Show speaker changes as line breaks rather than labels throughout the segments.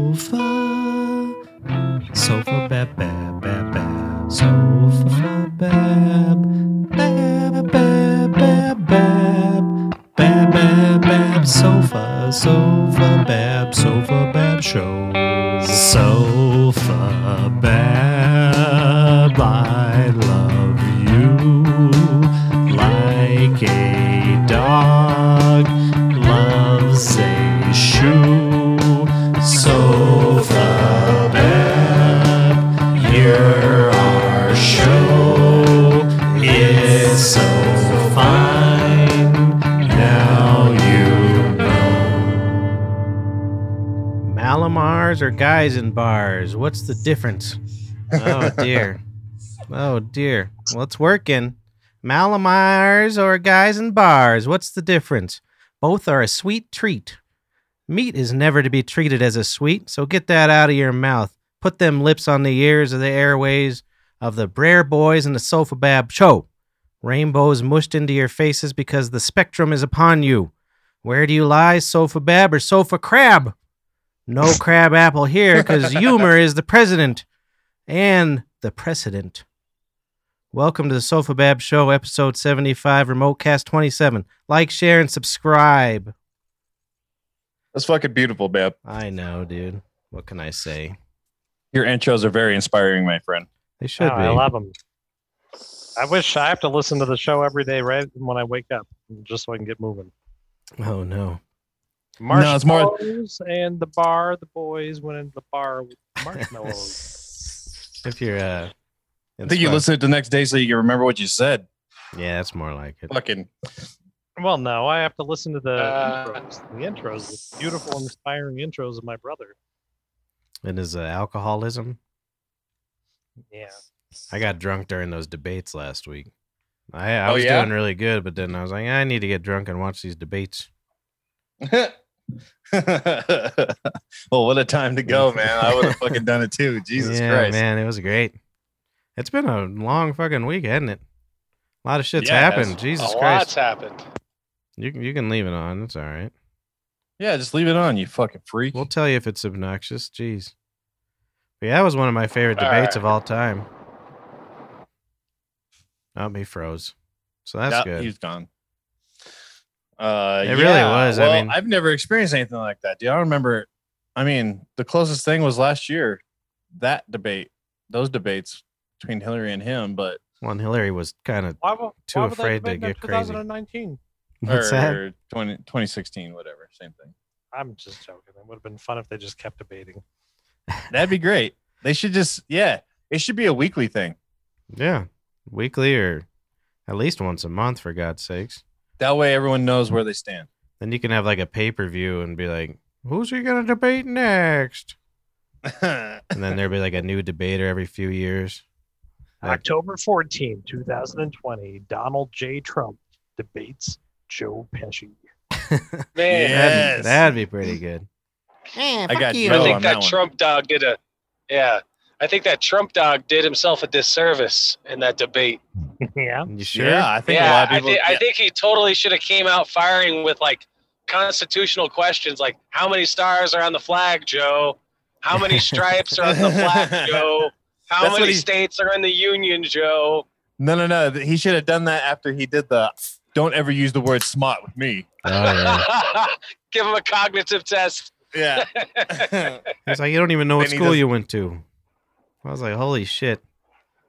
Sofa, sofa, bab, bab, bab, bab, sofa, bab, bab, bab, bab, bab, bab, bab, bab, sofa, sofa, bab, sofa, bab, show, sofa, bab, I love you like a dog loves a shoe, sofa, bab, you're our show is so fine. Now you
Malamars or guys in bars? What's the difference? Oh dear. Oh dear. Well, it's working. Malamars or guys in bars? What's the difference? Both are a sweet treat. Meat is never to be treated as a sweet, so get that out of your mouth. Put them lips on the ears of the airways of the Brer Boys and the Sofa Bab Show. Rainbows mushed into your faces because the spectrum is upon you. Where do you lie, Sofa Bab or Sofa Crab? No crab apple here because humor is the president and the precedent. Welcome to the Sofa Bab Show, episode 75, Remote Cast 27. Like, share, and subscribe.
That's fucking beautiful, Bab.
I know, dude. What can I say?
Your intros are very inspiring, my friend.
They should
Oh,
be.
I love them. I wish I have to listen to the show every day right when I wake up, just so I can get moving.
oh, no.
No, it's more-
Marshmallows and the bar. The boys went into the bar with marshmallows.
if you're, uh,
I think you
inspired-
listen to it the next day so you can remember what you said.
Yeah, that's more like it.
Fucking
well, no, I have to listen to the
Uh.
intros. The intros, the beautiful, inspiring intros of my brother.
It is uh, alcoholism.
Yeah,
I got drunk during those debates last week. I, I
Oh,
was
yeah?
doing really good, but then I was like, I need to get drunk and watch these debates.
well, what a time to go, man. I would have fucking done it too. Jesus
yeah,
Christ.
man, it was great. It's been a long fucking week, hasn't it? A lot of shit's
Yeah, it has.
happened. Jesus
a lot's
Christ.
happened.
You can you can leave it on. It's all right.
Yeah, just leave it on, you fucking freak.
We'll tell you if it's obnoxious. Jeez. But yeah, that was one of my favorite
All
debates
right.
of all time. Oh, he froze. So that's
Yeah,
good.
He's gone. Uh,
It really
yeah,
was, I
Well,
mean-
I've never experienced anything like that, dude. I remember. I mean, the closest thing was last year, that debate, those debates between Hillary and him. But
One Hillary was kind of
why, wo-
Too
why would they
afraid to
invent
get
that
crazy.
2019.
what's
or
that?
20, 2016, whatever, same thing.
I'm just joking. It would have been fun if they just kept debating.
That'd be great. They should just, yeah, it should be a weekly thing.
Yeah, weekly or at least once a month for God's sakes.
That way, everyone knows where they stand.
Then you can have like a pay per view and be like, "Who's he gonna debate next?" And then there'd be like a new debater every few years. Like-
October 14, 2020, Donald J. Trump debates Joe Pesci.
Man,
Yeah.
That'd,
Yes.
that'd be pretty good.
I got
I
Joe on
think that,
that one.
Trump dog did a yeah. I think that Trump dog did himself a disservice in that debate.
yeah.
You sure?
Yeah, I think a
yeah,
lot of people.
I, thi- I
yeah.
think he totally should have came out firing with like constitutional questions like how many stars are on the flag, Joe? How many stripes are on the flag, Joe? How
That's what
many
he-
states are in the union, Joe?
no, no, no. He should have done that after he did the "Don't ever use the word smart with me."
Oh, yeah.
Give him a cognitive test.
Yeah.
He's like, you don't even know what
Then he
school
does-
you went to. I was like, holy shit.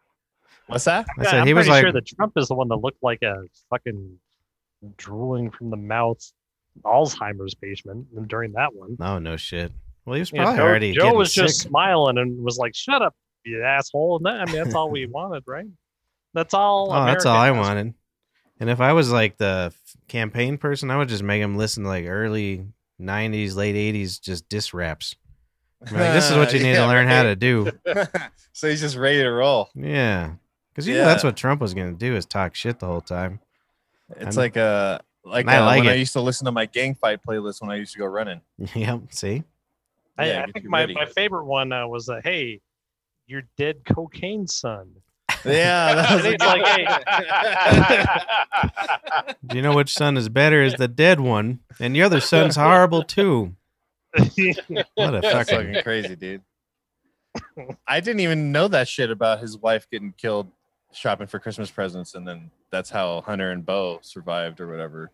What's that?
I
Yeah,
said
I'm
he was
pretty
like,
sure that Trump is the one that looked like a fucking drooling from the mouth Alzheimer's patient during that one.
no, no shit. Well, he was
Yeah,
probably
Joe,
already
Joe
getting
was
sick.
just smiling and was like, "Shut up, you asshole!" And that, I mean, that's all we wanted, right? That's all.
oh, that's all I
America has.
wanted. And if I was like the f- campaign person, I would just make him listen to like early '90s, late '80s, just diss raps. I'm like, this is what you need to
Yeah,
learn how
right.
to do.
so he's just ready to roll.
Yeah, because you know that's
Yeah.
what Trump was gonna do is talk shit the whole time. I'm-
It's like uh like,
I
uh,
like
when I
it.
used to listen to my gang fight playlist when I used to go running.
yep. See,
I,
Yeah,
I
get
think
you
my,
ready.
my favorite one uh, was, uh, "Hey, your dead cocaine son."
Yeah, that was a
And he's
good
like, "Hey,
do you know which son is better? Is the dead one, and the other son's horrible too. What a
That's
fucking.
fucking crazy, dude. I didn't even know that shit about his wife getting killed shopping for Christmas presents, and then that's how Hunter and Bo survived or whatever.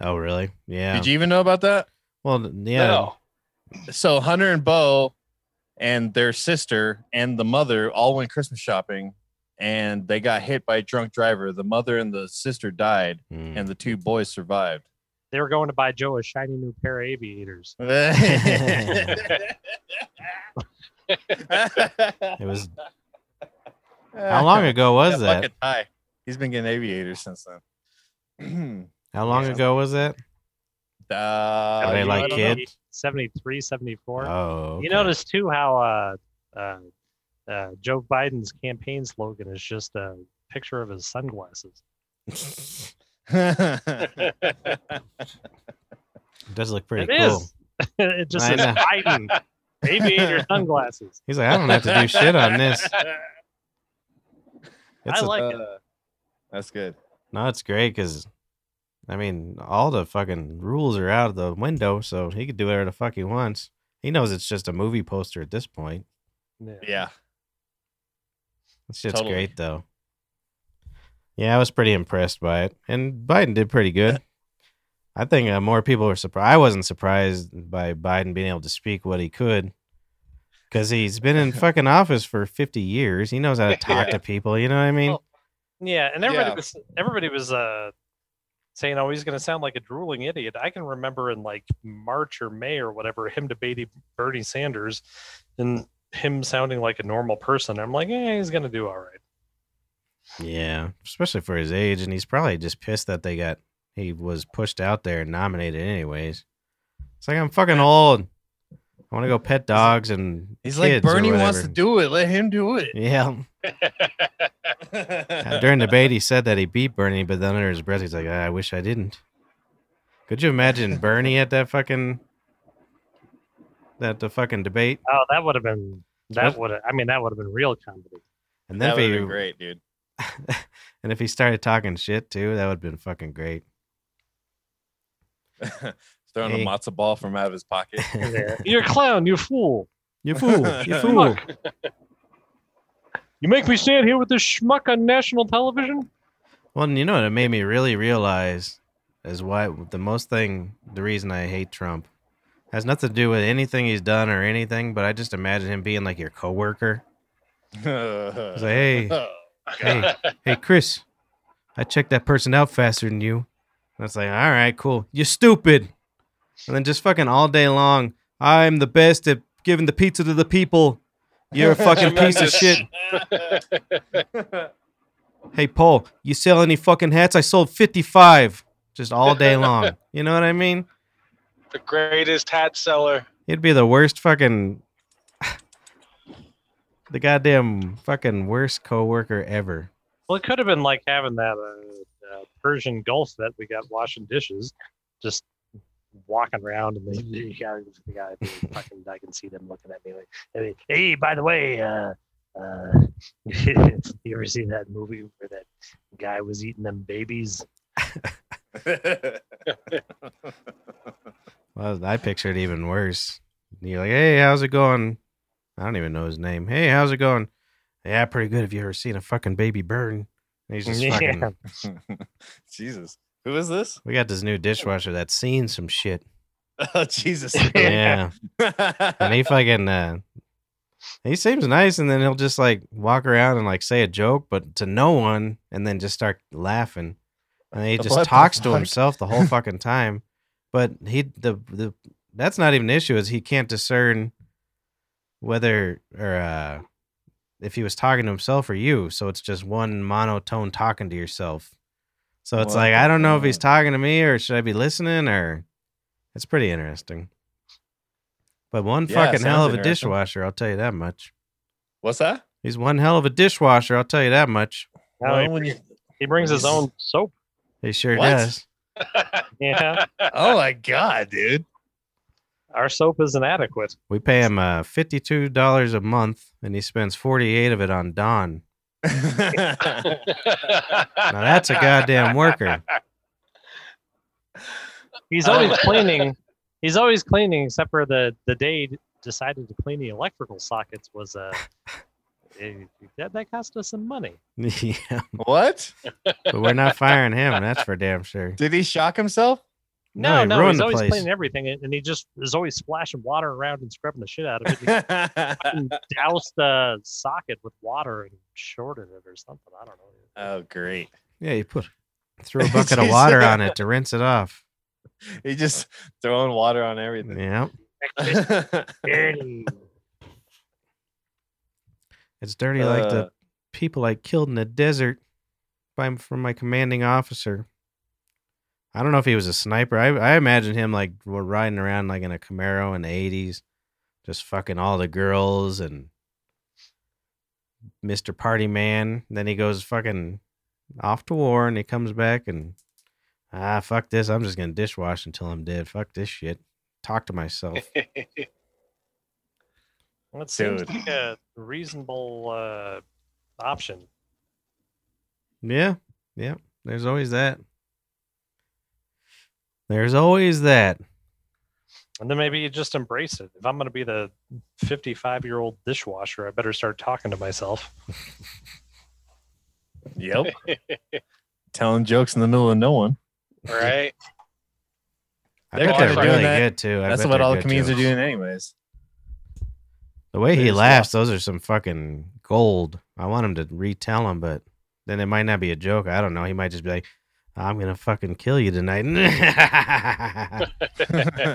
Oh, really? Yeah.
Did you even know about that?
Well, th- yeah.
No.
So Hunter and Bo and their sister and the mother all went Christmas shopping, and they got hit by a drunk driver. The mother and the sister died,
Mm.
and the two boys survived.
They were going to buy Joe a shiny new pair of aviators.
It was how long ago was
Yeah,
that?
fucking Ty. He's been getting aviators since then.
How long
Yeah.
ago was that?
uh,
Are they
you
like
know,
kids?
73, 74.
Oh, okay.
You notice too how uh, uh, uh, Joe Biden's campaign slogan is just a picture of his sunglasses.
it does look
It
pretty cool.
is. it just
I
says
know.
Biden aviator sunglasses.
He's like, I don't have to do shit on this. It's
I
a-
like it.
Uh, that's good.
no, it's great because, I mean, all the fucking rules are out of the window, so he could do whatever the fuck he wants. He knows it's just a movie poster at this point.
Yeah.
That shit's
Totally.
great though. Yeah, I was pretty impressed by it, and Biden did pretty
Uh,
good. I think uh, more people were surprised. I wasn't surprised by Biden being able to speak what he could, because he's been in fucking office for fifty years. He knows how to talk
Yeah.
to people. You know what I mean?
Well, Yeah, and everybody
Yeah.
was everybody was uh saying, "Oh, he's going to sound like a drooling idiot." I can remember in like March or May or whatever him debating Bernie Sanders, and him sounding like a normal person. I'm like, "Yeah, he's going to do all right."
Yeah, especially for his age, and he's probably just pissed that they got he was pushed out there and nominated anyways. It's like I'm fucking old. I want to go pet dogs and
He's like
kids or
Bernie wants to
whatever."
do it. Let him do it.
Yeah. Uh, During the debate, he said that he beat Bernie, but then under his breath, he's like, "Ah, "I wish I didn't." Could you imagine Bernie at that fucking that the fucking debate?
Oh, that would have been that
What?
would I mean that would have been real comedy.
And then
that
if
would be
he
great, dude.
and if he started talking shit too, that would have been fucking great.
Throwing
Hey.
a matzo ball from out of his pocket.
There. You're a clown, you fool!
you fool! You fool!
You make me stand here with this schmuck on national television.
Well, and you know what it made me really realize is why the most thing, the reason I hate Trump has nothing to do with anything he's done or anything, but I just imagine him being like your coworker. He's like, hey, hey, hey, Chris, I checked that person out faster than you. And it's like, all right, cool. You stupid. And then just fucking all day long, I'm the best at giving the pizza to the people. You're a fucking piece of shit. Hey, Paul, you sell any fucking hats? I sold 55 just all day long. You know what I mean?
the greatest hat seller.
He'd be the worst fucking. The goddamn fucking worst coworker ever.
Well, it could have been like having that uh, uh, Persian Gulf that we got washing dishes, just walking around, and they, the guy, the guy being fucking, I can see them looking at me like, "Hey, hey by the way, uh, uh, you ever seen that movie where that guy was eating them babies?"
Well, I pictured even worse. You're like, hey, how's it going? I don't even know his name. Hey, how's it going? Yeah, pretty good. Have you ever seen a fucking baby burn? And he's just
Yeah.
fucking.
Jesus. Who is this?
We got this new dishwasher that's seen some shit.
Oh, Jesus.
Yeah, and he fucking. Uh, he seems nice, and then he'll just like walk around and like say a joke, but to no one, and then just start laughing. And he just
What the
talks to
fuck?
himself the whole fucking time. But he the the that's not even an issue is he can't discern whether or uh if he was talking to himself or you. So it's just one monotone talking to yourself. So it's
What
like
the
I don't know if he's
fuck?
talking to me or should I be listening or it's pretty interesting. But one
Yeah,
fucking hell
sounds
of a
interesting.
dishwasher, I'll tell you that much.
What's that?
He's one hell of a dishwasher, I'll tell you that much.
Now he,
Well, when you-
he brings his own soap.
He sure
What?
does.
Yeah,
oh my god, dude.
our soap is inadequate.
We pay him uh, fifty-two dollars a month, and he spends forty-eight of it on Don. Now that's a goddamn worker.
He's always
Oh.
cleaning. He's always cleaning, except for the the day he decided to clean the electrical sockets was uh, eh, that that cost us some money.
yeah,
What?
but we're not firing him. That's for damn sure.
Did he shock himself?
No,
he
no,
ruined
he's
the
always
place.
cleaning everything, and and he just is always splashing water around and scrubbing the shit out of it. He
oh,
fucking doused the socket with water and shorted it or something. I don't know.
Oh, great.
Yeah, you put threw a bucket of water on it to rinse it off.
He just throwing water on everything.
Yeah,
Dirty.
it's dirty like
Uh,
the people I killed in the desert by from my commanding officer. I don't know if he was a sniper. I I imagine him like we're riding around like in a Camaro in the eighties, just fucking all the girls and Mr. Party Man. Then he goes fucking off to war and he comes back and ah fuck this. I'm just gonna dishwash until I'm dead. Fuck this shit. Talk to myself.
Well, it seems
Dude.
like a reasonable uh, option.
Yeah. Yeah. There's always that. There's always that.
And then maybe you just embrace it. If I'm going to be the 55 year old dishwasher, I better start talking to myself.
yep. Telling jokes in the middle of no one.
right?
I
They're
bet
clever
they're
doing
really
that.
good too. I
That's
bet
what
they're
all the
good
comedians are
jokes.
doing, anyways.
The way
They
he
just
laughs, those are some fucking gold. I want him to retell them, but then it might not be a joke. I don't know. He might just be like, I'm going to fucking kill you tonight.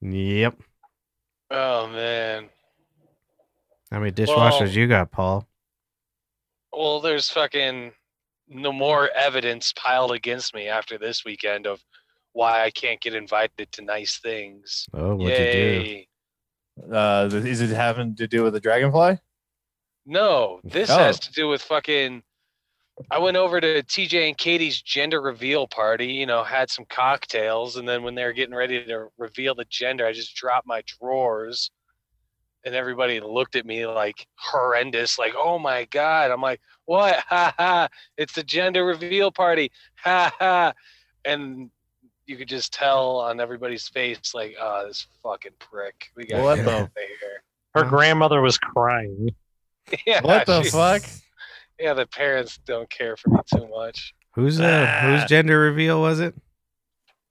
yep.
Oh man.
How many dishwashers
Well-
you got, Paul?
Well, there's fucking no more evidence piled against me after this weekend of why I can't get invited to nice things.
Oh, what'd you do?
Yay.
uh, is it having to do with the dragonfly?
No, this
Oh.
has to do with fucking. I went over to TJ and Katie's gender reveal party, you know, had some cocktails, and then when they were getting ready to reveal the gender, I just dropped my drawers and everybody looked at me like horrendous, like, oh my God. I'm like, what? Ha ha. It's the gender reveal party. Ha ha. And you could just tell on everybody's face, like, oh, this fucking prick. We got
What
to
the-
get out of here.
Her
Huh?
grandmother was crying.
Yeah,
What the
she's-
fuck?
yeah, the parents don't care for me too much.
Whose uh, whose
Ah.
gender reveal was it?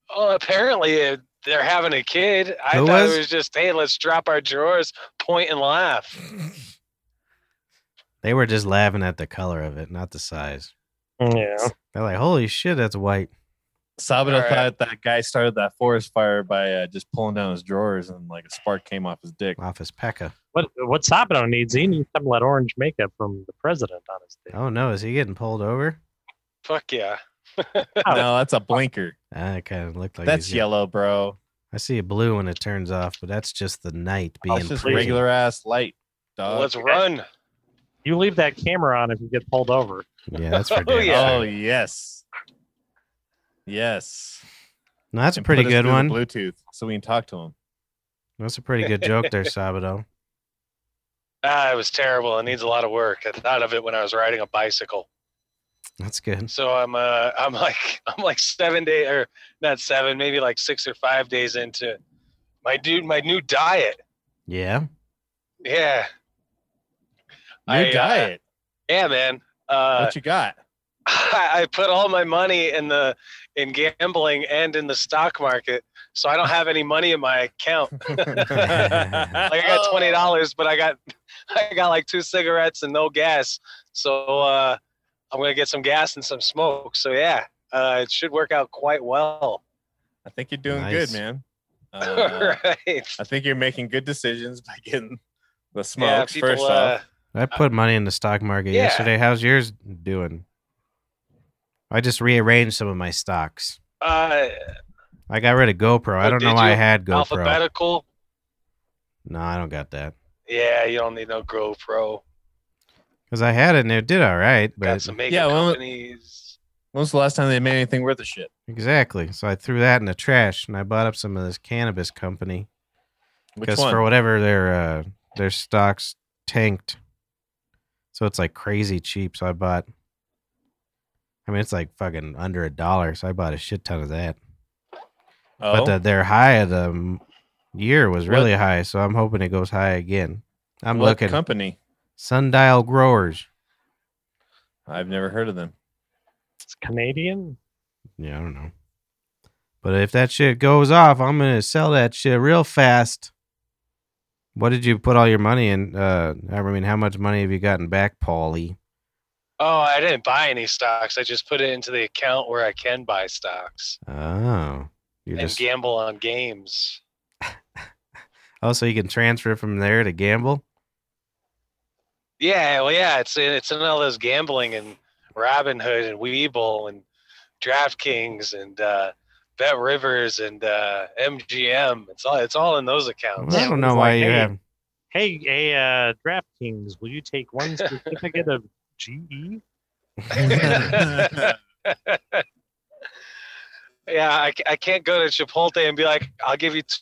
Oh, apparently uh, they're having a kid. I
Who
thought
was?
it was just, hey, let's drop our drawers, point and laugh.
They were just laughing at the color of it, not the size.
Yeah.
They're like, holy shit, that's white.
Sabado
Alright.
thought that guy started that forest fire by uh, just pulling down his drawers and like a spark came off his dick.
Office E Pekka.
What what's Sabado needs? He needs some of that orange makeup from the president on his dick.
Oh no, is he getting pulled over?
Fuck yeah.
No, that's a blinker.
Ah, it kind of looked like
That's
he's get-
yellow, bro.
I see a blue when it turns off, but that's just the night being
That's Oh, just
pretty.
regular ass light, dog.
let's run.
You leave that camera on if you get pulled over.
Yeah, that's for
Oh,
damn
yeah.
sure.
Oh yes, yes.
No, that's a
And
pretty
put us
good
through the
one.
Bluetooth, so we can talk to him.
That's a pretty good joke there, Sabado.
Ah, it was terrible. It needs a lot of work. I thought of it when I was riding a bicycle.
That's good.
So I'm uh I'm like I'm like seven day or not seven, maybe like six or five days into my dude my new diet.
Yeah.
Yeah.
New
I, uh,
diet.
Yeah, man. Uh
what you got?
I, I put all my money in the in gambling and in the stock market, so I don't have any money in my account. uh, Like I got twenty dollars, but I got I got like two cigarettes and no gas. So uh, I'm gonna get some gas and some smoke. So yeah, uh, it should work out quite well.
I think you're doing
Nice.
good, man. Uh,
right?
I think you're making good decisions by getting the
Yeah,
smokes
people.
first
Uh,
off.
I put money in the stock market
Yeah.
yesterday. How's yours doing? I just rearranged some of my stocks.
uh,
I got rid of GoPro. I
Oh,
don't know
did
why I
you?
had GoPro.
alphabetical.
No, I don't got that.
Yeah, you don't need no GoPro.
Because I had it and it did all right,
Got
but
some makeup
Yeah, well-
companies.
When was the last time they made anything worth a shit?
exactly. So I threw that in the trash and I bought up some of this cannabis company
Which
because
one?
for whatever their uh, their stocks tanked, so it's like crazy cheap. So I bought. I mean, it's like fucking under a dollar, so I bought a shit ton of that.
Oh,
But the, their high of the m- year was really high, so I'm hoping it goes high again. I'm
what
looking
company?
Sundial Growers.
I've never heard of them.
It's Canadian.
Yeah, I don't know. But if that shit goes off, I'm gonna sell that shit real fast. What did you put all your money in? Uh, I mean, how much money have you gotten back, Paulie?
Oh, I didn't buy any stocks. I just put it into the account where I can buy stocks
Oh, you're
and
just
gamble on games.
oh, so you can transfer from there to gamble.
Yeah, well, yeah, it's in, it's in all those gambling and Robinhood and Weeble and DraftKings and uh, Bet Rivers and uh, MGM. It's all it's all in those accounts.
I don't know
Oh, like,
why you
hey,
have.
Hey, hey, uh, DraftKings, will you take one certificate of E? GE?
yeah, I, ca- I can't go to Chipotle and be like, I'll give you t-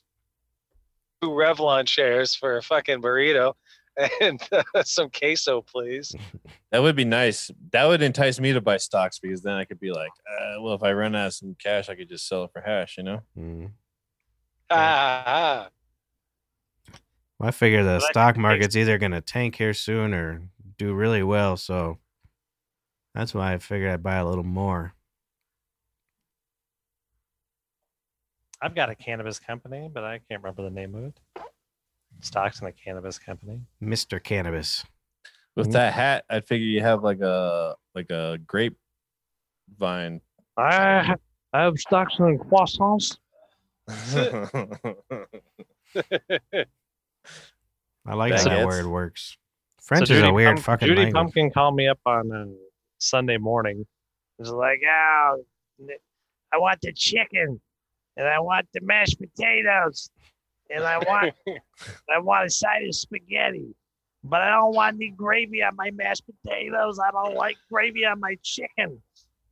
two Revlon shares for a fucking burrito and uh, some queso, please.
That would be nice. That would entice me to buy stocks because then I could be like, uh, well, if I run out of some cash, I could just sell it for hash, you know?
Mm.
Ah, ah.
Well, I figure the
Well, that
stock
makes-
market's either gonna tank here soon or do really well, so that's why I figured I'd buy a little more.
I've got a cannabis company, but I can't remember the name of it. Stocks in a cannabis company.
Mister Cannabis.
With
Mhm.
that hat, I figure you have like a like a grape vine.
I I have stocks in croissants.
I like
Baguettes.
that word works. French
So
is a
Judy
weird
Pump-
fucking
Judy
language.
Pumpkin called me up on a Sunday morning. She's like, "Oh, I want the chicken, and I want the mashed potatoes, and I want I want a side of spaghetti, but I don't want any gravy on my mashed potatoes. I don't like gravy on my chicken."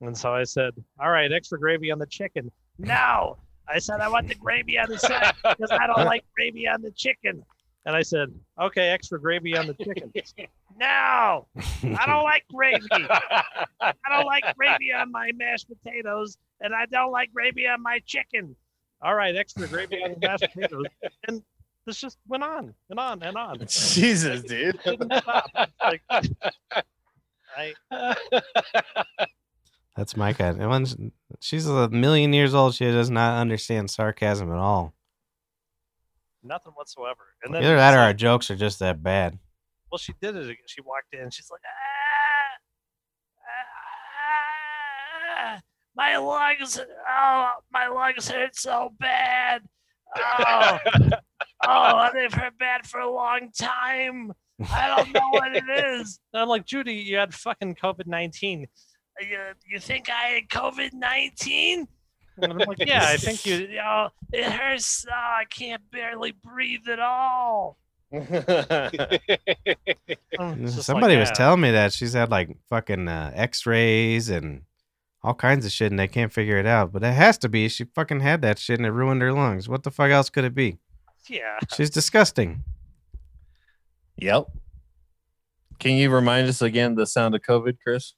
And so I said, "All right, extra gravy on the chicken." No, I said I want the gravy on the side because I don't like gravy on the chicken. And I said, okay, extra gravy on the chicken. no, I don't like gravy. I don't like gravy on my mashed potatoes, and I don't like gravy on my chicken. All right, extra gravy on the mashed potatoes. And this just went on and on and on. It
Jesus, dude.
didn't stop. Like, I,
That's my kind. Everyone's, she's a million years old. She does not understand sarcasm at all.
nothing whatsoever. And then
Either that or
so-
our jokes are just that bad.
Well, she did it. again. She walked in. She's like, "Ah, ah, my lungs, oh, my lungs hurt so bad. Oh, oh, they've hurt bad for a long time. I don't know what it is. And I'm like, Judy, you had fucking COVID 19. You, you think I had COVID 19? I'm like, yeah, I think you. Oh, it hurts. Oh, I can't barely breathe at all. Um, it's just like,
Somebody was
yeah.
telling me that she's had like fucking uh, x rays and all kinds of shit and they can't figure it out. But it has to be. She fucking had that shit and it ruined her lungs. What the fuck else could it be?
Yeah.
She's disgusting.
yep. Can you remind us again the sound of COVID, Chris?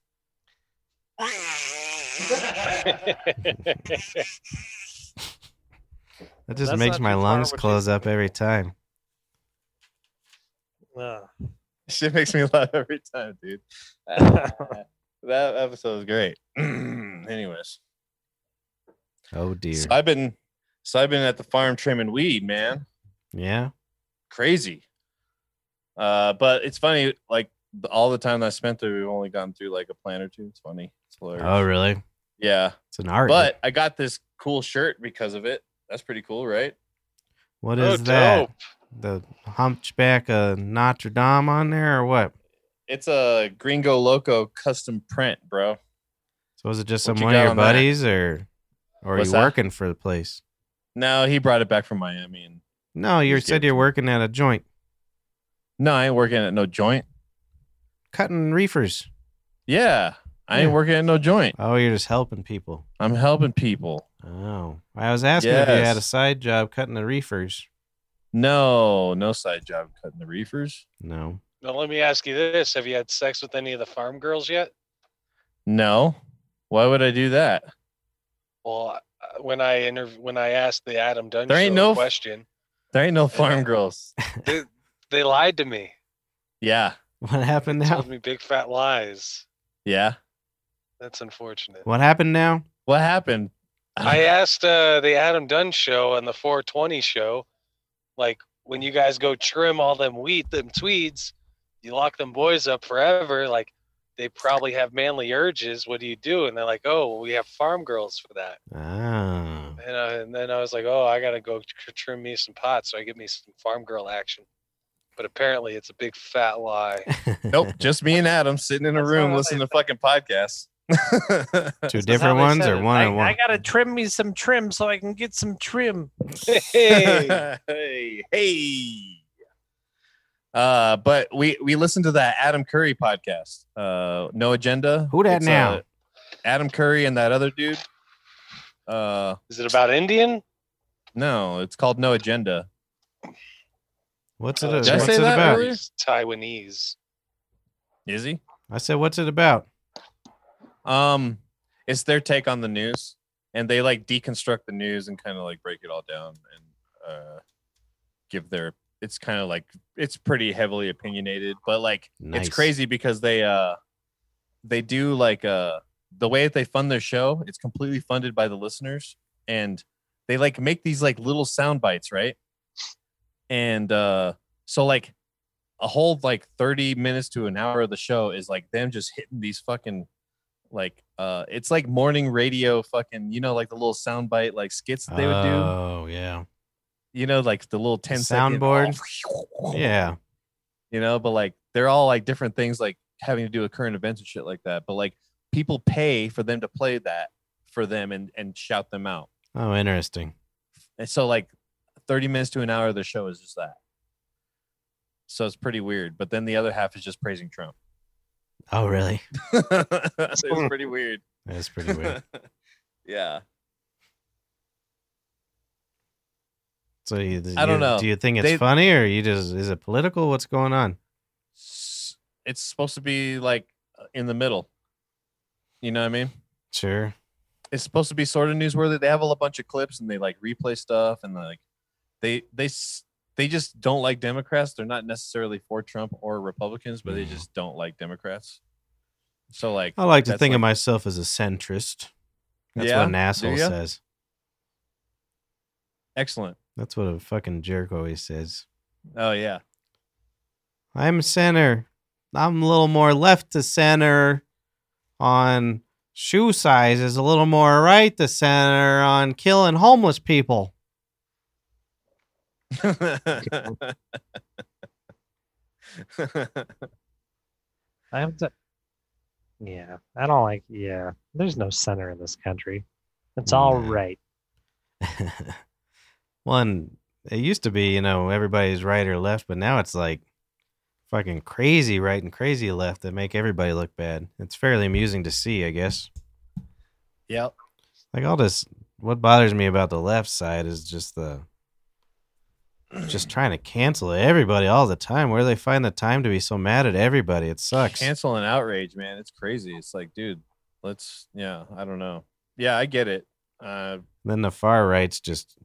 That just
That's
makes
not
my
too far
lungs
what she
close
said.
up every time.
Ugh.
Shit makes me laugh every time, dude. that episode was great. Anyways.
Oh dear.
So I've been so I've been at the farm trimming weed, man.
Yeah.
crazy. Uh, but it's funny, like the- all the time that I spent there, we've only gone through like a plant or two. It's funny. It's hilarious.
Oh really?
yeah.
It's an art.
But I got this cool shirt because of it. That's pretty cool, right?
What
Oh,
is that?
dope.
The Hunchback of Notre Dame on there, or what?
It's a Gringo Loco custom print, bro.
So was it just
What
some
you
one of
got
your
on that?
buddies, or or are
What's
you
that?
working for the place?
No, he brought it back from Miami. And
No, you
Just
said
give it
you're
to me.
working at a joint,
no, I ain't working at no joint.
cutting reefers.
Yeah, I ain't
Yeah.
working at no joint.
Oh, you're just helping people.
I'm helping people.
Oh, I was asking if you had a
Yes.
side job cutting the reefers.
No, no side job cutting the reefers.
No.
now let me ask you this: Have you had sex with any of the farm girls yet?
No, why would I do that?
Well, uh, when I interv- when I asked the Adam Dunn
There ain't
Show
no f-
question,
There ain't no farm girls.
they lied to me.
Yeah.
What happened now?
Told me big fat lies.
Yeah.
That's unfortunate.
What happened now?
What happened?
I asked uh, the Adam Dunn show and the 420 show, like when you guys go trim all them wheat, them tweeds, you lock them boys up forever. Like they probably have manly urges. What do you do? And they're like, oh, well, we have farm girls for that.
Oh.
And, uh, and then I was like, oh, I gotta go tr- trim me some pots, so I get me some farm girl action. But apparently, it's a big fat lie.
nope. Just me and Adam sitting in a
That's
room
not
listening to fucking podcasts.
Two
That's how
different
they
ones
said
or
it.
one
I,
and one?
I gotta trim me some trim so I can get some trim.
hey,
hey, hey. Uh, but we we listened to that Adam Curry podcast. Uh, no agenda.
Who dat
It's,
now?
uh, Adam Curry and that other dude. Uh,
is it about Indian?
no, it's called No Agenda.
What's it,
Uh,
what's
Did I say
it
that
about?
earlier?
He's Taiwanese.
Is he?
I said, what's it about?
Um, it's their take on the news, and they like deconstruct the news and kind of like break it all down and uh, give their. It's kind of like it's pretty heavily opinionated, but like
Nice.
it's crazy because they uh they do like uh the way that they fund their show. It's completely funded by the listeners, and they like make these like little sound bites, right? And uh so like a whole like 30 minutes to an hour of the show is like them just hitting these fucking like uh it's like morning radio fucking you know like the little soundbite like skits that they would do
Oh, yeah.
you know like the little 10 second-
Soundboard? Yeah.
you know but like they're all like different things like having to do with current events and shit like that but like people pay for them to play that for them and and shout them out
Oh, interesting.
and so like 30 minutes to an hour of the show is just that so it's pretty weird but then the other half is just praising trump
Oh, really?
it's pretty weird
That's pretty weird.
yeah
So you,
I don't
you-
know.
Do you think it's
They-
funny or you just is it political? What's going on?
S- it's supposed to be like uh, in the middle you know what i mean
Sure.
it's supposed to be sort of newsworthy. They have a bunch of clips and they like replay stuff and like they they s- they just don't like Democrats. They're not necessarily for Trump or Republicans, but they
Mhm.
just don't like Democrats. So like
I like to
that's
think of
like-
myself as a centrist. That's
Yeah?
what an asshole
ya?
says.
excellent.
That's what a fucking jerk always says.
Oh yeah.
I'm center. I'm a little more left to center on shoe sizes, a little more right to center on killing homeless people.
I have to. Yeah, I don't like. Yeah, there's no center in this country. It's all
Nah.
right.
One, it used to be, you know, everybody's right or left, but now it's like fucking crazy right and crazy left that make everybody look bad. It's fairly amusing to see, I guess.
yep.
Like all this, what bothers me about the left side is just the just trying to cancel everybody all the time. Where do they find the time to be so mad at everybody? It sucks.
Cancel and outrage, man. It's crazy. It's like, dude, let's yeah, I don't know. Yeah, I get it. Uh
then the far right's just,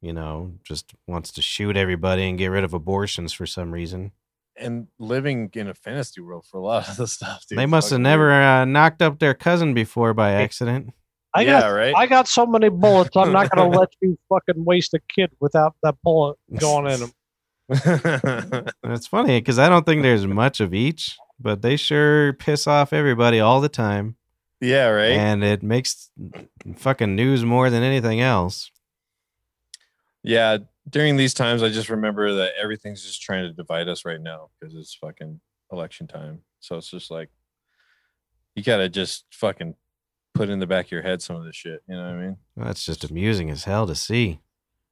you know, just wants to shoot everybody and get rid of abortions for some reason.
and living in a fantasy world for a lot of the stuff, dude.
they
is
must have
fucking
never uh, knocked up their cousin before by accident.
I
yeah,
got.
right.
I got so many bullets. I'm not gonna let you fucking waste a kid without that bullet going in him.
And it's funny because I don't think there's much of each, but they sure piss off everybody all the time,
yeah, right.
and it makes fucking news more than anything else.
yeah, during these times, I just remember that everything's just trying to divide us right now because it's fucking election time. So it's just like you gotta just fucking put in the back of your head some of this shit. You know what I mean?
Well, That's just amusing as hell to see.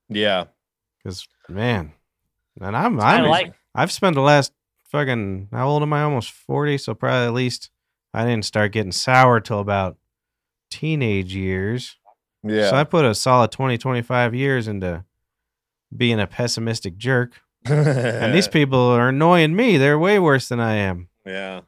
Yeah,
Cause man, and I'm,
I
I'm
like.
I've spent the last fucking how old am I? Almost forty, so probably at least I didn't start getting sour till about teenage years. So
yeah,
I put a solid 20, 25 years into being a pessimistic jerk. And these people are annoying me. They're way worse than I am.
yeah.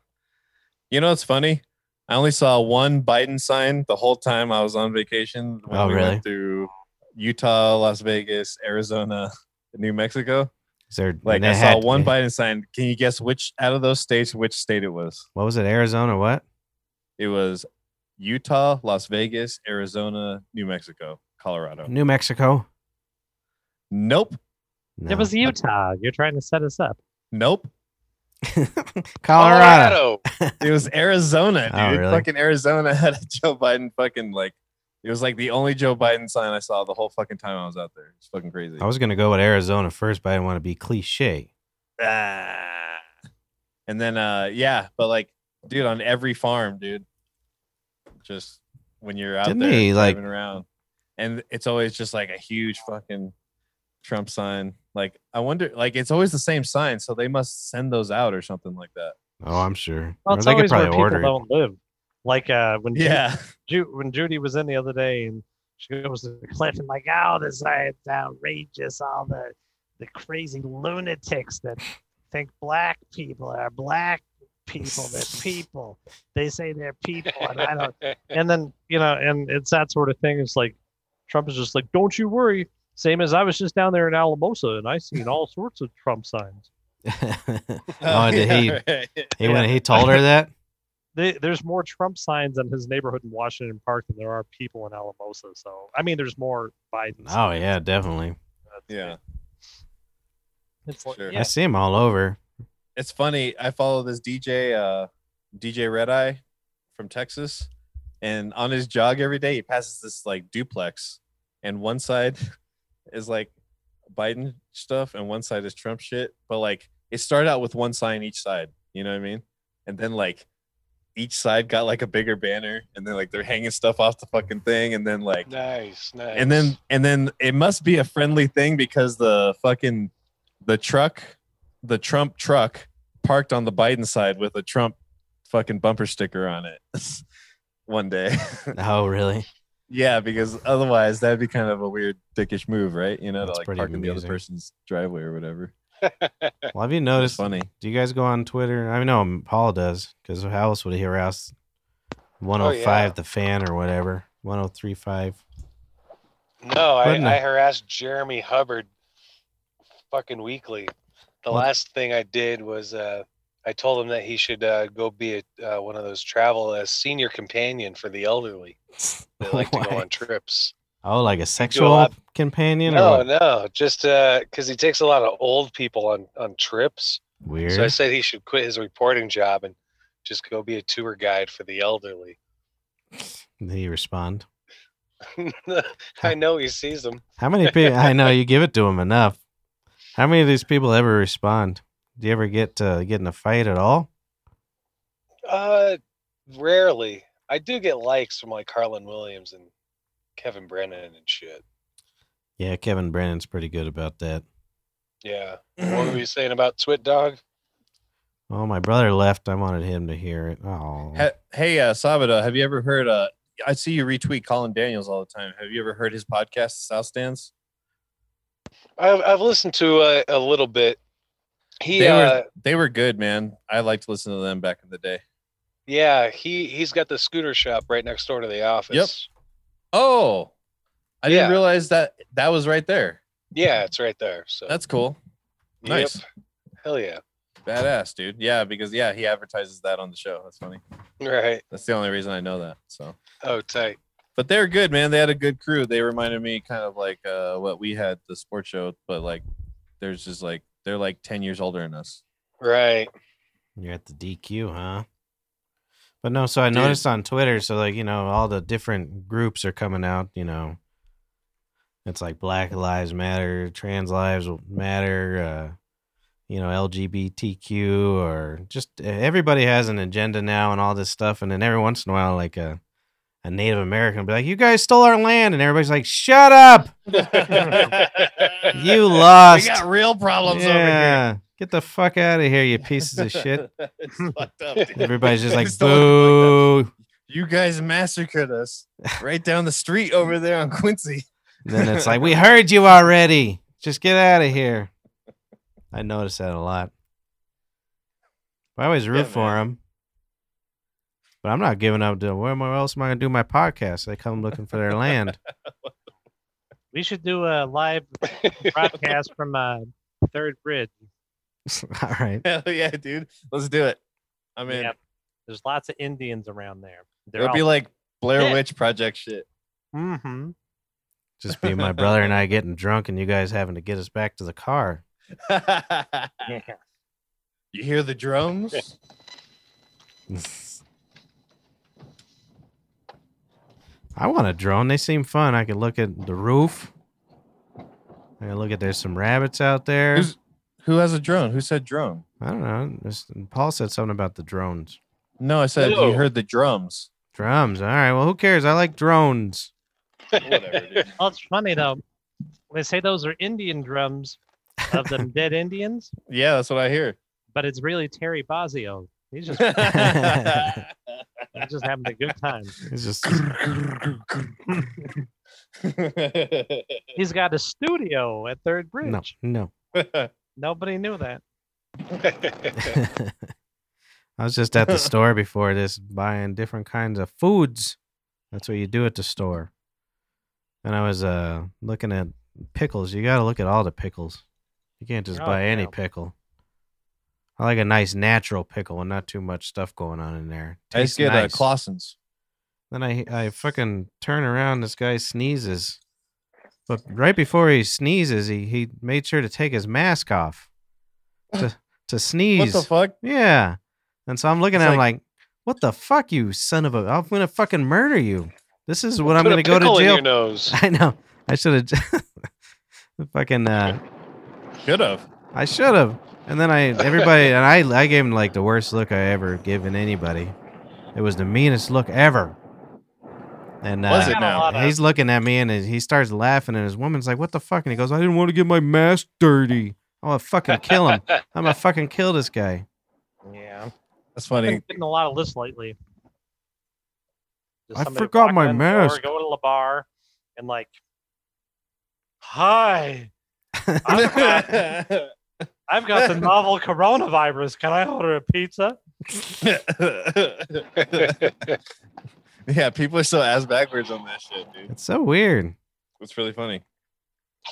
You know what's funny? I only saw one Biden sign the whole time I was on vacation. When
Oh,
we
really?
Went through Utah, Las Vegas, Arizona, New Mexico.
Is there
Like
there
I
had
saw
to
one
be.
Biden sign. Can you guess which out of those states, which state it was?
What was it? Arizona? What?
It was Utah, Las Vegas, Arizona, New Mexico, Colorado.
New Mexico.
Nope.
It
No.
was Utah. You're trying to set us up.
Nope.
Colorado.
It was Arizona,
Oh,
dude.
really?
Fucking Arizona had a Joe Biden fucking like it was like the only Joe Biden sign I saw the whole fucking time I was out there. It's fucking crazy.
I was gonna go with Arizona first, but I didn't want to be cliche.
Ah. And then uh yeah, but like dude on every farm, dude. Just when you're out
Didn't
there
he, like-
driving around. And it's always just like a huge fucking Trump sign. Like I wonder like it's always the same sign, so they must send those out or something like that.
Oh, I'm sure.
Well,
Or
it's
they could
always where
probably
people
order it.
don't live. Like uh, when Ju-
Yeah.
Ju- when Judy was in the other day and she goes to the cliff and like, oh, this is outrageous, all the the crazy lunatics that think black people are black people, they're people. They say they're people, and I don't. And then you know, and it's that sort of thing. It's like Trump is just like, don't you worry. Same as I was just down there in Alamosa and I seen all sorts of Trump signs.
Oh, did he-
right.
he
Yeah.
when he told her that.
They, there's more Trump signs in his neighborhood in Washington Park than there are people in Alamosa. So I mean, there's more Biden.
Oh yeah, definitely.
Yeah.
It's
Sure.
I
yeah.
see him all over.
it's funny. I follow this DJ, uh, DJ Red Eye from Texas, and on his jog every day, he passes this like duplex, and one side is like Biden stuff, and one side is Trump shit. But like it started out with one sign each side, you know what I mean? And then like each side got like a bigger banner, and then like they're hanging stuff off the fucking thing, and then like
Nice, nice.
and then and then it must be a friendly thing because the fucking the truck the trump truck parked on the biden side with a trump fucking bumper sticker on it one day
Oh really?
yeah because otherwise that'd be kind of a weird dickish move right you know
That's
to like
pretty
park in the other
amusing.
person's driveway or whatever
Well, have you
it's
noticed?
funny
Do you guys go on Twitter? I know um, Paul does because how else would he harass 105
Oh, yeah.
the fan or whatever 1035?
no, I,
Wouldn't it?
I harassed Jeremy Hubbard fucking weekly. The
What?
last thing I did was uh, I told him that he should uh, go be a, uh, one of those travel uh, senior companion for the elderly. They like to go
Why?
on trips.
Oh, like a sexual
lot.
companion? or
No,
what?
no, just because he takes a lot of old people on on trips.
Weird.
So I said he should quit his reporting job and just go be a tour guide for the elderly.
Did he respond?
I know he sees them.
How many people? I know you give it to him enough. How many of these people ever respond? Do you ever get to get in a fight at all?
Uh, rarely. I do get likes from like Harlan Williams and Kevin Brennan and shit.
Yeah, Kevin Brennan's pretty good about that.
Yeah. what were you saying about Twit Dog?
Oh, my brother left. I wanted him to hear it. Oh,
Ha- hey uh sabada have you ever heard uh i see you retweet colin daniels all the time have you ever heard his podcast south stands
I've I've listened to uh, a little bit. He
they
uh,
were they were good man i liked listening to them back in the day
yeah he he's got the scooter shop right next door to the office.
Oh, I
Yeah.
didn't realize that that was right there.
Yeah, it's right there. So
That's cool. Nice.
Hell yeah.
Badass, dude. Yeah, because yeah, he advertises that on the show. That's funny.
Right.
That's the only reason I know that. So,
Oh, tight.
but they're good, man. They had a good crew. They reminded me kind of like uh, what we had the sports show, but like there's just like they're like 10 years older than us.
Right.
You're at the DQ, huh? But no, so I noticed on Twitter, so like, you know, all the different groups are coming out, you know. It's like Black Lives Matter, Trans Lives Matter, uh, you know, LGBTQ or just e, everybody has an agenda now and all this stuff. And then every once in a while, like a, a Native American will be like, You guys stole our land. And everybody's like, Shut up. You
We
lost.
got real problems
yeah. Get the fuck out of here, you pieces of shit.
over here. it's fucked up. dude.
Everybody's just
They
like,
stole it fucked up.
Boo.
You guys massacred us right down the street over there on Quincy.
then it's like, we heard you already. Just get out of here. I notice that a lot. I always root
Yeah,
for
man.
him. But I'm not giving up. To, where am I- else am I going to do my podcast? They come looking for their land.
We should do a live broadcast from uh, Third Bridge.
All right.
Hell yeah, dude. Let's do it. I mean,
Yep. there's lots of Indians around there. They're
it'll be like Blair
Yeah.
Witch Project shit.
mm-hmm.
Just be my brother and I getting drunk and you guys having to get us back to the car.
yeah.
you hear the drums?
I want a drone. They seem fun. I could look at the roof. I can look at there's some rabbits out there.
Who's- Who has a drone? Who said drone?
I don't know. This- Paul said something about the drones.
No, I said
Hello.
you heard the drums.
Drums. All right. Well, who cares? I like drones.
Whatever, dude.
Well, it's funny though. They say those are Indian drums of them dead Indians,
Yeah, that's what I hear.
but it's really Terry Bozzio. He's just he's just having a good time.
It's just
He's got a studio at Third Bridge.
no, no.
Nobody knew that.
I was just at the store before this buying different kinds of foods. That's what you do at the store. And I was uh looking at pickles. You got to look at all the pickles. You can't just
Oh,
buy any
yeah.
pickle. I like a nice natural pickle and not too much stuff going on in there.
I just
Tastes
get
nice.
uh, Clausen's.
Then I I fucking turn around. This guy sneezes, but right before he sneezes, he he made sure to take his mask off to to
What
sneeze.
the fuck?
yeah, and so I'm looking
It's
at him like, "What the fuck, you son of a! I'm gonna fucking murder you. This is what I'm
Put
gonna
a
go
pickle
to
in
jail."
your nose.
I know. I should have. fucking. Uh,
Should have.
I should have. And then I everybody and I I gave him like the worst look I ever given anybody. It was the meanest look ever. And uh,
Was it
Got a
now?
lot of-
he's looking at me and he starts laughing and his woman's like, "What the fuck?" And he goes, "I didn't want to get my mask dirty. I'm gonna fucking kill him. I'm gonna fucking kill this guy."
Yeah.
That's
I've
funny.
been getting a lot of lists lately. Just
I
somebody
forgot
walking
my
in the door,
mask.
Going to the bar and like, hi. I've got, I've got the novel coronavirus. Can I order a pizza?
yeah, people are so ass backwards on that shit, dude.
It's so weird.
It's really funny.
I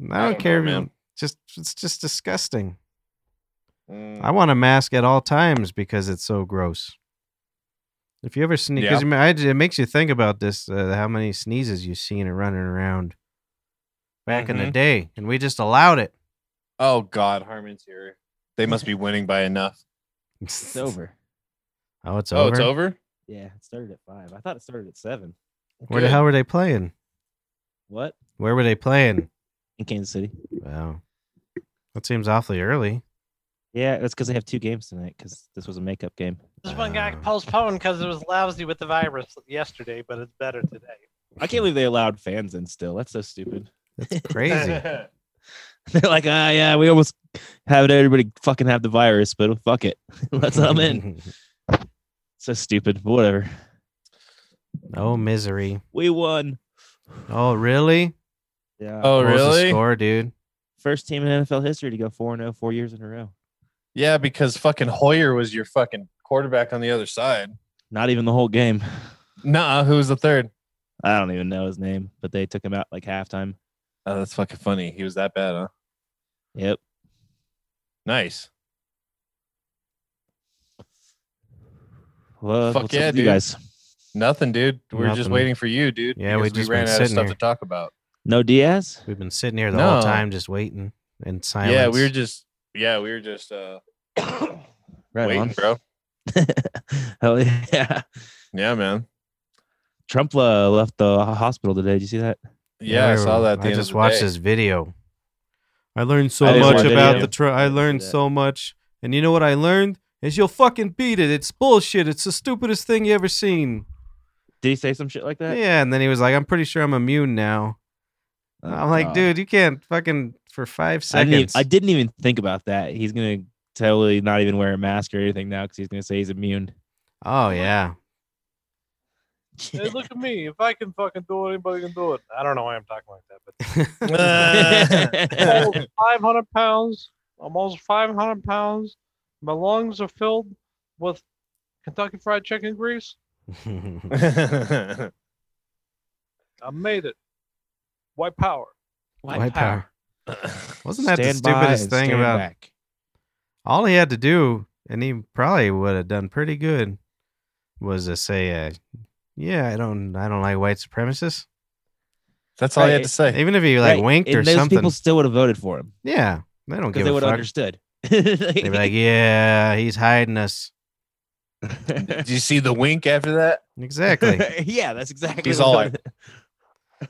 don't
don't
know,
care. if you-
man.
Just it's just disgusting.
Mm.
I want a mask at all times because it's so gross. If you ever sneeze, because it makes you think about this, uh, how many sneezes you've seen and running around back in the
Mhm.
day, and we just allowed it.
Oh God, Harmon's here. They must be winning by enough.
It's over.
Oh, it's
Oh,
over.
it's over.
Yeah, it started at five. I thought it started at seven.
Where the
Good.
hell were they playing?
What?
Where were they playing?
In Kansas City.
Wow, that seems awfully early.
Yeah, that's because they have two games tonight. Because this was a makeup game.
This one
Uh.
got postponed because it was lousy with the virus yesterday, but it's better today.
I can't believe they allowed fans in still. That's so stupid.
That's crazy.
They're like, ah, yeah, we almost had everybody fucking have the virus, but fuck it, let's let 'em in. So stupid, but whatever.
oh misery.
We won.
Oh really?
Yeah.
oh
What was the
really?
score, dude.
First team in NFL history to go four and zero four years in a row.
Yeah, because fucking Hoyer was your fucking quarterback on the other side.
Not even the whole game.
Nah, who was the third?
I don't even know his name, but they took him out like halftime.
Oh, that's fucking funny. He was that bad, huh?
Yep.
Nice.
Well,
Fuck
what's up
yeah,
with you
dude.
guys.
Nothing, dude. We're just
Nothing.
waiting for you, dude.
Yeah, we
because
just
ran
been
out of
sitting
stuff
here.
to talk about.
No Diaz.
We've been sitting here the
No.
whole time just waiting in silence.
Yeah, we were just. Yeah, we were just uh,
Right
waiting,
on.
bro.
Hell yeah.
Yeah, man.
Trump uh, left the hospital today. Did you see that?
Yeah, I
we
saw
were-
that. At the
I
end
just
of the
watched
day.
this video. I learned so
I didn't
much
watch
about
video.
the Trump. I
Yeah, I
learned
did that.
so much, and you know what I learned is you'll fucking beat it. It's bullshit. It's the stupidest thing you ever seen.
Did he say some shit like that?
Yeah, and then he was like, "I'm pretty sure I'm immune now."
Oh,
I'm like,
God.
dude, you can't fucking for five
I didn't, even,
seconds.
I didn't even think about that. He's gonna totally not even wear a mask or anything now because he's gonna say he's immune.
oh yeah,
Hey, look at me. If I can fucking do it, anybody can do it. I don't know why I'm talking like that, but almost 500 pounds, almost 500 pounds. My lungs are filled with Kentucky Fried Chicken grease. I made it. White power.
White power. Wasn't that the
Stand by
stupidest
and
thing
stand
about
back.
all he had to do, and he probably would have done pretty good, was to say, uh, "Yeah, I don't, I don't like white supremacists."
That's all I had to say.
Even if he like
Right,
winked
and
or
those
something,
people still would have voted for him
yeah, they don't
because
give
they
a
would
fuck.
have understood.
They'd be like, "Yeah, he's hiding us."
Did you see the wink after that?
Exactly.
yeah, that's exactly.
He's
what
all
it-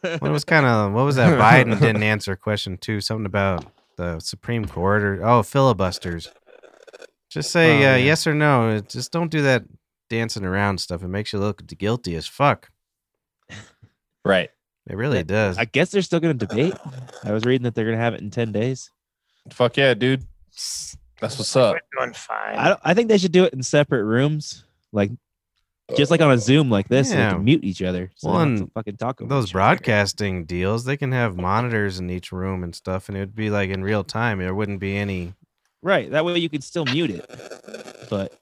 what was kind of what was that? Biden didn't answer question two. Something about the Supreme Court or oh filibusters. Just say
Oh,
uh,
yeah.
yes or no. It- Just don't do that dancing around stuff. It makes you look guilty as fuck.
Right.
It really
Yeah,
does.
I guess they're still going to debate. I was reading that they're going to have it in ten days.
Fuck yeah, dude. That's what's up.
We're doing fine.
I don't, I think they should do it in separate rooms, like just like on a Zoom like this. Yeah.
Yeah.
can mute each other. So
Well,
they don't have
and
to fucking talk over
Those
each other.
broadcasting deals, they can have monitors in each room and stuff, and it would be like in real time. There wouldn't be any.
Right. That way you can still mute it. But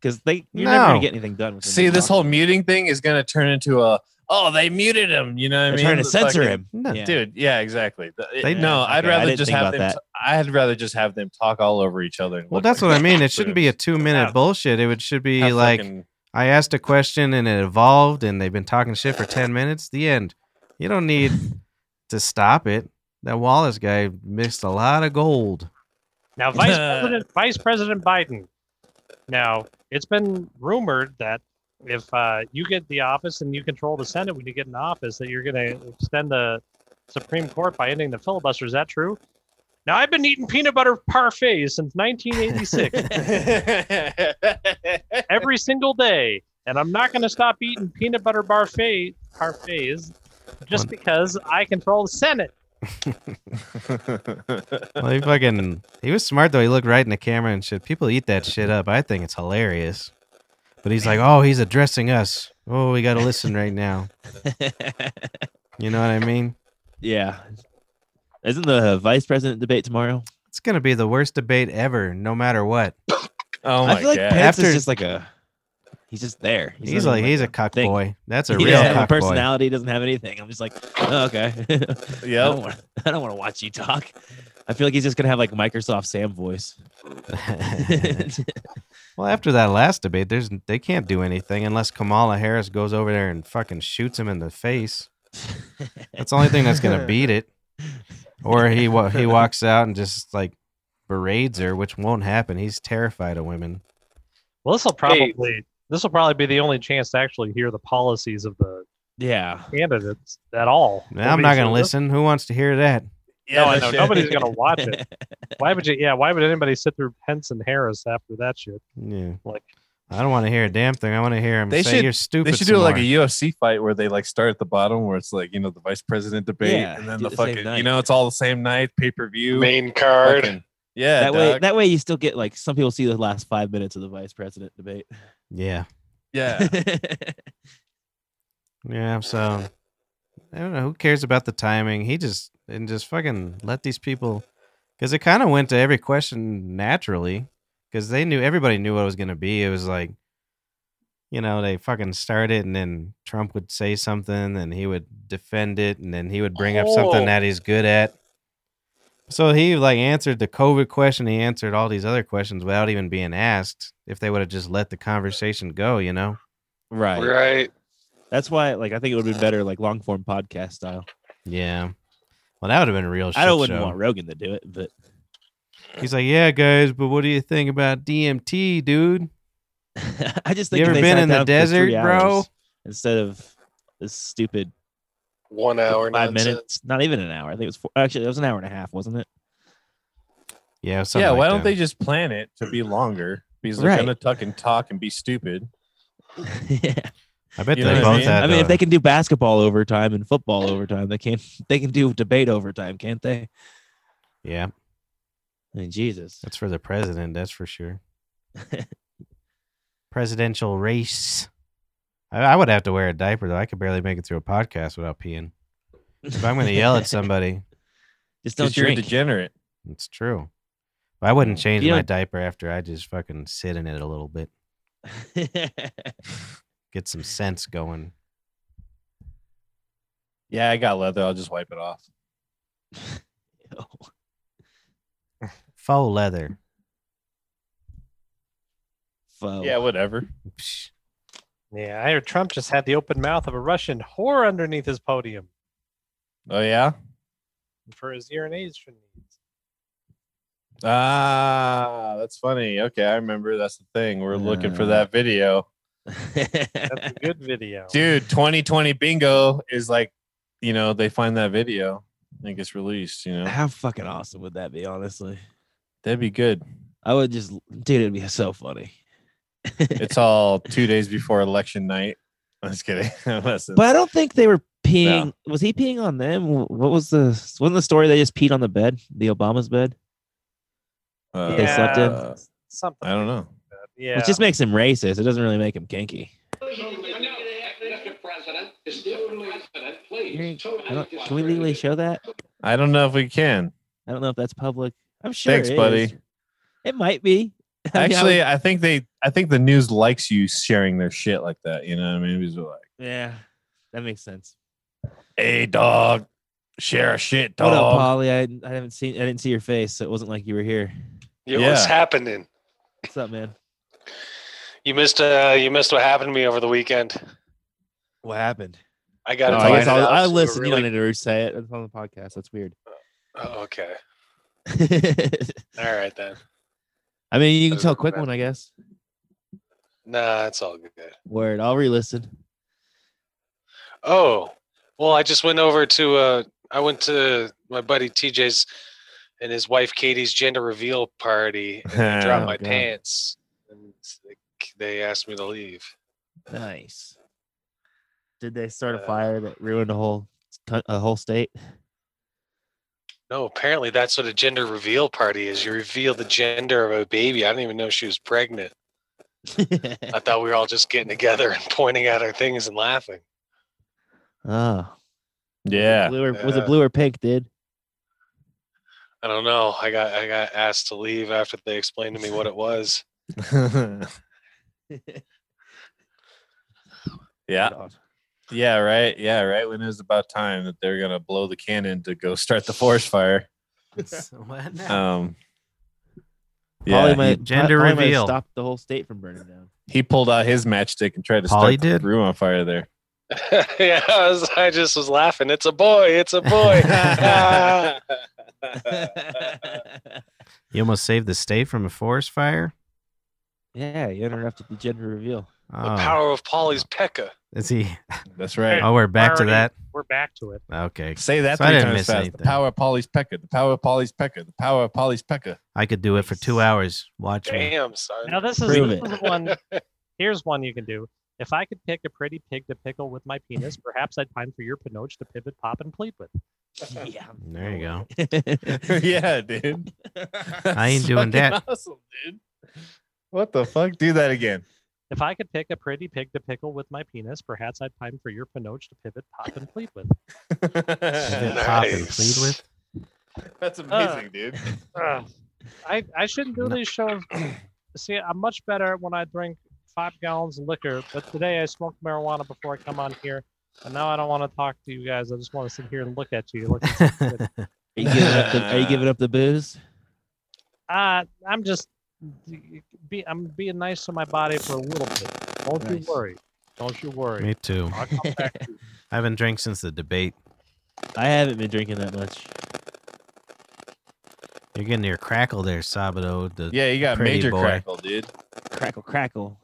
because they you're never
No.
gonna get anything done with them
See,
just
this whole
talking.
muting thing is gonna turn into a oh they muted him. You know what I
They're
mean?
trying to
The
censor
fucking-
him.
No.
Yeah.
dude. Yeah, exactly. The- it-
They-
no,
Yeah,
I'd
okay, I
rather
didn't
just
think
have
about
them.
that.
t- I'd rather just have them talk all over each other. and
Well,
look
that's
like
what I mean. It shouldn't be a
bastards.
two minute bullshit. It would should be
Have
like
fucking-
I asked a question and it evolved, and they've been talking shit for ten minutes. The end. You don't need to stop it. That Wallace guy missed a lot of gold.
Now, Vice President Vice President Biden. Now, it's been rumored that if uh, you get the office and you control the Senate when you get in office, that you're going to extend the Supreme Court by ending the filibuster. Is that true? Now, I've been eating peanut butter parfaits since 1986, every single day, and I'm not going to stop eating peanut butter parfait parfaits just because I control the Senate.
Well, he fucking he was smart though. He looked right in the camera and shit. People eat that shit up. I think it's hilarious. But he's like, oh, he's addressing us. Oh, we got to listen right now. You know what I mean?
yeah. Isn't the vice president debate tomorrow?
It's gonna be the worst debate ever, no matter what.
oh
I
my
feel like
god.
Pence
After-
is just like a he's just there.
He's,
not
like,
even
he's a
a
cock
thing.
boy. That's a
he
real
doesn't have a
cock boy.
personality, doesn't have anything. I'm just like, oh, okay. I don't
yep.
wanna- I don't want to watch you talk. I feel like he's just gonna have like Microsoft Sam voice.
well, after that last debate, there's they can't do anything unless Kamala Harris goes over there and fucking shoots him in the face. That's the only thing that's gonna beat it. Or he wa- he walks out and just like berades her, which won't happen. He's terrified of women.
Well, this will
Hey.
probably this will probably be the only chance to actually hear the policies of the
yeah.
candidates at all.
Now, I'm not
Nobody's
gonna listen. Who wants to hear that?
No, I
that
know.
shit.
Nobody's gonna watch it. Why would you? Yeah, why would anybody sit through Pence and Harris after that shit?
Yeah.
Like-
I don't want to hear a damn thing. I want to hear him
They
say
should-
you're stupid.
They should
some
do like a
more."
UFC fight where they like start at the bottom, where it's like you know the vice president debate,
Yeah,
and then
do
the,
the same
fucking
night.
you know it's all the same night, pay per view.
Main card.
yeah,
that way,
dog.
that way you still get like some people see the last five minutes of the vice president debate.
yeah,
yeah.
yeah. So I don't know. Who cares about the timing? He just and just fucking let these people because it kind of went to every question naturally because they knew everybody knew what it was going to be. It was like, you know, they fucking started and then Trump would say something and he would defend it and then he would bring up something
Oh.
that he's good at. So he like answered the COVID question. He answered all these other questions without even being asked if they would have just let the conversation go, you know?
right.
Right.
That's why, like, I think it would have been better, like, long form podcast style.
Yeah. Well, that would have been a real shit
I don't wouldn't
show.
want Rogan to do it, but
He's like, yeah, guys, but what do you think about DMT, dude?
I just
You
think if
ever
they
been
sat
in the
down for
desert,
three
bro?
hours Instead of this stupid
One hour.
five
nonsense.
minutes, not even an hour. I think it was four, actually it was an hour and a half, wasn't it?
Yeah. something
yeah.
like
Why don't
that.
they just plan it to be longer? Because they're
Right.
gonna tuck and talk and be stupid.
yeah.
I bet
You
they
know what I
both
mean?
had.
I mean, if
the-
they can do basketball overtime and football overtime, they can they can do debate overtime, can't they?
yeah,
I mean, Jesus.
that's for the president. That's for sure. Presidential race. I, I would have to wear a diaper though. I could barely make it through a podcast without peeing. If I'm going to yell at somebody,
just don't
Because you're a
drink.
degenerate.
it's true. I wouldn't change
You
my
don't-
diaper after I just fucking sit in it a little bit. Get some sense going.
Yeah, I got leather. I'll just wipe it off.
Faux leather.
Faux.
Yeah, whatever.
Psh,
Yeah, I heard Trump just had the open mouth of a Russian whore underneath his podium
Oh yeah.
for his urination needs.
Ah, that's funny. Okay, I remember. That's the thing. We're looking for
Uh.
that video,
That's a good video.
dude. 2020 bingo is like, you know, they find that video. I think it's released. You know,
How fucking awesome would that be? Honestly,
that'd be good.
I would just, dude, it'd be so funny.
It's all two days before election night. I'm just kidding. Listen,
But I don't think they were peeing. Was he peeing on them? Wh- What was the? Wasn't the story they just peed on the bed, the Obama's bed?
uh,
They slept in.
uh,
Something.
I don't know.
like that. Yeah.
Which just makes him racist. It doesn't really make him kinky.
Mr. President, is the only president,
You're-
please.
I don't, can we legally show that?
I don't know if we can.
I don't know if that's public. I'm sure.
Thanks,
it
buddy.
is. It might be. I mean, I
Actually,
would-
I think they. I think the news likes you sharing their shit like that. You know, what I mean, It's like,
yeah, that makes sense.
hey, dog, share a shit,
What up,
dog.
Polly? I, I haven't seen. I didn't see your face, so it wasn't like you were here.
Yeah, What's
Yeah.
happening?
What's up, man?
You missed. Uh, you missed what happened to me over the weekend.
What happened?
I got.
No,
invited
I
I,
guess
out to a
listen.
really-
You don't need to say it. It's on the podcast. That's weird.
Oh, okay. All right then.
I mean, you can
Doesn't
tell a quick
matter.
one, I guess.
Nah, it's all good.
Word. I'll re-listen.
Oh, well, I just went over to. Uh, I went to my buddy TJ's and his wife Katie's gender reveal party. And I dropped
Oh,
my
God.
pants, and they- they asked me to leave.
Nice. Did they start a
Uh,
fire that ruined a whole co- a whole state?
No, apparently that's what a gender reveal party is. You reveal the gender of a baby. I didn't even know she was pregnant. I thought we were all just getting together and pointing at our things and laughing.
oh,
Yeah.
blue or, was it
Yeah.
blue or pink, dude?
I don't know. I got I got asked to leave after they explained to me what it was.
yeah.
God.
Yeah, right. Yeah, right. When it was about time that they're gonna blow the cannon to go start the forest fire.
what now?
Um
Polly
yeah,
might,
he- Gender
Polly might have
reveal.
stopped the whole state from burning down.
he, he pulled out his matchstick and tried to
Polly
start the
did?
room on fire there.
yeah, I, was, I just was laughing. It's a boy. It's a boy. Ah.
you almost saved the state from a forest fire.
yeah, you interrupted the gender reveal.
the
Oh,
power of Polly's pecker.
is he?
That's right.
Oh, we're back to
Already-
that.
We're back to it.
Okay,
Say that
So I
three
didn't
times
miss
fast. The
anything.
power of Polly's pecker, the power of Polly's pecker, the power of Polly's pecker.
I could do it for two hours. Watch me.
Damn, son.
Now this is,
Prove
this
it.
is one. Here's one you can do. If I could pick a pretty pig to pickle with my penis, perhaps I'd find for your pinoch to pivot, pop, and pleat with.
yeah.
There you go.
yeah, dude.
I ain't doing
That's
that.
fucking Awesome, dude. What the fuck? Do that again.
If I could pick a pretty pig to pickle with my penis, perhaps I'd pine for your pinoch to pivot, pop, and pleat with.
Pivot,
That's
Pop and plead with.
amazing,
Ah.
dude.
Ugh. I I shouldn't do these shows. See, I'm much better when I drink five gallons of liquor, but today I smoked marijuana before I come on here, and now I don't want to talk to you guys. I just want to sit here and look at you. Look,
Are you giving up the, are you giving up the booze?
uh, I'm just be I'm being nice to my body for a little bit. Don't
Nice.
you worry. Don't you worry.
me too.
I'll come back to you.
I haven't drank since the debate.
I haven't been drinking that much.
You're getting your crackle there, Sabado. The,
Yeah, you got
Pretty
major
boy.
crackle, dude.
Crackle, crackle.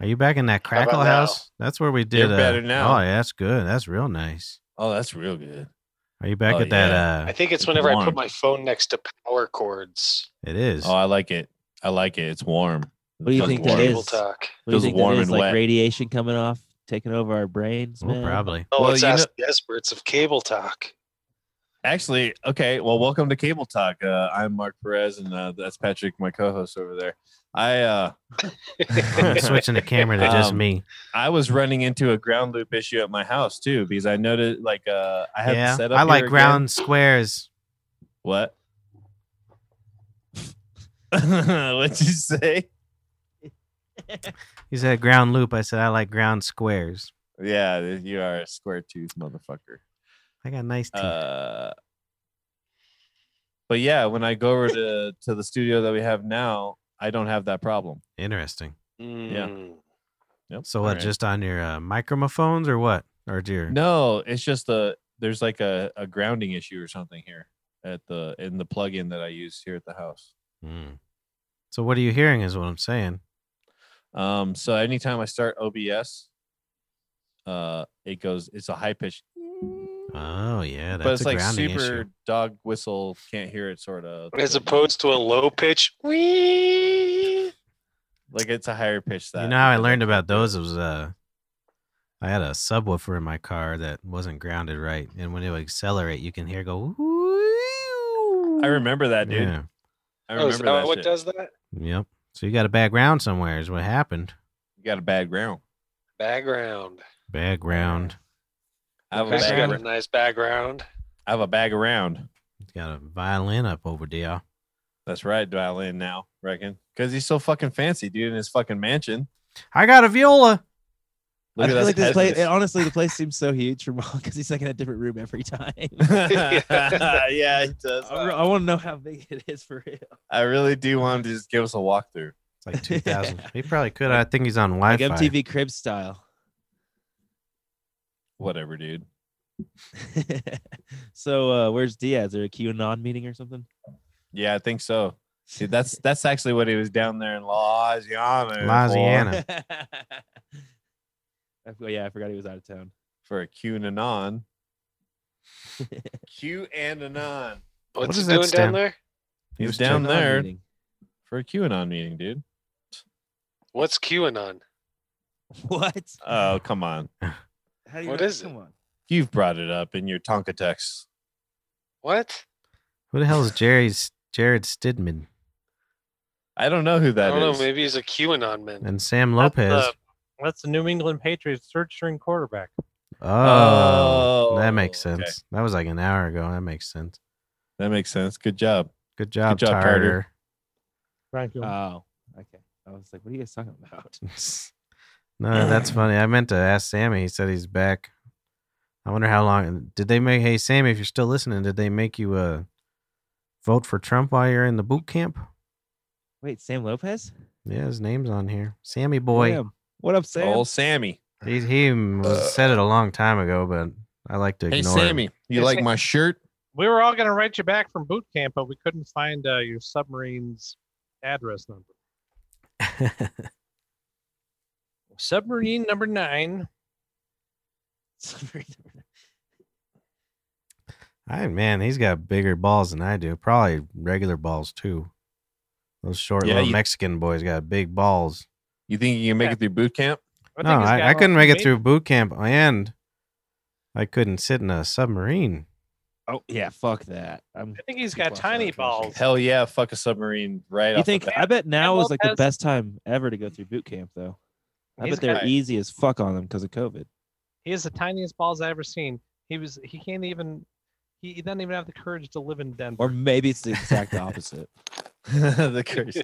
Are you back in that
How about
crackle
now?
house? That's where we did.
You're
uh,
better now.
Oh, yeah, that's good. That's real nice.
Oh, that's real good.
Are you back
Oh,
at that?
I
Uh,
think it's
It's
whenever I
warm.
put my phone next to power cords.
it is.
Oh, I like it. I like it. It's warm.
What do you
Feels
think that
warm.
is?
Table talk.
What do you
Feels
think
warm
that is?
and
like
wet.
radiation coming off, taking over our brains,
well,
man.
probably.
Oh,
Well,
it's
you know-
ask desperate of cable talk.
Actually, okay. Well, welcome to Cable Talk. Uh, I'm Mark Perez, and uh, that's Patrick, my co-host over there. I uh,
I'm switching the camera to just
Um,
me.
I was running into a ground loop issue at my house too because I noticed like uh, I had
Yeah,
set up.
I like
here again.
round squares.
What? What'd you say?
He said ground loop. I said I like ground squares.
Yeah, th- you are a square tooth motherfucker.
I got nice teeth.
Uh, but yeah, when I go over to, to the studio that we have now, I don't have that problem.
Interesting.
Mm.
Yep.
So what?
Alright.
Just on your uh, microphones or what? Or do your
no, it's just a there's like a, a grounding issue or something here at the in the plugin that I use here at the house.
Mm. So what are you hearing? Is what I'm saying.
Um, so anytime I start OBS, uh, it goes it's a high pitch,
Oh yeah, that's
but it's
a
like
grounding
super
issue.
dog whistle, can't hear it sort of.
As opposed to a low pitch. Wee.
like it's a higher pitch that
You know how I learned about those? It was uh, I had a subwoofer in my car that wasn't grounded right, and when it would accelerate, you can hear it go.
I remember that dude.
Yeah.
I
Oh,
remember
is that,
that.
what
shit.
does that?
Yep. So you got a bad ground somewhere. Is what happened.
You got a bad ground.
Background.
Bad ground.
I have a
Chris, you
bad
got a
ground.
nice background.
I have a bag around.
Got a violin up over there.
That's right, violin now, reckon. Because he's so fucking fancy, dude, in his fucking mansion.
I got a viola.
I
at
feel
that
like this place.
peasants.
Honestly, the place seems so huge for Mom because he's like in a different room every time.
yeah, he does.
I, re- I want to know how big it is for real.
I really do want him to just give us a walkthrough.
It's like two thousand. He probably could. I think he's on Wi-Fi.
Like MTV Crib style.
Whatever, dude.
so uh, where's Diaz? There a QAnon meeting or something?
Yeah, I think so. Dude, that's that's actually what he was down there in Louisiana,
Louisiana.
I f- oh, yeah, I forgot he was out of town.
for, for a QAnon. Q and anon.
What's
does
it
that
doing down
stand-
there?
He was
Just
down
QAnon
there
meeting.
for a QAnon meeting, dude.
What's QAnon?
What?
Oh, come on.
How do you
What
know-
is it?
Come on.
You've brought it up in your Tonka text.
What?
Who the hell is Jerry's Jared Stidman
I don't know who that
I
is.
don't know. Maybe he's a QAnon man.
and Sam
That's
Lopez?
the- That's the New England Patriots third string quarterback.
Oh, that makes
Oh, okay.
sense. That was like an hour ago. That makes sense.
That makes sense. Good job.
Good job,
job,
Tarter.
Tarter.
Thank you.
Oh, okay. I was like, what are you guys talking about?
no, that's funny. I meant to ask Sammy. He said he's back. I wonder how long did they make? Hey, Sammy, if you're still listening, did they make you uh vote for Trump while you're in the boot camp?
Wait, Sam Lopez?
Yeah, his name's on here. Sammy boy.
Sam. What up, Sam?
Old Sammy.
He, he was, said it a long time ago, but I like to
Hey,
ignore. him.
Sammy. You
Hey,
like
Sam-
my shirt?
We were all going to write you back from boot camp, but we couldn't find uh, your submarine's address number. Submarine number nine.
I man, he's got bigger balls than I do. Probably regular balls too. Those short
Yeah,
little
you-
Mexican boys got big balls.
You think you can make
Yeah.
it through boot camp?
I
no,
think he's got
I, I
all
couldn't make it
three.
through boot camp, and I couldn't sit in a submarine.
oh yeah, fuck that. I'm.
I think he's
People
got
outside
tiny
the country.
balls.
Hell yeah, fuck a submarine right
You
off the
think?
bat.
I bet now is like the
Lopez-
best time ever to go through boot camp, though. I
He's
bet they're
got-
easy as fuck on them because of COVID.
He is the tiniest balls I ever seen. He was. He can't even. He, he doesn't even have the courage to live in Denver.
Or maybe it's the exact opposite.
the curse.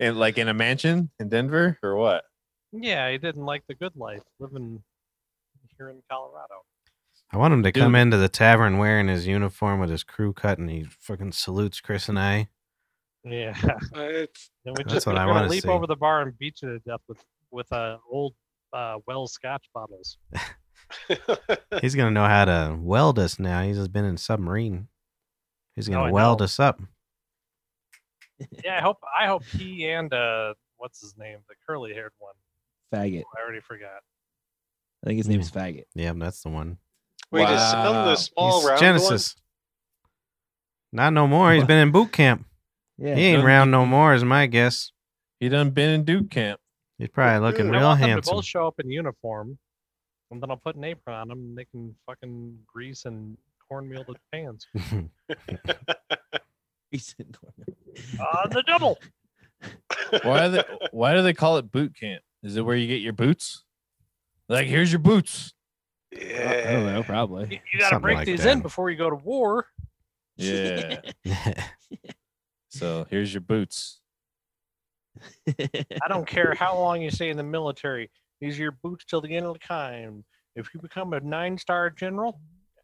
And like in a mansion in Denver or what?
yeah, he didn't like the good life living here in Colorado.
I want him to come
Dude.
into the tavern wearing his uniform with his crew cut, and he fucking salutes Chris and I.
Yeah.
Uh, it's-
And we
That's
just
what
we're
I
gonna
wanna
leap
see.
over the bar and beat you to death with with uh, old uh, Wells Scotch bottles.
He's gonna know how to weld us now. He's just been in submarine. He's
No,
gonna
I
weld
know.
us up.
Yeah, I hope I hope he and uh, what's his name, the curly haired one.
Faggot.
I already forgot.
I think his name's Faggot.
Yeah, that's the one.
Wait, is Sam
Wow.
the small
He's
round
Genesis. Not no more. He's been in boot camp.
Yeah.
he ain't
no,
round no more, is my guess.
He done been in Duke camp.
He's probably looking
I
real
want them to
handsome.
both show up in uniform, and then I'll put an apron on them, and they can fucking grease and cornmeal the pans
He's in Cornell.
on the double.
Why they, why do they call it boot camp? Is it where you get your boots? Like here's your boots.
one?
I
Yeah.
don't know. Probably.
You, you gotta
Something
break
like
these
that.
in before you go to war.
Yeah. so here's your boots.
I don't care how long you stay in the military. These are your boots till the end of the time. If you become a nine star general,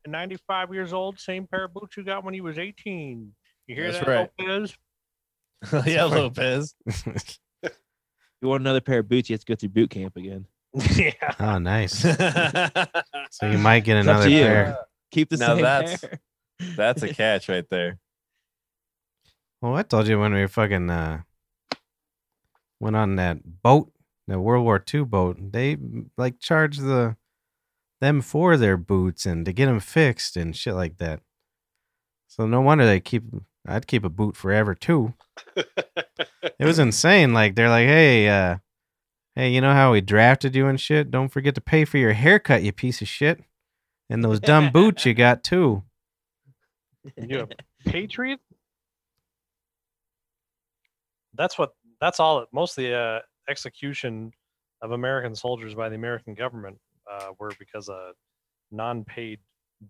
95 years old, same pair of boots you got when you was 18. You hear
That's
that,
right.
Lopez?
yeah, Lopez.
you want another pair of boots, you have to go through boot camp again.
yeah.
Oh, nice.
That's
So you might get another
you.
pair.
Keep the
Now
same
that's-
pair.
a catch right there.
Well, I told you when we fucking uh, went on that boat, that World War II boat, they like charged the them for their boots and to get them fixed and shit like that. So no wonder they keep. I'd keep a boot forever too. It was insane. Like they're like, hey, uh, hey, you know how we drafted you and shit? Don't forget to pay for your haircut, you piece of shit, and those dumb boots you got too.
You a patriot? That's what. That's all. That, most of the uh, execution of American soldiers by the American government uh, were because of non-paid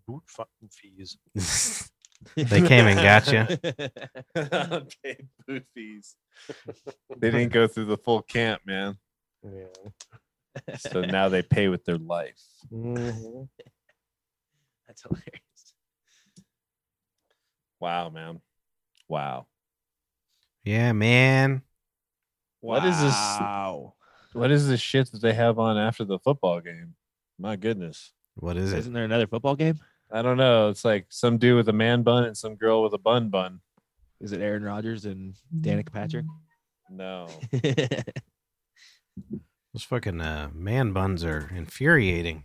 boot fu- fees.
They came and got you.
Paid boot fees. They didn't go through the full camp, man.
Yeah.
So now they pay with their life.
Mm-hmm.
That's hilarious.
Wow, man. Wow.
Yeah, man.
What is this? What is this shit that they have on after the football game? My goodness.
What is it?
Isn't there another football game?
I don't know. It's like some dude with a man bun and some girl with a bun bun.
Is it Aaron Rodgers and Danica Patrick?
No.
Those fucking uh, man buns are infuriating.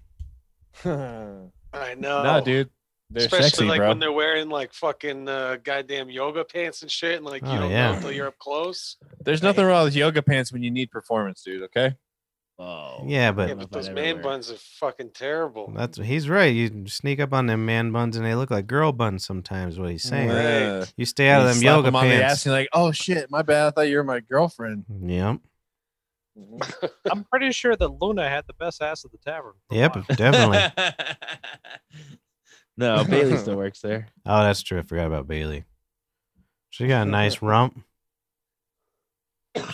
no,
I know.
dude. They're
Especially
sexy,
like
bro.
when they're wearing like fucking uh, goddamn yoga pants and shit, and like you
Oh,
don't
yeah.
know until you're up close.
There's nothing wrong with yoga pants when you need performance, dude. Okay.
oh.
Yeah,
yeah,
but
know
but
if
those
I'd ever
man
wear it.
buns are fucking terrible.
that's he's right. You sneak up on them man buns and they look like girl buns sometimes. What he's saying.
Right.
You stay out of
You
them
slap
yoga
them on the ass
pants.
and you're like, oh shit, my bad. I thought you were my girlfriend.
Yep.
I'm pretty sure that Luna had the best ass at the tavern. for a
Yep.
while.
Definitely.
no, Bailey still works there.
oh, that's true. I forgot about Bailey. She got a nice rump.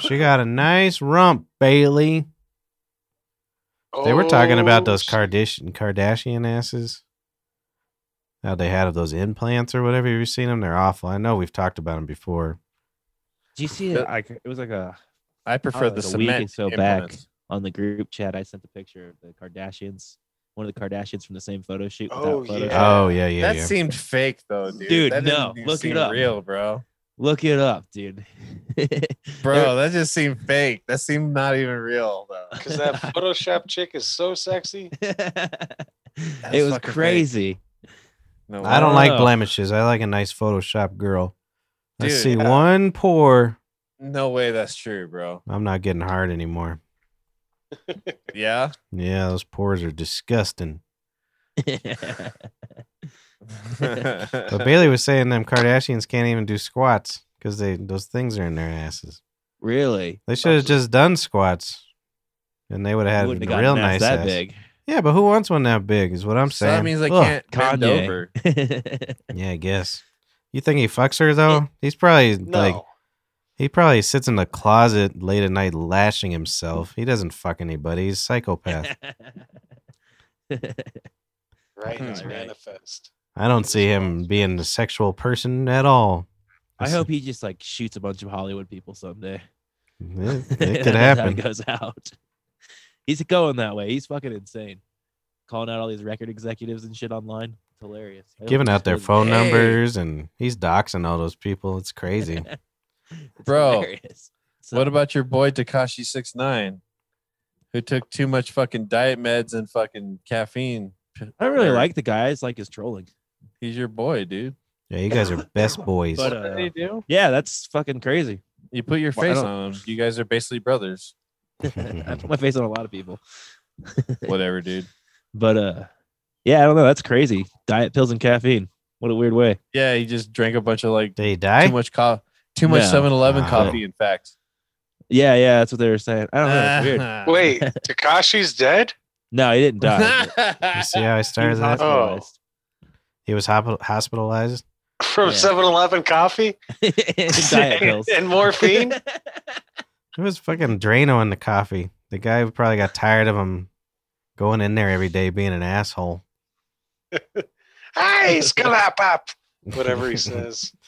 She got a nice rump, Bailey. They were talking
Oh,
about those
cards.
Kardashian Kardashian asses. How they had of those implants or whatever. Have you seen them? They're awful. I know we've talked about them before.
Do you see
The-
it? I, it was like a
I prefer
like
the
a week
cement.
or so
implants.
on the group chat. I sent the picture of the Kardashians, one of the Kardashians from the same photo shoot.
Oh,
without Photoshop.
yeah.
Oh yeah, yeah,
that
yeah.
seemed fake though, dude.
Dude,
that
no,
even
look it
seem
up.
real, bro.
Look it up, dude.
Bro, that just seemed fake. That seemed not even real though.
because that Photoshop chick is so sexy.
it was
fucking fake.
crazy.
No,
I don't
Wow.
like blemishes. I like a nice Photoshop girl. Let's
Dude,
see
yeah.
one pore.
no way that's true, bro.
I'm not getting hard anymore.
Yeah.
Yeah, those pores are disgusting. But Bailey was saying them Kardashians can't even do squats because they those things are in their asses.
really?
They should have just done squats, and they would have had
Wouldn't have
a
gotten
real
an
nice
ass that
ass.
big.
Yeah, but who wants one that big? Is what I'm
so
saying.
that means they
Ugh.
can't bend
Kanye.
over.
Yeah, I guess. You think he fucks her though? He's probably
No,
like He probably sits in the closet late at night lashing himself. He doesn't fuck anybody. He's a psychopath.
right? It's
Right.
manifest.
I don't see him being a sexual person at all.
I hope he just like shoots a bunch of Hollywood people someday.
it, it could
That's how it
happen.
goes out. He's going that way. He's fucking insane. Calling out all these record executives and shit online. It's hilarious. I hope
Giving
he
out their
shows-
phone
Hey.
numbers and he's doxing all those people. It's crazy.
It's
Bro,
hilarious. So-
What about your boy Takashi Six Nine, who took too much fucking diet meds and fucking caffeine?
I don't really
Or-
like the guy. I just like his trolling.
He's your boy, dude.
Yeah, you guys are best boys.
But,
What did
uh,
they do?
yeah, that's fucking crazy.
You put your
Well, I
face
don't-
on him. You guys are basically brothers.
I put my face on a lot of people.
Whatever, dude.
But uh yeah, I don't know. That's crazy. Diet pills and caffeine. What a weird way.
Yeah, he just drank a bunch of like
Did he
too
die?
much coffee, too much
No.
7 Eleven
Ah.
coffee, in fact.
Yeah, yeah, that's what they were saying. I don't know. It's
Wait,
weird.
Takashi's dead?
No, he didn't die. but
You see how I
he
started
was
that?
hospitalized.
He was hop- hospitalized.
From
Yeah.
7 Eleven coffee
Diet pills.
and morphine?
It was fucking Drano in the coffee. The guy probably got tired of him going in there every day being an asshole.
Hey, Scalapop! Whatever he says.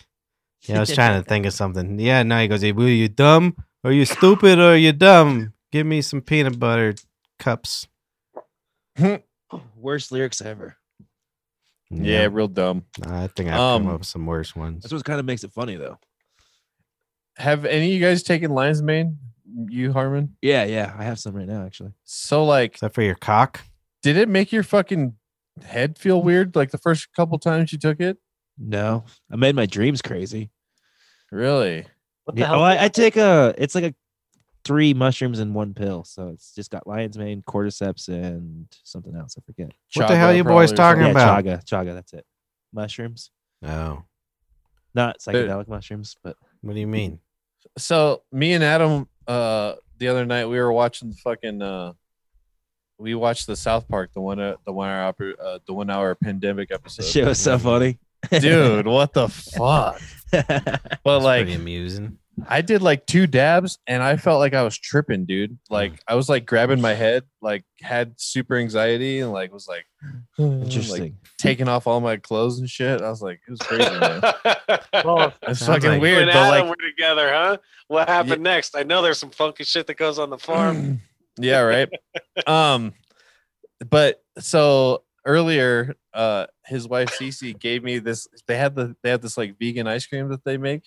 Yeah, I was trying to think of something. Yeah, no, he goes, "Hey, Will, you dumb? Are you stupid or are you dumb? Give me some peanut butter cups.
Worst lyrics ever.
Yeah, real dumb.
I think I've
Um,
come up with some worse ones.
That's what kind of makes it funny though.
Have any of you guys taken Lion's Mane? You, Harmon?
Yeah, yeah. I have some right now actually.
So, like,
Is that for your cock?
did it make your fucking head feel weird like the first couple times you took it?
No, I made my dreams crazy.
Really?
What the
Yeah,
hell?
oh, I, I take a. It's like a three mushrooms in one pill. So it's just got lion's mane, cordyceps, and something else. I forget.
What the hell
Chaga
you boys
probably or
talking
yeah,
something.
about?
chaga, chaga. That's it. Mushrooms,
No.
not psychedelic mushrooms, but
What do you mean?
So, me and Adam, uh, the other night we were watching the fucking, uh, we watched the South Park, the one, uh, the one hour, oper- uh, the one hour pandemic
the
episode.
shit was so funny,
Dude, what the fuck? But
That's
like,
pretty amusing.
I did like two dabs and I felt like I was tripping, dude.
Mm.
Like I was like grabbing my head, like had super anxiety and like was like,
Interesting.
like taking off all my clothes and shit. I was like, it was crazy, man.
Well, if-
It's
Sounds
fucking
like-
you
weird,
and
but
Adam
like,
were together, huh? What happened next? I know there's some funky shit that goes on the farm.
yeah, right. um, but so earlier, uh, his wife Cece gave me this. They had the they had this like vegan ice cream that they make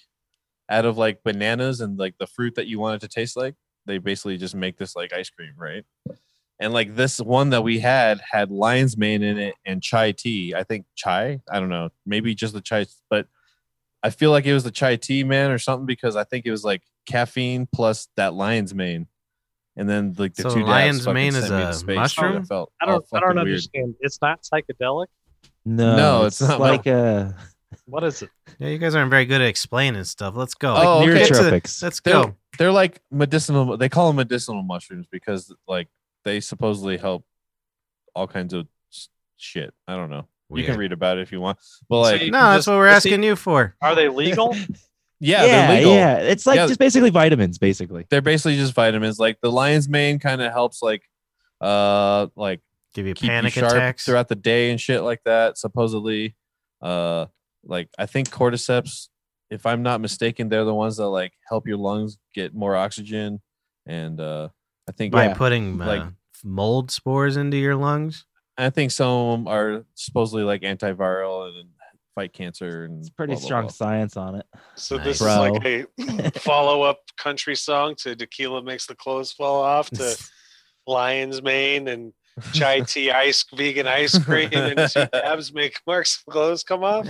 out of like bananas and like the fruit that you want it to taste like. They basically just make this like ice cream, right? And like this one that we had had lion's mane in it and chai tea. I think chai. I don't know. Maybe just the chai, but I feel like it was the chai tea man or something because I think it was like caffeine plus that lion's mane, and then like the
So
two dabs
lion's
fucking
mane is
sent me to
a
space.
mushroom?
It felt
I
all
don't, I don't
fucking weird.
understand. It's not psychedelic.
no,
No, it's not
like uh, a
What is it?
Yeah, you guys aren't very good at explaining stuff. Let's go.
Oh, okay.
Let's, uh,
neurotropics.
let's
They're-
go.
They're like medicinal. They call them medicinal mushrooms because like they supposedly help all kinds of s- shit. I don't know. You can
Weird.
read about it if you want, but like,
you
No,
can
that's
just-
what we're
let's see-
asking you for.
Are they legal?
yeah,
yeah,
they're legal.
yeah. It's like
Yeah.
just basically vitamins, basically.
They're basically just vitamins. Like the lion's mane kind of helps, like, uh, like
Give you
keep
panic
you sharp
attacks.
throughout the day and shit like that. Supposedly, uh, like I think cordyceps, if I'm not mistaken, they're the ones that like help your lungs get more oxygen, and uh, I think
by
Yeah,
putting uh,
like-
mold spores into your lungs.
I think some of 'em are supposedly like antiviral and fight cancer and
It's pretty
blah, blah,
strong
blah.
science on it.
So
Nice.
this
Bro.
is like a follow-up country song to Tequila Makes the Clothes Fall Off to Lion's Mane and Chai Tea Ice Vegan Ice Cream and Two Dabs Make Mark's Clothes Come Off.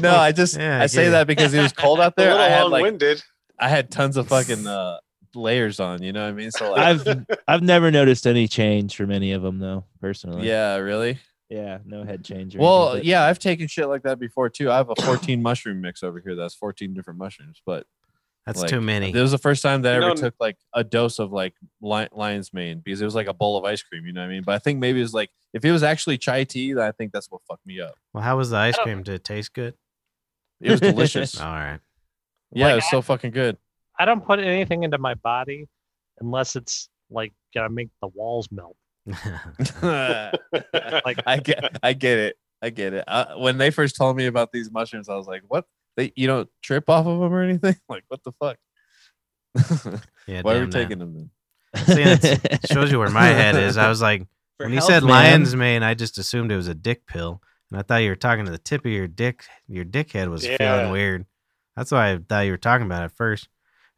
No, I just
Yeah, I
I say
get it.
that because it was cold out
A
there.
little
I had like
long-winded.
I had tons of fucking uh, layers on. You know what I mean? So like,
I've I've never noticed any change from any of them though, personally.
yeah, really.
yeah, no head change. or
Well,
anything,
yeah, I've taken shit like that before too. I have a 14 mushroom mix over here. That's 14 different mushrooms, but
That's
like,
too many.
it was the first time that I
You
ever
know-
took like a dose of like li- lion's mane because it was like a bowl of ice cream. You know what I mean? But I think maybe it was like if it was actually chai tea, then I think that's what fucked me up.
Well, how was the ice
don't-
cream? Did it taste good?
It was delicious.
All right.
Yeah,
Like,
it was so fucking good.
I don't put anything into my body unless it's like gonna make the walls melt.
like I get, I get it, I get it. Uh, when they first told me about these mushrooms, I was like, "What? They you don't trip off of them or anything? Like what the fuck?
yeah,
Why
damn
are we
that.
taking them?" Then?
See, that's- Shows you where my head is. I was like,
For
when he
health,
said
man.
lion's mane, I just assumed it was a dick pill, and I thought you were talking to the tip of your dick. Your dick head was
Yeah.
feeling weird. That's why I thought you were talking about it at first.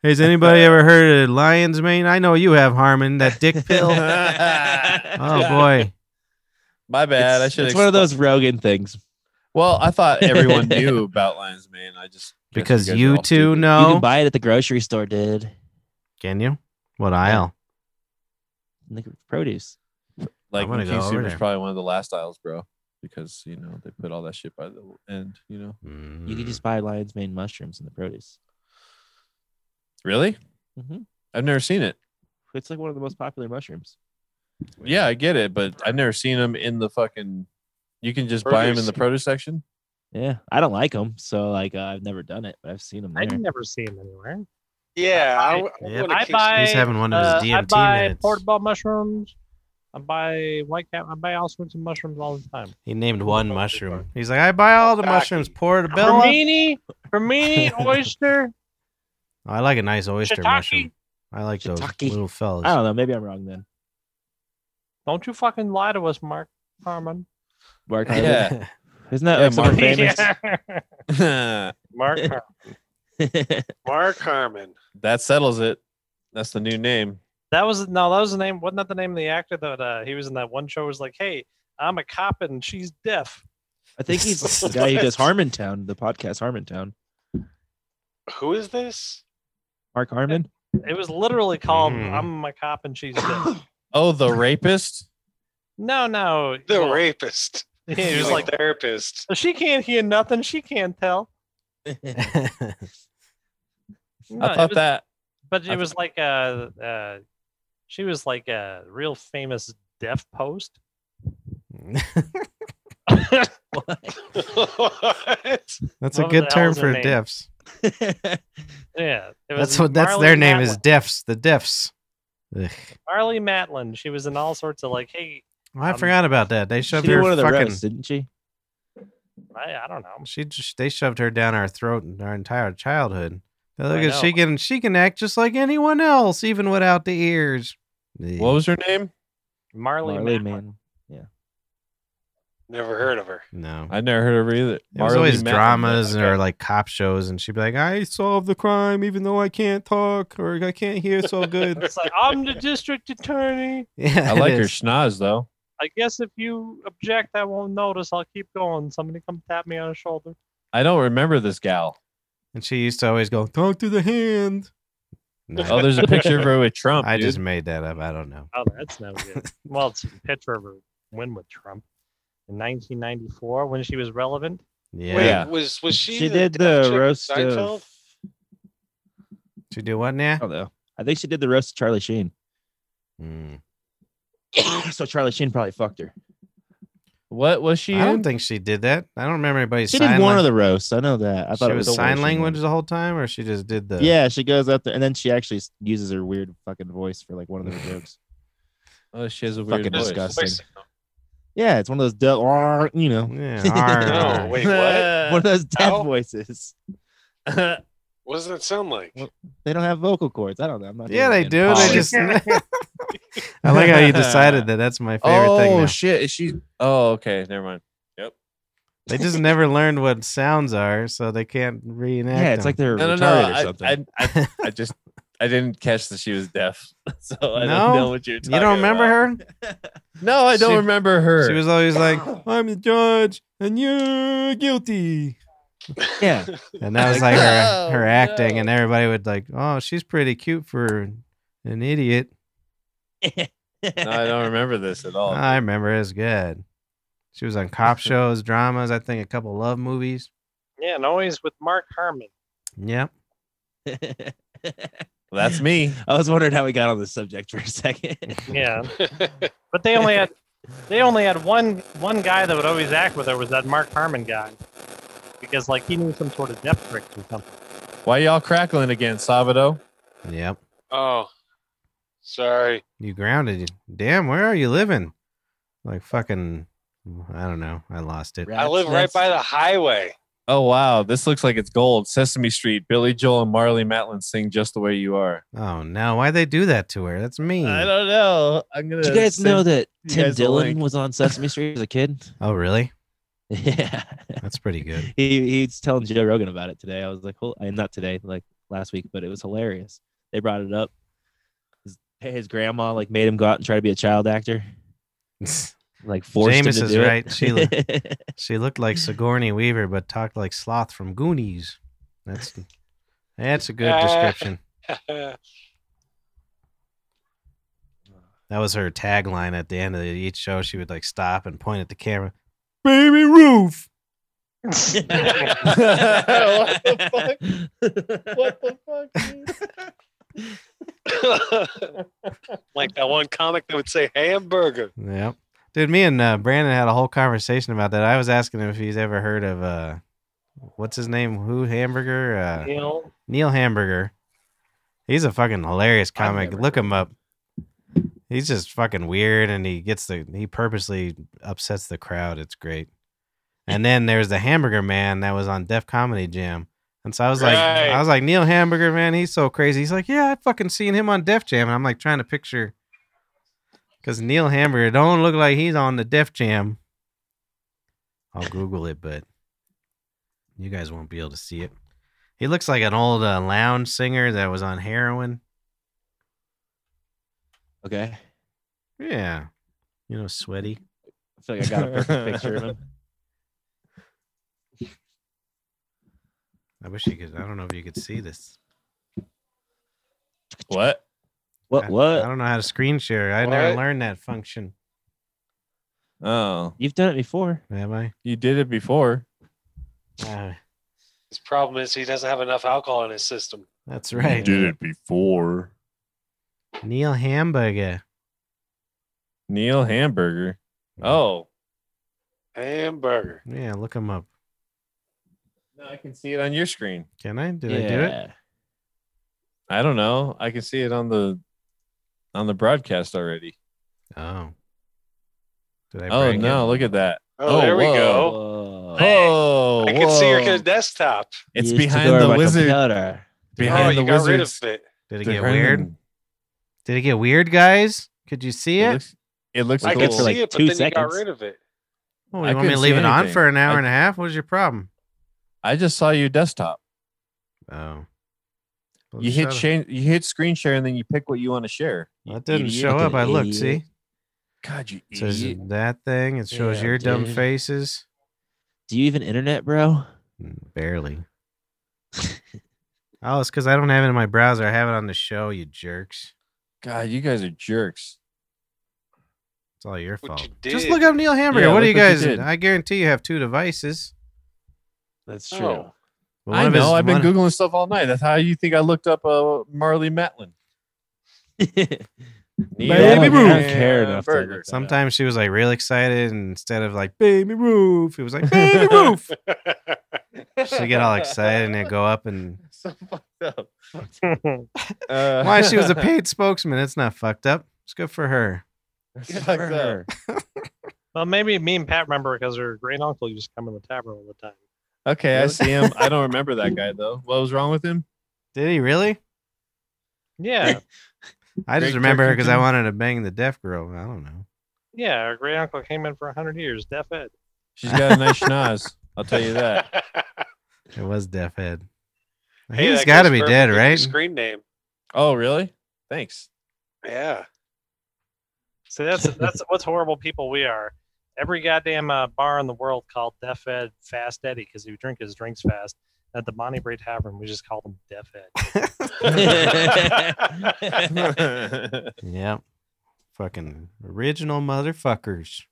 Hey, has anybody ever heard of lion's mane? I know you have, Harmon. That dick pill. oh boy.
My bad. I
It's,
should.
it's one of those Rogan things.
Well, I thought everyone knew about lion's mane. I just guess
Because
guys are
you
all
two
stupid.
You
know.
can buy it at the grocery store, dude.
Can you? What aisle?
Like produce.
Like
gonna go
McKee
over
Super is
there.
probably one of the last aisles, bro. Because you know they put all that shit by the end. You know,
You
Mm.
can just buy lion's mane mushrooms in the produce.
really?
hmm
I've never seen it.
It's like one of the most popular mushrooms.
Yeah, I get it, but I've never seen them in the fucking. You can just buy them in
Produce.
the produce section.
Yeah, I don't like them, so like uh, I've never done it, but I've seen them there.
I never see them anywhere.
Yeah, I,
I-
w- I
Yep.
wanna
I
kick-
buy.
He's having one of his
uh, I
DMT
buy
minutes.
portobello mushrooms. I buy white cap. I buy all sorts of mushrooms all the time.
He named one mushroom. He's like, I buy all the
Saki.
mushrooms. Portobello.
Vermini, vermini, oyster.
I like a nice oyster
Shiitake.
mushroom. I like those
Shiitake. Oh,
little fellas.
I don't know. Maybe I'm wrong then.
Don't you fucking lie to us, Mark Harmon.
Mark, Harmon.
Yeah.
isn't that
Yeah,
like someone
Mark.
famous?
that
Mark. Harmon.
Mark Harmon.
settles it. That's the new name.
That was no. That was the name. Wasn't that the name of the actor that uh, he was in that one show? Was like, hey, I'm a cop and she's deaf.
I think he's the guy who does Harmontown, the podcast Harmontown.
Who is this?
Mark Harmon.
It was literally called
Mhm.
"I'm a cop and she's deaf."
Oh, the rapist.
no, no.
The
well,
rapist.
He was
He's
like,
a therapist.
she can't hear nothing. She can't tell. No,
I
it
thought
was-
that.
But
I
it was like a, uh, she was like a real famous deaf post.
What?
that's
What
a
the
good
hell
term
is
for
their name?
diffs.
Yeah, it was
That's what. That's their
Marlee
name
Matlin-
is diffs. The diffs. Ugh.
Marlee Matlin. She was in all sorts of like, hey,
Oh, I
Um,
forgot about that. They
she
shoved
did
her
one of the
fucking.
roasts, didn't she?
I, I don't know.
She just, they shoved her down our throat in our entire childhood. Now look
I
at she
know.
can she can act just like anyone else, even without the ears. Ugh.
What was her name?
Marlee,
Marley
Matlin.
man.
Never heard of her.
No.
I never heard of her either.
There was
Marley
always
Matlin.
dramas
Okay.
or like cop shows, and she'd be like, "I solved the crime, even though I can't talk or I can't hear so good."
It's like I'm the district attorney.
yeah,
I
it
like her
is.
schnoz though.
I guess if you object, I won't notice. I'll keep going. Somebody come tap me on the shoulder.
I don't remember this gal.
and she used to always go, "Talk to the hand." No,
Oh, there's a picture of her with Trump.
I
dude.
just made that up. I don't know.
Oh, that's no good. well, it's a picture of her win with Trump in 1994 when she was relevant.
Yeah.
Wait,
Yeah.
was was she?
She,
the
did
deaf
the
chick in
roast
Seinfeld?
of.
She do what now?
I don't know. I think she did the roast of Charlie Sheen.
Mm.
so Charlie Sheen probably fucked her.
What was she?
I don't
in?
think she did that. I don't remember anybody.
She did one of the roasts. I know that. I thought
she
it was,
was
the one
sign
she
language
did.
the whole time, or she just did the
Yeah, she goes up there and then she actually s- uses her weird fucking voice for like one of the jokes.
oh, she has a weird
Fucking
voice.
disgusting. Yeah, it's one of those duh, "Arr," you know,
Yeah, arr.
No, wait, what?
one of those deaf
Ow.
voices.
What does that sound like?
What- They don't have vocal cords. I don't know. I'm not
yeah,
doing it
they
again.
do. They
Polly.
just. I like how you decided that. That's my favorite
oh
thing. Now.
shit! Is she? Oh, okay. Never mind.
They just never learned what sounds are, so they can't reenact.
yeah, it's like they're
No, no,
retarded
no.
or
I,
something.
I, I, I just I didn't catch that she was deaf, so
No?
I don't know what you're
you
talking.
don't remember
about.
her?
No, I don't
She-
remember her.
She was always like, "I'm the judge and you're guilty,"
yeah,
and that was like her
Oh,
her acting,
no.
and everybody would like, "Oh, she's pretty cute for an idiot."
No, I don't remember this at all.
I remember it was good. She was on cop shows, dramas, I think a couple love movies.
Yeah, and always with Mark Harmon.
Yep.
Well, that's me.
I was wondering how we got on this subject for a second.
Yeah, but they only had they only had one one guy that would always act with her was that Mark Harmon guy because like he knew some sort of deaf trick or something.
Why y'all crackling again, Sabado?
Yep.
oh, sorry.
You grounded you. Damn, where are you living? Like fucking I don't know. I lost it.
I live right by the highway.
Oh wow, this looks like it's gold. Sesame Street. Billy Joel and Marley Matlin sing "Just the Way You Are."
Oh no, why'd they do that to her? That's mean.
I don't know. I'm gonna.
Did you guys
send-
know that
you
Tim
guys a
Dillon
link.
was on Sesame Street as a kid?
Oh really?
Yeah,
That's pretty good.
he he's telling Joe Rogan about it today. I was like, "Hol- I mean, not today, like last week, but it was hilarious. They brought it up. His, his grandma like made him go out and try to be a child actor, like forced
Jameis
him
is
to do it.
right. Sheila. she looked like Sigourney Weaver but talked like Sloth from Goonies. That's that's a good
Uh,
Ah.
description.
yeah,
That was her tagline at the end of each show. She would like stop and point at the camera. Baby Roof.
What the What the fuck? dude?
like that one comic that would say hamburger.
Yep. Dude, me and uh, Brandon had a whole conversation about that. I was asking him if he's ever heard of uh, what's his name? Who Hamburger? Uh,
You know,
Neil Hamburger. He's a fucking hilarious comic.
never
Look him up. He's just fucking weird, and he gets the he purposely upsets the crowd. It's great. And then there's the Hamburger Man that was on Def Comedy Jam, and so I was like,
Right.
I was like Neil Hamburger Man, he's so crazy. He's like, yeah, I fucking seen him on Def Jam, and I'm like trying to picture because Neil Hamburger don't look like he's on the Def Jam. I'll Google it, but you guys won't be able to see it. He looks like an old uh, lounge singer that was on heroin.
Okay.
Yeah. You know, sweaty.
I feel like I got a perfect picture of him.
I wish you could. I don't know if you could see this.
What?
What?
I- I
What?
don't know how to screen share. I never
What?
learned that function.
Oh,
You've done it before.
Have I?
you did it before.
Uh,
His problem is he doesn't have enough alcohol in his system.
that's right.
Did it before.
Neil Hamburger.
Neil Hamburger. Oh.
Hamburger.
Yeah, look him up.
No, I can see it on your screen.
Can I? Did I do it?
yeah.
I don't know. I can see it on the on the broadcast already.
Oh. Did I
Oh
break
no,
it?
look at that.
Oh,
Oh,
there we
whoa.
go.
Whoa.
Oh,
I can see your
whoa.
kid's desktop.
It's
You just took
behind
over
the
my
wizard.
computer.
oh,
Behind
you
the
got rid of
wizard's-
it.
Did it
the
get
Brendan.
weird? Did it get weird, guys? Could you see
It
it?
looks, it looks
I
cool.
could see
for like
it, but
two
then you got
seconds.
rid of it.
oh,
I
you want me to
couldn't
leave
see
it on
anything.
for an hour
I-
and a half? What was your problem?
I just saw your desktop.
Oh. Well, Oh,
You
shut
hit
up.
share, you hit screen share, and then you pick what you want to share. You
That didn't
idiot.
show up. I looked. See?
Idiot.
God, you
It says
idiot.
that thing. It shows
Yeah,
your dumb
dude.
faces.
Do you even internet, bro?
Barely. oh, it's because I don't have it in my browser. I have it on the show, you jerks.
God, you guys are jerks.
It's all your
What
fault.
you
Just look
did.
up Neil Hamburger.
Yeah,
what do you
look what you
guys?
did.
I guarantee you have two devices.
That's
true. Oh.
Well,
I
one of his-
know. I've
one-
been googling stuff all night. That's how you think I looked up uh, Marley Matlin.
I
Neil
don't- I don't
Hamburger.
care enough to look that up.
Sometimes she was like real excited, and instead of like baby roof, it was like baby roof. She'd get all excited and then go up and.
so fucked up. Uh,
Why she was a paid spokesman? It's not fucked up. It's good for her.
It's
Good
fucked
for
up.
her.
Well, maybe me and Pat remember because her great uncle used to come in the tavern all the time.
Okay, I
Really?
see him. I don't remember that guy though. What was wrong with him?
Did he really?
Yeah,
I just
Greg
remember her because I
Turkington?
wanted to bang the deaf girl. I don't know.
yeah. Her great uncle came in for hundred years, deaf ed.
She's got a nice schnoz. I'll tell you that.
It was Deaf Head.
Hey,
He's
that
got to
goes
be
perfect
dead,
with your
right?
Screen name.
Oh, really? Thanks.
Yeah.
So that's that's what's horrible people we are. Every goddamn uh, bar in the world called Deaf Ed Fast Eddie because he would drink his drinks fast. At the Bonnie Bray Tavern, we just called him Deaf Ed.
Yep. Fucking original motherfuckers.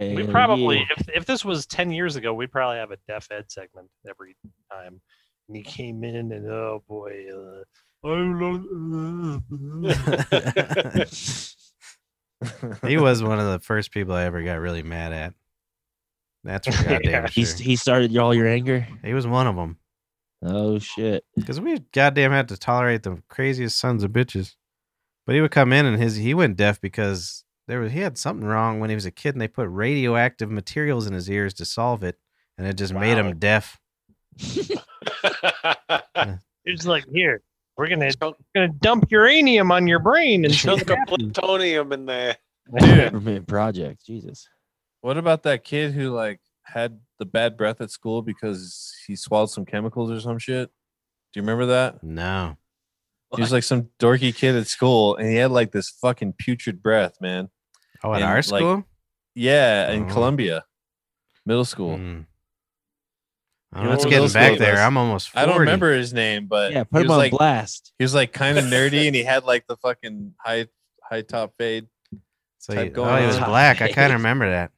We probably, if, if this was 10 years ago, we'd probably have a Deaf Ed segment every time. And he came in and, oh boy. Uh, I uh, love-
he was one of the first people I ever got really mad at. That's for goddamn
Yeah.
sure.
He's, he started your- all your anger.
He was one of them
Oh shit!
because we goddamn had to tolerate the craziest sons of bitches. But he would come in and his he went deaf because there was he had something wrong when he was a kid and they put radioactive materials in his ears to solve it and it just made
Wow.
him deaf.
It's like, here, we're going to
Chunk,
gonna dump uranium on your brain. And
chunk of plutonium in there.
Dude,
Government project. Jesus.
what about that kid who like had the bad breath at school because he swallowed some chemicals or some shit? Do you remember that?
No.
He was like some dorky kid at school and he had like this fucking putrid breath, man.
Oh, at
And,
our
like,
school.
Yeah, in
Uh-huh.
Oh.
Columbia. Middle school.
Mm. Oh,
You
that's
know,
getting
those
back
days-
there. I'm almost. 40.
I don't remember his name, but
Yeah, put
he
him
was
on
like
blast.
he was like kind of nerdy and he had like the fucking high high top fade.
So
type
he,
going
oh, he was
on.
black. I kind of remember that.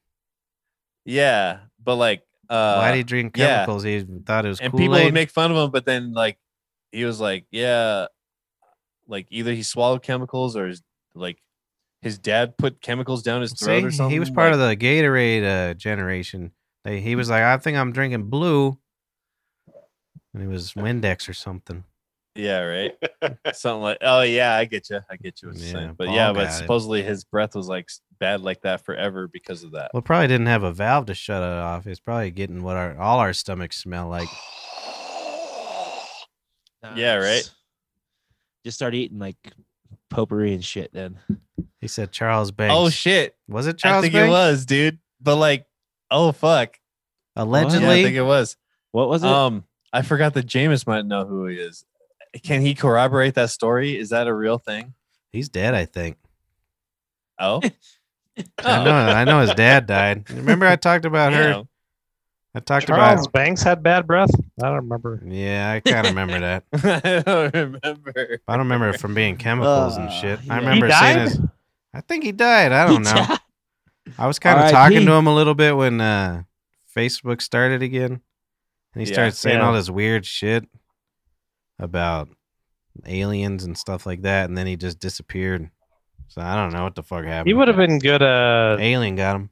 Yeah, but like uh
Why did he drink
yeah.
chemicals? He thought it was
and
Kool-Aid.
people would make fun of him, but then like he was like, yeah, like either he swallowed chemicals or his, like his dad put chemicals down his throat or
See,
something.
he was part of the Gatorade uh, generation. They, he was like, I think I'm drinking blue, and it was Windex or something.
Yeah, right. Something like, oh yeah, I get you, I get you. What you're
Yeah,
saying. But
Paul
yeah, but
got it.
supposedly his breath was like s- bad like that forever because of that.
Well, probably didn't have a valve to shut it off. It's probably getting what our all our stomachs smell like.
Yeah, right?
Nice. Just start eating like potpourri and shit then.
He said Charles Banks.
Oh shit!
was it
I
Charles
think
Banks?
it was, dude. But like, oh fuck. Yeah, I
Allegedly,
think it was.
What was it?
Oh,
Um, I forgot that Jameis might know who he is. Can he corroborate that story? Is that a real thing?
he's dead. I think.
Oh,
I know. I know his dad died. Remember, I talked about her.
Oh,
I talked
Charles
about.
Banks had bad breath. I don't remember.
Yeah, I kind of remember that.
Yeah. I don't remember.
I don't remember it from being chemicals and shit.
yeah.
I
He
remember seeing
died?
his. I think he died. I don't know. I was kind of
RIP.
talking to him a little bit when uh, Facebook started again, and he
Yeah.
started saying
Yeah.
all this weird shit about aliens and stuff like that, and then he just disappeared. So I don't know what the fuck happened.
He would have been good. Uh,
alien got him.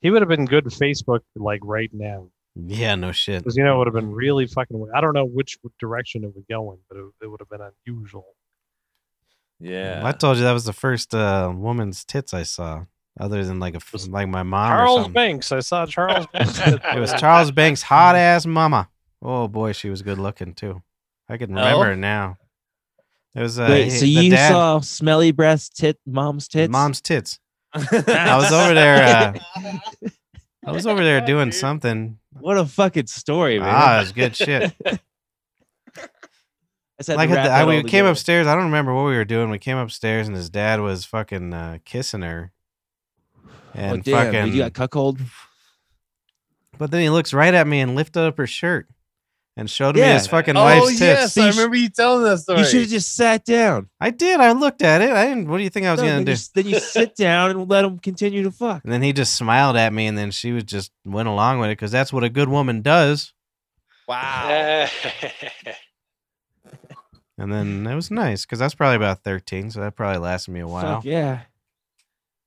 he would have been good Facebook like right now
Yeah, no shit.
because you know it would have been really fucking. weird. I don't know which direction it would go in, but it, it would have been unusual.
Yeah.
Well, I told you that was the first uh, woman's tits I saw, other than like a f- like my mom. or
Charles
something.
Banks. I saw Charles. Banks.
It was Charles Banks' hot ass mama. Oh boy, she was good looking too. I can remember
Oh.
her now. It was uh,
Wait,
he-
so
the
you
dad-
saw smelly breast tit mom's tits?
mom's tits. I was over there. Uh, I was over there doing something.
What a fucking story, man.
Ah, it was good shit.
I said
like
to wrap
I-
that
I, we
all
came
together.
upstairs. I don't remember what we were doing. We came upstairs and his dad was fucking uh, kissing her.
Oh,
And
damn,
fucking,
dude, you got cuckold.
but then he looks right at me and lifted up her shirt and showed me his
Yeah.
fucking
oh
wife's
yes,
tits.
I remember you telling that story.
You should have just sat down.
I did. I looked at it. I didn't. What do you think I was
No,
gonna
then,
do?
You, s- then you sit down and let them continue to fuck.
And then he just smiled at me, and then she was just went along with it because that's what a good woman does.
wow.
Uh,
And then it was nice because I was probably about thirteen, so that probably lasted me a while.
Fuck yeah.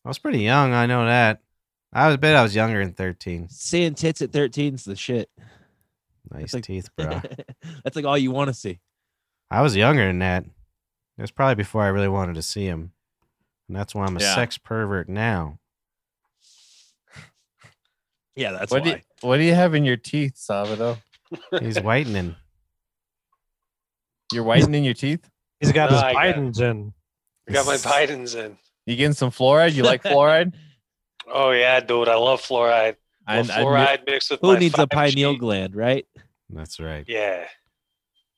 I was pretty young, I know that. I was bet I was younger than thirteen.
Seeing tits at 13's the shit.
Nice
like-
teeth, bro.
That's like all you want to see.
I was younger than that. It was probably before I really wanted to see him, and that's why I'm a
Yeah.
sex pervert now.
Yeah, that's
what do you, what do you have in your teeth, Salvador?
He's whitening.
You're whitening your teeth.
He's got his
I got it.
Biden's in.
I got my Biden's in.
You getting some fluoride? You like fluoride?
Oh yeah, dude, I love fluoride.
I-
Love
I knew-
fluoride mixed with
Who
my
needs a
5G.
pineal gland, right?
That's right.
Yeah,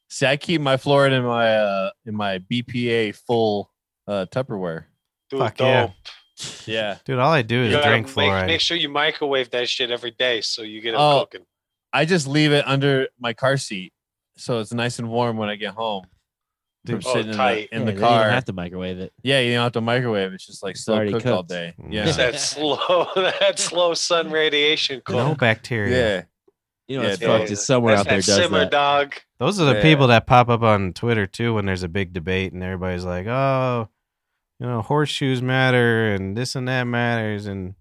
see, I keep my fluoride in my uh, in my BPA full uh, Tupperware.
dude,
Fuck yeah.
dope.
Yeah,
Dude, all I do
You
is
gotta
drink
make,
fluoride.
make sure you microwave that shit every day so you get it
Oh.
cooking.
I just leave it under my car seat, so it's nice and warm when I get home. From
Dude.
Oh,
sitting in
tight.
the, in
Yeah,
the
they don't
car.
have to microwave it.
yeah, you don't have to microwave. It's just like
It's
slow
already
cooked, all
cooked.
day.
Mm.
Yeah,
It's that slow, that slow sun radiation cook.
No bacteria.
yeah.
You know,
Yeah,
it's
dude.
fucked. It's somewhere
That's
out there
that
does
simmer
that.
dog.
Those are the
Yeah.
people that pop up on Twitter too when there's a big debate and everybody's like, "Oh, you know, horseshoes matter and this and that matters." And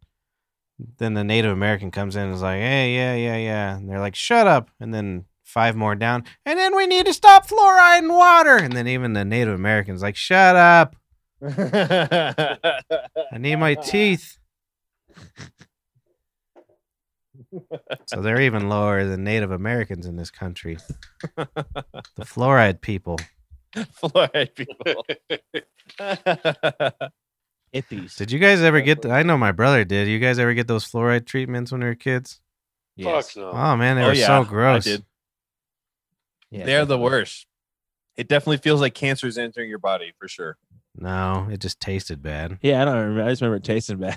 then the Native American comes in and is like, "Hey, yeah, yeah, yeah," and they're like, "Shut up!" And then five more down, and then we need to stop fluoride in water. And then even the Native Americans like, "Shut up! I need my teeth." so they're even lower than Native Americans in this country. The fluoride people.
fluoride people.
Hippies.
Did you guys ever get? I know my brother did. You guys ever get those fluoride treatments when we were kids?
Yes.
Fuck no.
Oh man, they
Oh,
were
yeah,
so gross.
I did.
Yeah,
They're the
definitely.
worst. It definitely feels like cancer is entering your body for sure.
No, it just tasted bad.
Yeah, I don't remember. I just remember it tasting bad.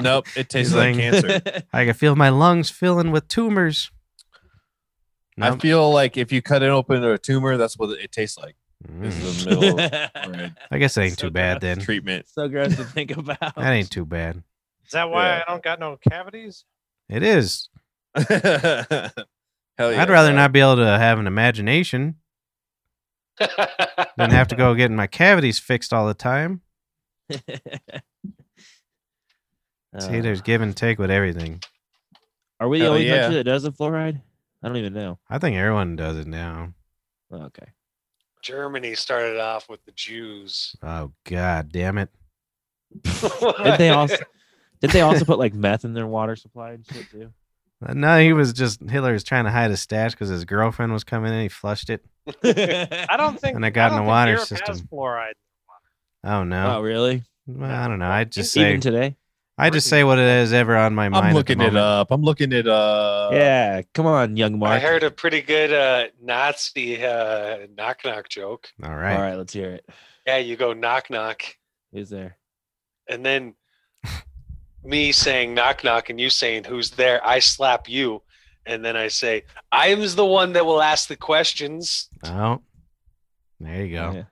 nope, it tastes like
like-
cancer.
I could feel my lungs filling with tumors.
I
Nope.
feel like if you cut it open to a tumor, that's what it tastes like. This
Mm.
is the middle of fluoride
I guess that ain't
So
too bad then.
treatment.
so gross to think about.
That ain't too bad.
Is that why
Yeah.
I don't got no cavities?
It is.
Hell yeah,
I'd rather
bro.
not be able to have an imagination than have to go getting my cavities fixed all the time. See,
Uh,
there's give and take with everything.
Are we the
Hell
only
yeah.
country that does the fluoride? I don't even know.
I think everyone does it now.
Oh, okay.
Germany started off with the Jews.
Oh god damn it.
Did they also? Did they also put like meth in their water supply and shit too?
Uh, No, he was just Hitler was trying to hide his stash because his girlfriend was coming in. He flushed it.
I don't think.
And it got in the
I don't think
water
Europe Has
system.
fluoride.
Oh
Oh,
no!
really?
Well, I don't know. I just say
Even today?
I just say what it is ever on my mind.
I'm
at the
looking it
moment.
up. I'm looking it up.
yeah, come on, young Mark.
Uh, I heard a pretty good uh, Nazi uh, knock knock joke.
All
All
right.
right, let's hear it.
Yeah, you go knock knock,
Who's there?
and then me saying knock knock, and you saying who's there. I slap you, and then I say I am the one that will ask the questions.
Oh, there you go.
Yeah.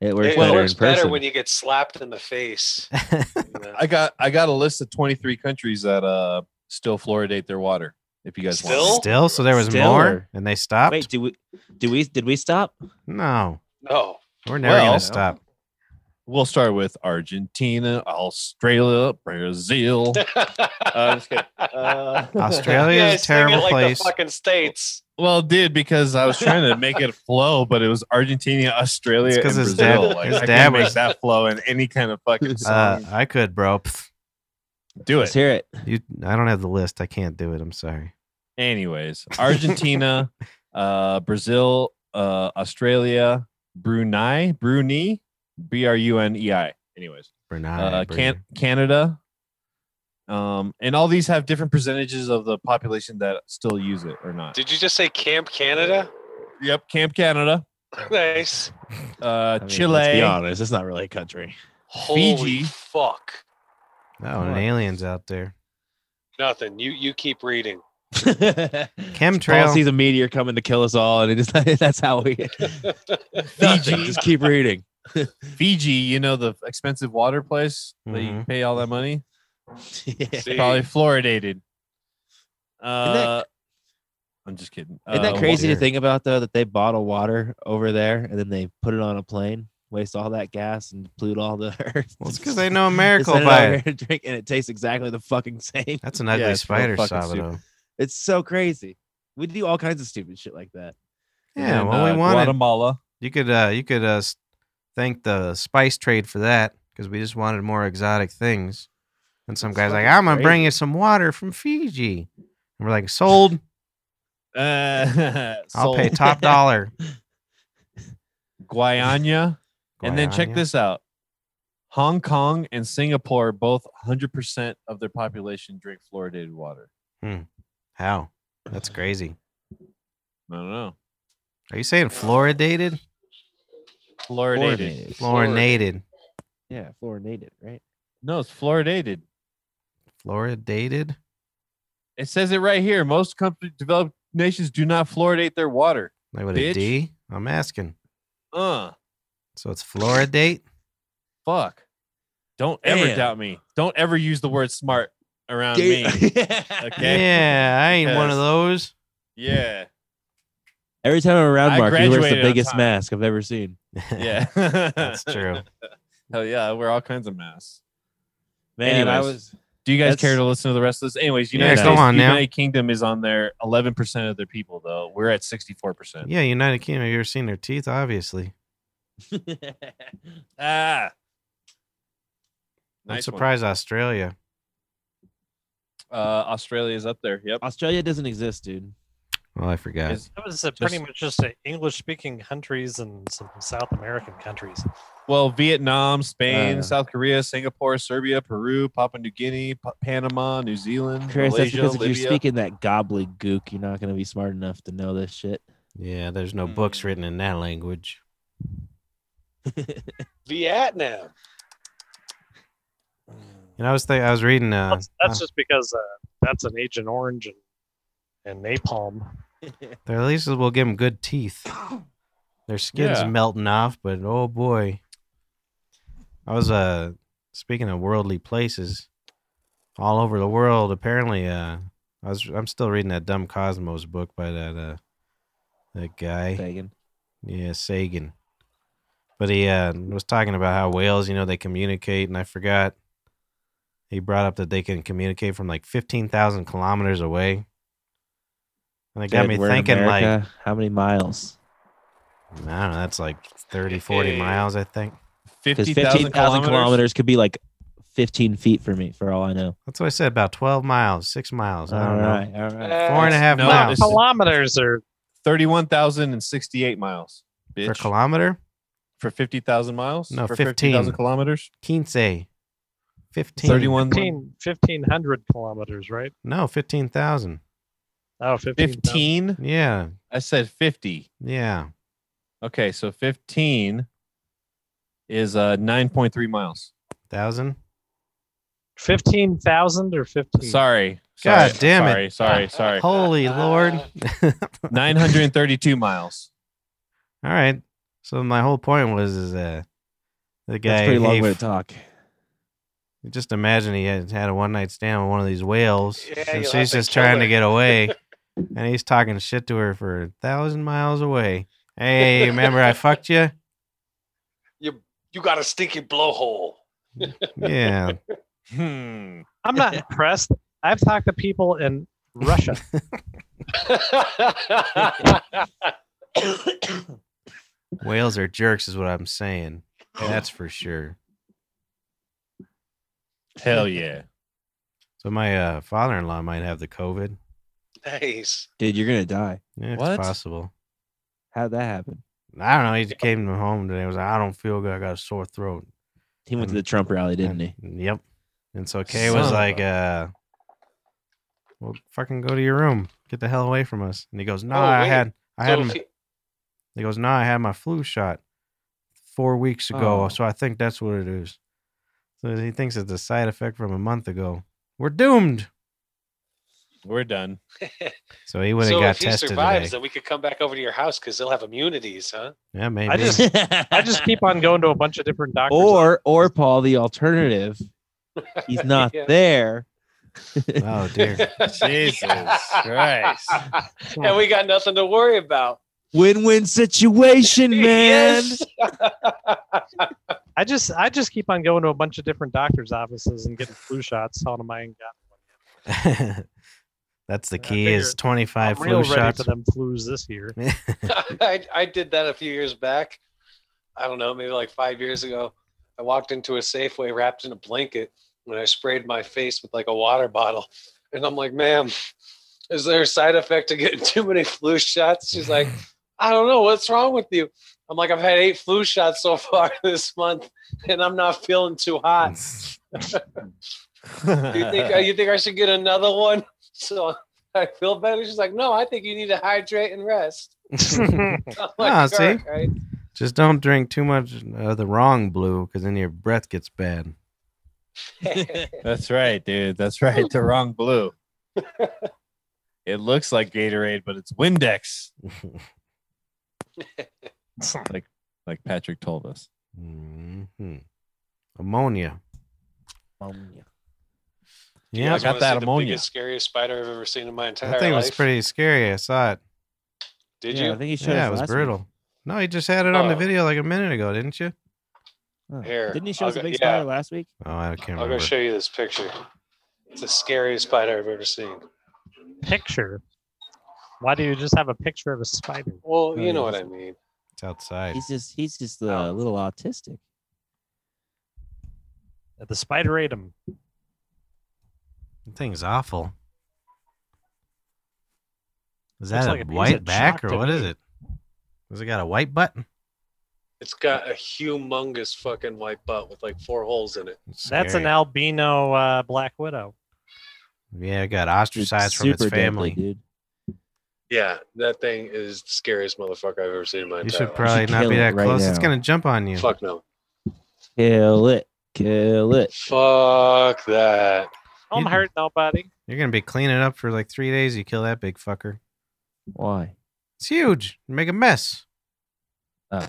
It works
it
better
works
in
better
person.
when you get slapped in the face. uh, you know?
I got I got a list of 23 countries that uh still fluoridate their water. If you guys
Still?
want,
Still, so there was
Still
more,
or-
and they stopped.
Wait, do we? Do we? Did we stop?
no,
no,
we're never
Well-
gonna stop.
we'll start with Argentina, Australia, Brazil. uh, just kidding. Uh,
Australia
Yeah,
is a
sing it
terrible
like
place.
The fucking states.
well, it did because I was trying to make it flow, but it was Argentina, Australia,
It's 'cause
and
his dad-
Brazil. like,
his
I can't
dad
make
was-
that flow in any kind of fucking song.
Uh, I could, bro. Pff,
Do
Let's
it.
hear it.
You, I don't have the list. I can't do it. I'm sorry.
Anyways, Argentina, uh, Brazil, uh, Australia, Brunei, Brunei, B R U N E I. Anyways,
Brunei.
uh,
Brunei.
can- Canada, um, and all these have different percentages of the population that still use it or not.
Did you just say Camp Canada?
Yep, Camp Canada,
Nice.
uh,
I mean, Let's be
Chile,
honest. It's not really a country.
Holy
Fiji.
fuck.
Oh, and
What?
aliens out there.
Nothing. You you keep reading.
Chemtrail.
Paul sees a meteor coming to kill us all, and it is that's how we. Nothing,
Fiji,
Just keep reading.
Fiji. You know the expensive water place that you
Mm-hmm.
Mhm.
pay all that money.
Yeah.
See?
Probably fluoridated.
that-
Uh, I'm just kidding.
Isn't that
Uh,
crazy
water.
to think about though that they bottle water over there and then they put it on a plane, waste all that gas and pollute all the earth.
Well, it's because
and just-
they know a
and
miracle
send it
by
over
it.
here to drink and it tastes exactly the fucking same.
That's an ugly
Yeah, it's so
spider,
fucking stupid.
Sabado.
It's so crazy. We do all kinds of stupid shit like that.
and
Yeah,
then,
well,
uh,
we wanted.
Guatemala.
You could, uh, you could uh, s- thank the spice trade for that because we just wanted more exotic things. And some
It's
guy's like,
fucking
"I'm gonna bring
crazy.
you some water from Fiji," and we're like, "Sold.
Uh,
I'll pay
Sol-
top dollar."
Guyana. And then check
Guayana.
this out. Hong Kong and Singapore both 100% of their population drink fluoridated water.
How? That's crazy.
I don't know.
Are you saying fluoridated?
Fluoridated.
Fluorinated.
Fluorinated.
Yeah, fluorinated, right?
No, it's fluoridated.
Fluoridated.
It says it right here. Most country developed nations do not fluoridate their water.
Like with a
Bitch.
D? I'm asking.
Uh,
So it's fluoridate.
fuck. Don't ever
Damn.
doubt me. Don't ever use the word smart around me. Okay.
Yeah, I ain't one of
Because-
those.
Yeah.
Every time I'm around
I
Mark, he wears the
graduated on
biggest
time.
mask I've ever seen.
Yeah.
That's true.
Hell yeah. I wear all kinds of masks.
Man, I
Anyways.
was
Do you guys care
That's-
to listen to the rest of this? Anyways,
Yeah,
United
go
States,
on now.
United Kingdom is on there. Eleven percent of their people, though, we're at sixty-four percent.
Yeah, United Kingdom. Have you ever seen their teeth? Obviously.
Ah,
I'm
nice one.
surprised Australia.
Uh, Australia is up there. Yep.
Australia doesn't exist, dude.
Well, Oh, I forgot.
Is-
That was uh, pretty
Just-
much just uh, English-speaking countries and some South American countries.
Uh,
Well, Vietnam, Spain,
Uh.
South Korea, Singapore, Serbia, Peru, Papua New Guinea, Pa- Panama, New Zealand,
Chris, that's
Malaysia,
because if
Libya.
you're speaking that gobbledygook, you're not going to be smart enough to know this shit.
yeah, there's
Hmm.
no books written in that language.
Vietnam.
And I was think I was reading. Uh,
That's, that's
uh,
just because uh, that's an Agent Orange and, and Napalm.
they're- at least we'll give them good teeth. Their skin's
Yeah.
melting off, but oh boy. I was uh speaking of worldly places, all over the world. Apparently, uh, I was I'm still reading that dumb Cosmos book by that uh that guy.
Fagin.
Yeah, Sagan. But he uh, was talking about how whales, you know, they communicate, and I forgot. He brought up that they can communicate from like fifteen thousand kilometers away, and it got
Dude,
me
we're in
thinking. Like,
America, how many miles?
I don't know. That's like 30, 40
Eh,
miles, I think.
Because
50,000
fifteen thousand
kilometers.
kilometers could be like fifteen feet for me, for all I know.
That's what I said. About 12 miles, six miles. I
all
don't know.
right, all right.
Four and a half
no,
miles
this-
Kilometers are
31,068 miles, bitch.
per kilometer.
for 50,000 miles?
No,
for
15.
50,000 kilometers?
15. 15.
31,
15, 1,500 kilometers, right?
No, 15,000.
Oh, 15.
15?
Yeah.
I said 50.
Yeah.
Okay, so 15 is uh 9.3 miles.
1,000.
15,000 or 15?
Sorry.
God
sorry,
damn
sorry,
it.
Sorry, sorry.
Holy
Uh,
Lord. All
932 miles.
right. So my whole point was is uh, the guy.
That's a pretty long
he-
way to talk.
Just imagine he had had a one night stand with one of these whales.
Yeah,
and
you'll have
she's
to
just
kill
trying to
her.
get away. and he's talking shit to her for a thousand miles away. Hey, remember I fucked you?
You you got a stinky blowhole.
Yeah.
Hmm.
I'm not impressed. I've talked to people in Russia.
Whales are jerks, is what I'm saying. That's for sure.
Hell yeah.
So my uh, father in law might have the COVID.
nice.
Dude, you're gonna die.
Yeah,
What?
It's possible.
How'd that happen?
I don't know. He came to home today. and was like, I don't feel good. I got a sore throat.
He went to the Trump rally, didn't
And-
he?
Yep. And so Kay was
Son of
like,
a-
uh, "Well, fucking go to your room. Get the hell away from us." And he goes, "No,
Oh,
I
wait.
had, I had."
So
m-
if you-
He goes, "No, I had my flu shot four weeks ago,
Oh.
so I think that's what it is." So he thinks it's a side effect from a month ago. We're doomed.
We're done.
So he went
so
and got
if he
tested
survives,
today.
then we could come back over to your house because they'll have immunities, huh?
Yeah, maybe.
I just I just keep on going to a bunch of different doctors.
or or Paul, the alternative. He's not
Yeah.
there.
oh dear.
Jesus Christ.
and we got nothing to worry about.
Win-win situation, man.
Yes.
I just I just keep on going to a bunch of different doctors' offices and getting flu shots. Telling them I ain't got. one yet.
that's the
I
key.
figure
Is twenty five
I'm real
flu
ready
shots.
for them flus this year.
I, I did that a few years back. I don't know, maybe like five years ago. I walked into a Safeway wrapped in a blanket and I sprayed my face with like a water bottle. And I'm like, ma'am, is there a side effect to getting too many flu shots? She's like, I don't know. What's wrong with you? I'm like, I've had eight flu shots so far this month and I'm not feeling too hot. Do you think, uh, you think I should get another one so I feel better? She's like, no, I think you need to hydrate and rest. I'm like,
Ah, see?
"All right."
Just don't drink too much of the wrong blue, because then your breath gets bad.
That's right, dude. That's right. The wrong blue. it looks like Gatorade, but it's Windex. like like Patrick told us.
hmm Ammonia.
You
Yeah,
I got
guys wanna see
that
the
ammonia.
biggest, scariest spider I've ever seen in my entire
that thing
life.
was pretty scary. I saw it.
Did
Yeah, I
you?
think he showed
Yeah,
us
it was
last week.
brutal. No, he just had it on the
Oh.
video like a minute ago, didn't you?
Huh.
Here,
Didn't he show
I'll
us a
go-
big
yeah.
spider last week?
Oh, I can't
I'll go
remember.
show you this picture. It's the scariest spider I've ever seen.
Picture. Why do you just have a picture of a spider?
Well,
Oh,
you know
yeah.
what I mean.
It's outside.
He's just he's just uh,
Oh.
a little autistic.
The spider ate him.
The thing's awful. Is
Looks
that
like
a
it needs a
white back
shock
or
to
what is
me.
it? Has it got a white butt?
It's got a humongous fucking white butt with like four holes in it.
That's an
Scary.
albino uh, black widow.
Yeah, it got
He's
ostracized from its
super deadly,
family.
dude.
Yeah, that thing is the scariest motherfucker I've ever seen in my
you
entire
should
life.
probably not
kill
be
it
that
right
close. It's
now.
gonna jump on you.
Fuck no.
Kill it, kill it.
Fuck that.
Don't
You-
Oh, hurt nobody.
You're gonna be cleaning up for like three days. You kill that big fucker.
Why?
It's huge. You make a mess.
Oh.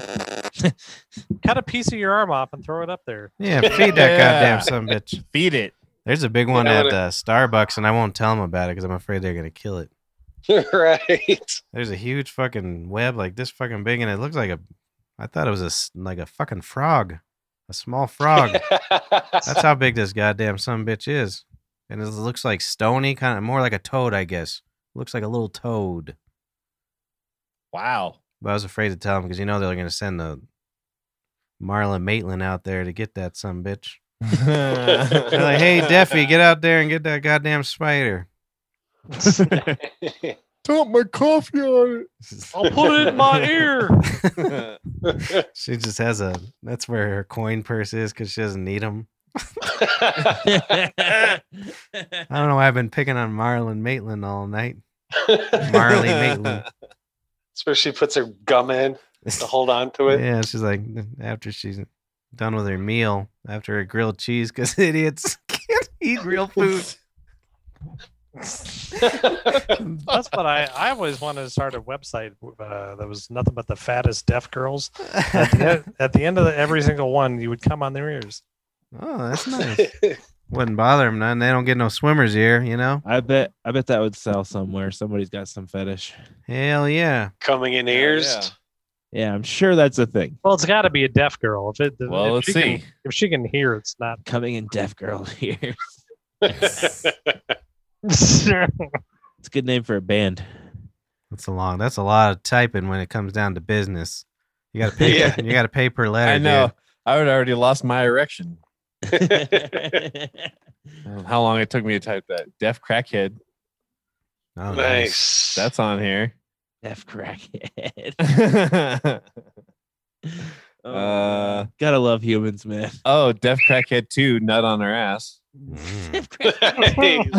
Cut a piece of your arm off and throw it up there.
Yeah, feed that
Yeah.
goddamn son of a bitch.
Feed it.
There's a big one
I
at
would've-
uh, Starbucks, and I won't tell them about it because I'm afraid they're gonna kill it.
right.
There's a huge fucking web like this fucking big, and it looks like a. I thought it was a s- like a fucking frog, a small frog. That's how big this goddamn son bitch is, and it looks like stony, kind of more like a toad, I guess. Looks like a little toad.
Wow.
But I was afraid to tell him because you know they're going to send the Marla Maitland out there to get that some bitch. They're like, hey, Deffy, get out there and get that goddamn spider.
Dump my coffee on
I'll put it in my ear.
it.
She just has a. That's where her coin purse is because she doesn't need them. I don't know why I've been picking on Marlon Maitland all night. Marley Maitland.
That's where she puts her gum in to hold on to it.
Yeah, she's like after she's done with her meal, after her grilled cheese, because idiots can't eat real food.
That's what I, I always wanted to start a website uh, that was nothing but the fattest deaf girls. At the, end, at the end of the, every single one, you would come on their ears.
oh, that's nice. Wouldn't bother them none. They don't get no swimmers here, you know.
I bet I bet that would sell somewhere. Somebody's got some fetish.
Hell yeah.
Coming in ears.
Yeah, I'm sure that's a thing.
Well, it's got to be a deaf girl. If it,
Well,
if
let's
she
see.
Can, if she can hear, it's not.
Coming in deaf girl here. It's a good name for a band.
That's a long. That's a lot of typing when it comes down to business. You gotta pay.
Yeah.
You gotta pay per letter.
I know. I would already lost my erection.
That's
How long it took me to type that? Deaf crackhead.
dude. Oh,
nice.
That's on here.
Def crackhead. Oh,
Uh,
gotta love humans, man.
oh, deaf crackhead two, nut on her ass.
Mm.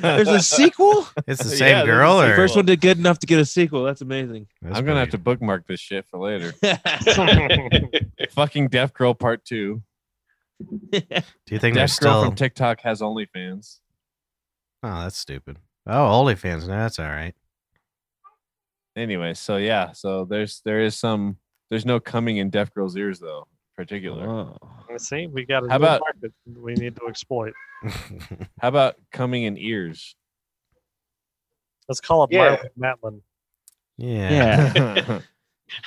There's
There's
a sequel.
It's the
Yeah,
same
that's the
girl,
same
or
First one did good enough to get a sequel. That's amazing.
That's
I'm gonna have
pretty-
to bookmark this shit for later.
That's
Fucking deaf girl part two.
Do you think
deaf girl
there's still?
from TikTok has OnlyFans.
oh, that's stupid. Oh, OnlyFans. No, that's all right.
Anyway, so yeah, so there's there is some there's no coming in deaf girls' ears though, particular.
Oh.
See, we got a
How
new
about-
market we need to exploit.
How about coming in ears?
Let's call up
Yeah.
Marlon Matlin.
yeah.
Yeah. Yeah,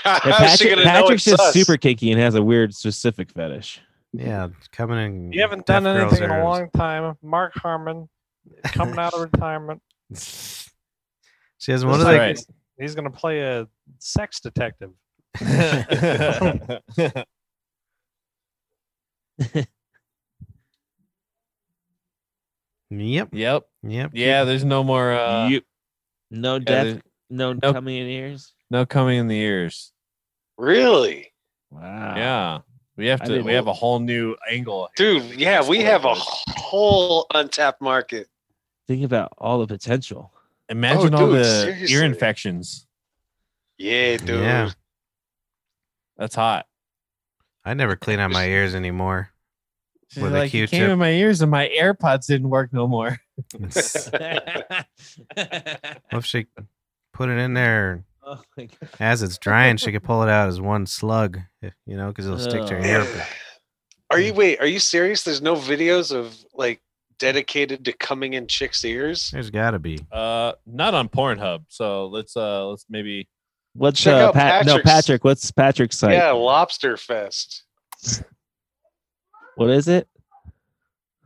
How's she
Patrick,
gonna know
Patrick's
it's
just
us?
super kinky and has a weird specific fetish.
Yeah, coming in.
You haven't
deaf
done
girls
anything in
are-
a long time. Mark Harmon coming out of retirement.
She has one
That's
of the.
right.
He's going to play a sex detective.
Yep.
yep.
Yep.
Yeah, there's no more uh
You- no
yeah,
deaf,
there's
no
Nope.
coming in ears.
no coming in the ears.
really?
Wow.
Yeah. We have
Ah. I
to
didn't-
we have a whole new angle.
Dude, yeah, we have a whole untapped market.
Think about all the potential.
Imagine
Oh,
all
dude,
the ear
seriously.
infections.
Yeah, dude.
Yeah.
That's hot.
I never clean out my ears anymore.
She's
With a
like, you came
Q-tip.
in my ears and my AirPods didn't work no more.
It's-
Oh
what if she put it in there
Oh my God.
as it's drying? She could pull it out as one slug, if- you know, because it'll stick to her ear.
Yeah. Are you wait? Are you serious? There's no videos of like dedicated to coming in chicks' ears.
There's got to be.
Uh not on Pornhub. So let's uh let's maybe
What's
Check
uh,
out
Pat? No,
Patrick's-
Patrick. What's Patrick's site?
Yeah, Lobster Fest.
What is it?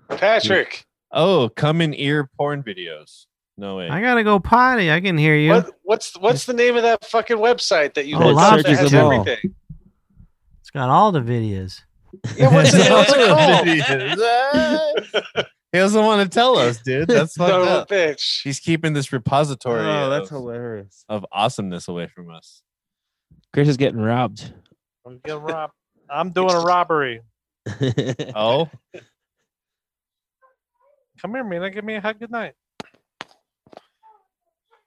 Patrick,
Oh, come in ear porn videos. No way.
I gotta go potty. I can hear you.
what what's what's the name of that fucking website that you
Oh,
looked up that
Lobster
has
Fest.
everything?
It's got all the videos.
Yeah, what's it, what's it called?
he doesn't want to tell us, dude. That's
Son
fucked
of a
up.
bitch.
He's keeping this repository of,
Oh, hilarious.
of awesomeness away from us.
Chris is getting robbed.
I'm, getting robbed. I'm doing a robbery.
Oh,
Come here, Mina. Give me a hug. Good night.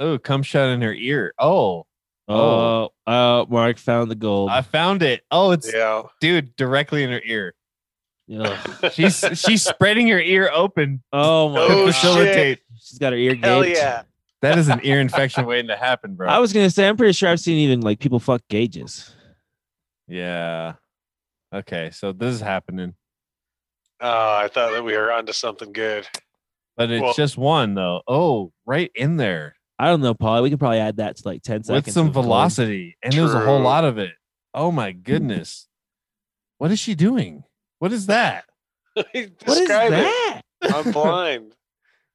oh, come shut in her ear. Oh,
oh, oh, Mark found the gold.
I found it. Oh, it's
Yeah.
dude directly in her ear.
Ugh.
She's she's spreading her ear open
Oh my
to
Oh,
God.
facilitate.
She's got her ear
Hell
gaped.
yeah.
That is an ear infection waiting to happen, bro.
I was gonna say, I'm pretty sure I've seen even like people fuck gauges.
yeah. Okay, so this is happening,
Oh, I thought that we were onto something good.
but it's
Well-
just one though. Oh, right in there.
I don't know, Polly. We could probably add that to like ten seconds.
with some
of gold.
velocity, and there's a whole
True.
lot of it. Oh my goodness, what is she doing? What is that?
What is
Describe it.
that?
I'm blind.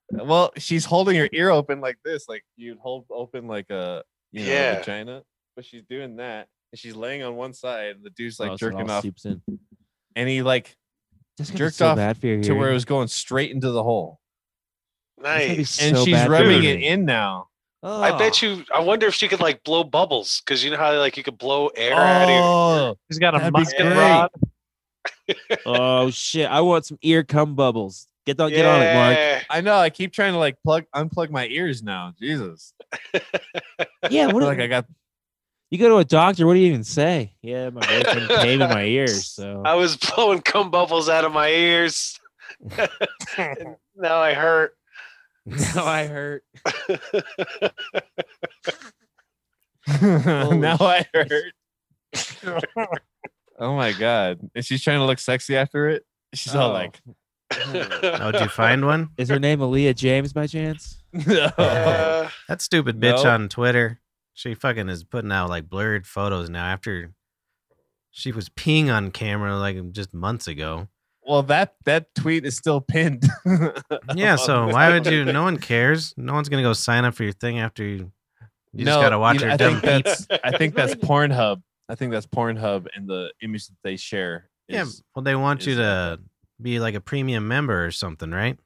Well, she's holding her ear open like this, like you'd hold open like a you know,
Yeah.
vagina. but she's doing that, and she's laying on one side, and the dude's like
Oh, so it
jerking
all
off,
seeps in.
and he like
That's gonna be
jerked
so
off
bad for your
to where it
hearing.
was going straight into the hole,
That's gonna be
Nice.
and
so
she's
bad for
rubbing
your
it
hearing.
in now.
I
Oh.
bet
Ugh.
you. I wonder if she could like blow bubbles because you know how like you could blow air out of your.
Oh,
He's got a
That'd be
musket
great.
rod.
Oh shit! I want some ear cum bubbles. Get on, get on it, Mark.
Yeah.
I know. I keep trying to like plug unplug my ears now. Jesus, I
Yeah, what
feel
do-
like I got
you go to a doctor. What do you even say? Yeah, my boyfriend came in my ears. So
I was blowing cum bubbles out of my ears. And now I hurt.
now I hurt.
now I hurt. oh my god! And she's trying to look sexy after it. She's all
Oh.
like,
Oh, did you find one?
Is her name Aaliyah James by chance?
"No."
Uh,
That stupid bitch
No.
on Twitter. She fucking is putting out like blurred photos now after she was peeing on camera like just months ago.
Well, that that tweet is still pinned.
Yeah, so why would you? No one cares. No one's gonna go sign up for your thing after you. You just
No,
gotta watch
you know,
her
I
dumb peep.
think that's I think
Not
that's
even-
Pornhub. I think that's Pornhub, and the image that they share.
Yeah,
Is,
well, they want you
is-
to be like a premium member or something, right?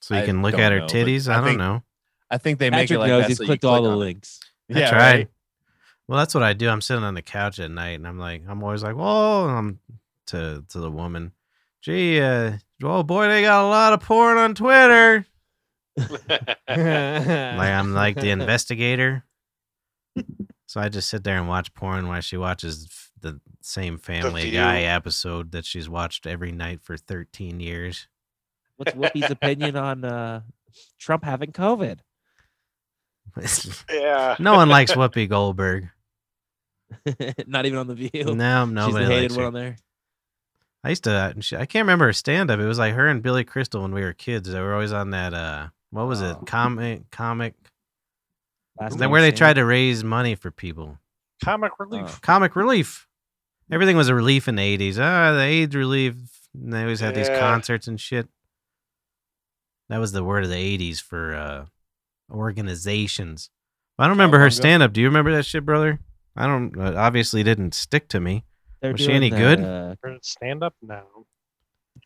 So you
I
can look
don't
at her
know, but
titties. I,
I
don't
think-
know.
I think they make
Patrick
it like
knows
that.
he's
so you
clicked
click
all the
on it.
links.
I
Yeah,
tried.
right?
Well, that's what I do. I'm sitting on the couch at night, and I'm like, I'm always like, whoa, and I'm to to the woman. Gee, uh, oh boy, they got a lot of porn on Twitter. Like I'm like the investigator. so I just sit there and watch porn while she watches f- the same Family
View.
Guy episode that she's watched every night for 13 years.
What's Whoopi's opinion on uh, Trump having COVID?
yeah.
no one likes Whoopi Goldberg.
Not even on the View.
No,
She's the
nobody
hated
likes
one on
her.
there.
I used to. uh, she- I can't remember her stand up. It was like her and Billy Crystal when we were kids. They were always on that. uh What was
Oh.
it? Comic, comic.
Last
Is
Man
that where they
Standing.
tried to raise money for people?
Comic
Uh.
relief.
Comic relief. Everything was a relief in the eighties. Ah, the AIDS relief. And they always had these
Yeah.
concerts and shit. That was the word of the eighties for uh organizations. I don't remember
long
her
ago?
stand up. Do you remember that shit, brother? I don't. It obviously, didn't stick to me.
They're
Was she
doing
any
that,
good?
uh,
Stand up now.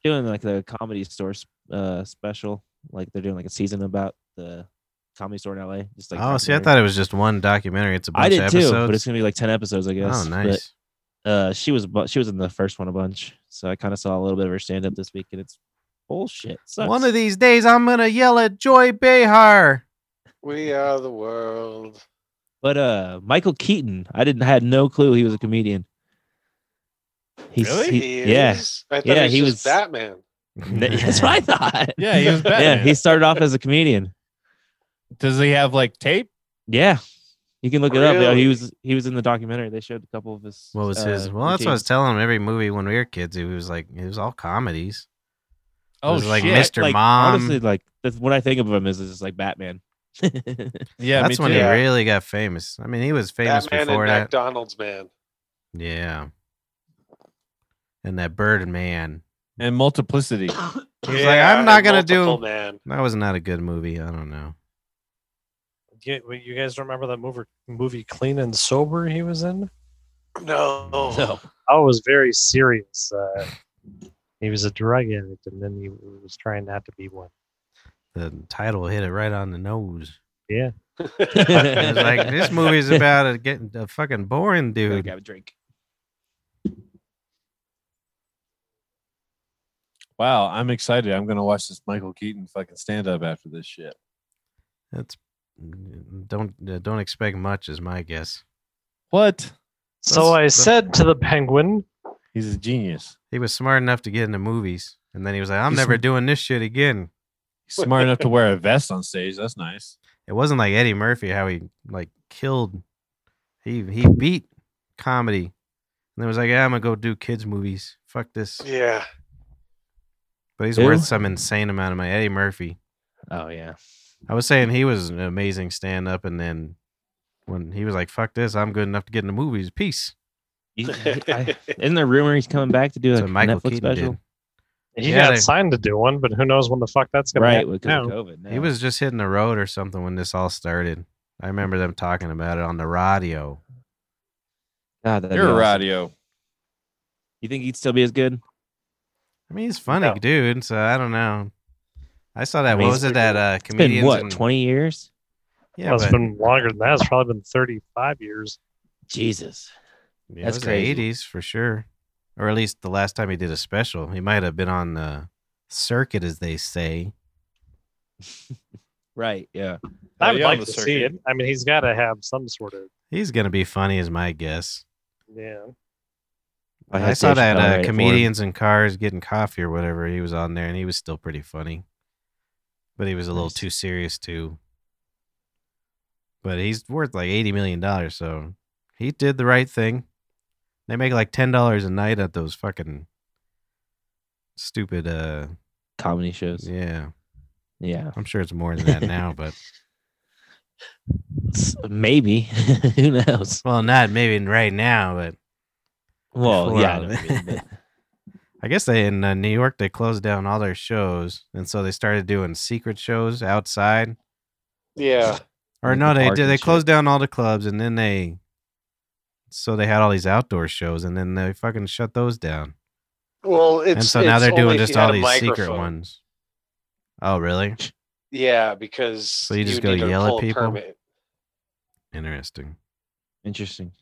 doing like the comedy store s- uh, special. Like they're doing like a season about the comedy store in LA. Just like
oh, see, I
documentary.
thought it was just one documentary. It's a bunch
I did
of
too,
episodes.
but it's gonna be like ten episodes, I guess.
oh,
But,
nice.
uh, she was bu- she was in the first one a bunch, so I kind of saw a little bit of her stand up this week, and it's bullshit. Sucks.
One of these days, I'm gonna yell at Joy Behar.
We are the world.
but uh, Michael Keaton, I didn't had no clue he was a comedian. He's,
Really?
he-
He
yeah,
is? I thought
Yeah,
he was,
he
just
was-
Batman.
that's what I thought.
Yeah, he was
yeah,
Batman.
he started off as a comedian.
Does he have like tape?
Yeah, you can look it up. He
Really?
was he was in the documentary. They showed a couple of his.
What was
uh,
his? Well, that's what I was
routines.
telling him. Every movie when we were kids, it was like it was all comedies. It
Oh,
was like
shit.
Mr.
Like,
Mom.
Honestly, like that's what I think of him is is just like Batman.
Yeah,
that's
me
when
too.
he
Yeah.
really got famous. I mean, he was famous
Batman and
before that.
McDonald's man.
Yeah. And that Bird Man.
and multiplicity.
He was like, I'm not gonna do-
Multiple man.
That was not a good movie. I don't know.
You, you guys remember that movie, movie Clean and Sober he was in?
No.
So
Oh, it was very serious. Uh, he was a drug addict, and then he was trying not to be one.
The title hit it right on the nose. I
it's
was like, this movie's about a getting a fucking boring dude.
Grab a drink.
Wow, I'm excited. I'm gonna watch this Michael Keaton fucking stand up after this shit.
That's don't uh, don't expect much, is my guess.
What?
So I said to the penguin,
He's a genius.
He was smart enough to get into movies, and then he was like, "I'm
He's
never
sm-
doing this shit again."
He's smart enough to wear a vest on stage. That's nice.
It wasn't like Eddie Murphy how he like killed. He he beat comedy, and then was like, "Yeah, I'm gonna go do kids movies. Fuck this."
Yeah.
But he's
Who?
worth some insane amount of money. Eddie Murphy.
Oh yeah.
I was saying he was an amazing stand up, and then when he was like, "Fuck this, I'm good enough to get into movies. Peace."
You- I- isn't there rumor he's coming back to do
That's
a
what Michael
Netflix
Keaton
special?
he
Yeah,
got
they-
signed to do one, but who knows when the fuck that's gonna
Right,
happen
because
now.
of COVID.
did.
yeah.
He was just hitting the road or something when this all started. I remember them talking about it on the radio.
God, that'd be
You're a
awesome.
radio.
You think he'd still be as good?
I mean, he's funny,
No.
dude. So I don't know. I saw that.
I mean,
what
it's
was it that uh,
It's been
comedians?
what
and-
twenty years?
Yeah,
well, it's
but-
been longer than that. It's probably been 35 years.
Jesus.
yeah, it
that's
was
crazy.
The 80s for sure, or at least the last time he did a special. He might have been on the circuit, as they say.
Right. Yeah.
I
Oh,
would
yeah, on
like
the
to see it.
circuit.
I mean, he's got to have some sort of
He's gonna be funny, is my guess.
yeah.
I, saw that uh, comedians in cars getting coffee or whatever. He was on there, and he was still pretty funny, but he was a little
Nice.
too serious too. But he's worth like eighty million dollars, so he did the right thing. They make like ten dollars a night at those fucking stupid. uh
comedy shows.
Yeah,
Yeah.
I'm sure it's more than that now, but
S- Maybe. Who knows?
well, not maybe right now, but
Well,
Before
yeah. I
all
know
of
what you mean,
it.
but
I guess they in uh, New York they closed down all their shows, and so they started doing secret shows outside.
Yeah.
Or
Like
no,
the
they
park
did.
and
They
shit.
closed down all the clubs, and then they, so they had all these outdoor shows, and then they fucking shut those down.
Well, it's
and so now
it's
they're
only
doing
if
just
you had
all
a
these secret
microphone.
ones. Oh, really?
Yeah, because so
you just go yell at people?
Permit.
Interesting.
Interesting.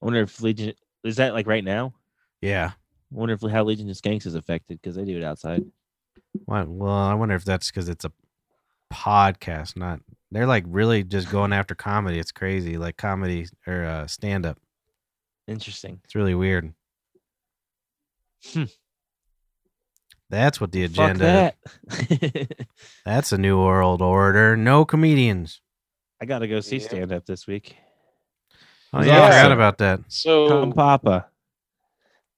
I wonder if Legion is that like right now?
Yeah.
I wonder if how Legion of Skanks is affected because they do it outside.
What, well, I wonder if that's because it's a podcast. Not they're like really just going after comedy. It's crazy, like comedy or uh, stand up.
Interesting.
It's really weird.
Hmm.
That's what the agenda.
Fuck that.
That's a new world order. No comedians.
I gotta go see
Yeah.
stand up this week.
Oh
He's
yeah, I forgot
awesome.
about that.
So
Tom Papa.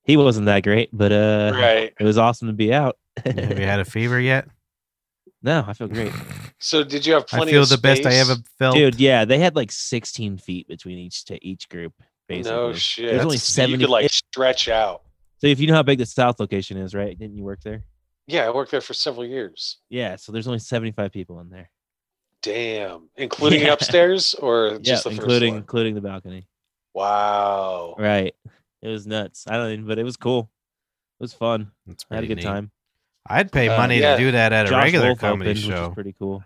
He wasn't that great, but uh
right.
it was awesome to be out.
Have you had a fever yet?
no, I feel great.
So did you have
I
plenty?
feel
of
the best I
space?
ever felt.
Dude, yeah, they had like 16 feet between each to each group. Basically.
No shit.
There's only
That's- You
70
could like stretch out.
So if you know how big the South location is, right? Didn't you work there?
Yeah, I worked there for several years.
Yeah. So there's only 75 people in there.
Damn, including
Yeah.
upstairs or
Yeah,
just the
including
First floor? Oh.
including the balcony.
Wow.
Right. It was nuts. I don't even, but it was cool. It was fun.
That's
I had a
pretty
good
neat.
time.
I'd pay
Uh,
money
yeah.
to do that at a
Josh
regular
Wolf
comedy
opened, which was
show.
pretty cool.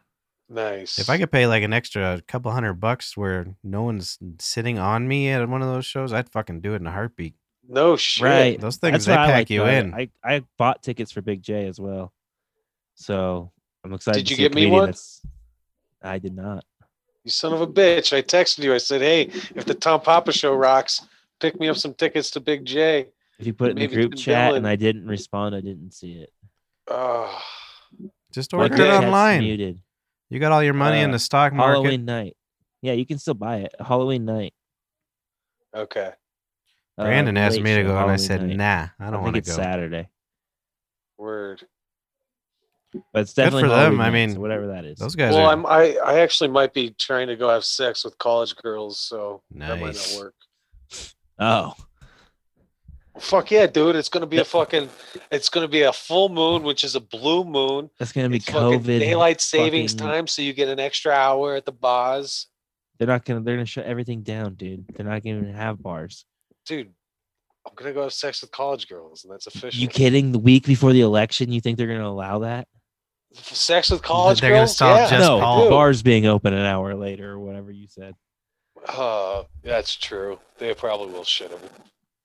Nice.
If I could pay like an extra couple hundred bucks where no one's sitting on me at one of those shows, I'd fucking do it in a heartbeat.
no shit.
Right.
Those things
what
they
I
pack
liked
you
about it.
in.
I, I bought tickets for Big J as well. So I'm excited.
Did
to
you
see a
get me
comedian
one?
that's- I did not.
You son of a bitch. I texted you. I said, hey, if the Tom Papa show rocks, pick me up some tickets to Big J.
If you put it in the
Maybe
group
Tim
chat
Dillon.
and I didn't respond, I didn't see it.
Oh,
Just
Like,
order
the
it
chat's
online.
Muted.
You got all your money in
Uh,
the stock market.
Halloween night. Yeah, you can still buy it. Halloween night.
okay.
Uh,
Brandon asked
late
me to
show,
go, and I
Halloween
said,
night.
"Nah, I don't
think
want to
it's
go."
Saturday,
Word.
but it's
Good for
definitely
them,
Halloween
I
night,
mean,
so whatever that is.
Those guys
Well,
are
I'm, I, I actually might be trying to go have sex with college girls, so that might
Nice.
not work.
oh,
Fuck yeah, dude. It's going to be a fucking, it's going to be a full moon, which is a blue moon.
that's gonna be
It's fucking
COVID.
daylight savings
fucking-
time, so you get an extra hour at the bars.
They're not gonna. They're gonna shut everything down, dude. They're not gonna even have bars.
Dude, I'm gonna go have sex with college girls, and that's official.
You kidding? The week before the election, you think they're gonna allow that?
F- sex with college
They're gonna
girls?
stop
yeah.
Just
no,
Paul.
dude.
bars being open an hour later or whatever you said.
Uh, that's true. They probably will shut every-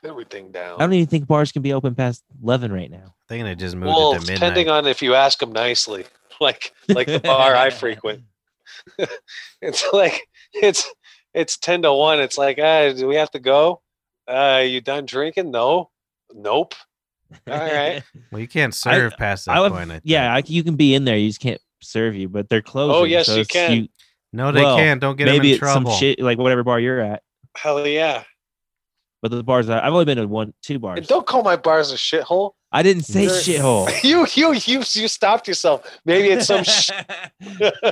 everything down.
I don't even think bars can be open past eleven right now.
thinking they just moved
well,
it to midnight.
depending on if you ask them nicely, like like the bar I frequent, it's like it's it's ten to one. It's like, ah, do we have to go? Uh, you done drinking? No, nope. All right.
well, you can't serve past that
I would-
point. I think.
yeah, I, c- you can be in there. You just can't serve you, but they're closed.
Oh, yes, you can.
No, they
Well,
can't. Don't get them
maybe
in
it's some
trouble.
shit like whatever bar you're at.
Hell yeah.
But the bars that I've only been to one, two
And
bars.
don't call my bars a shithole.
I didn't say
They're-
shithole.
You you you you stopped yourself. Maybe it's some sh-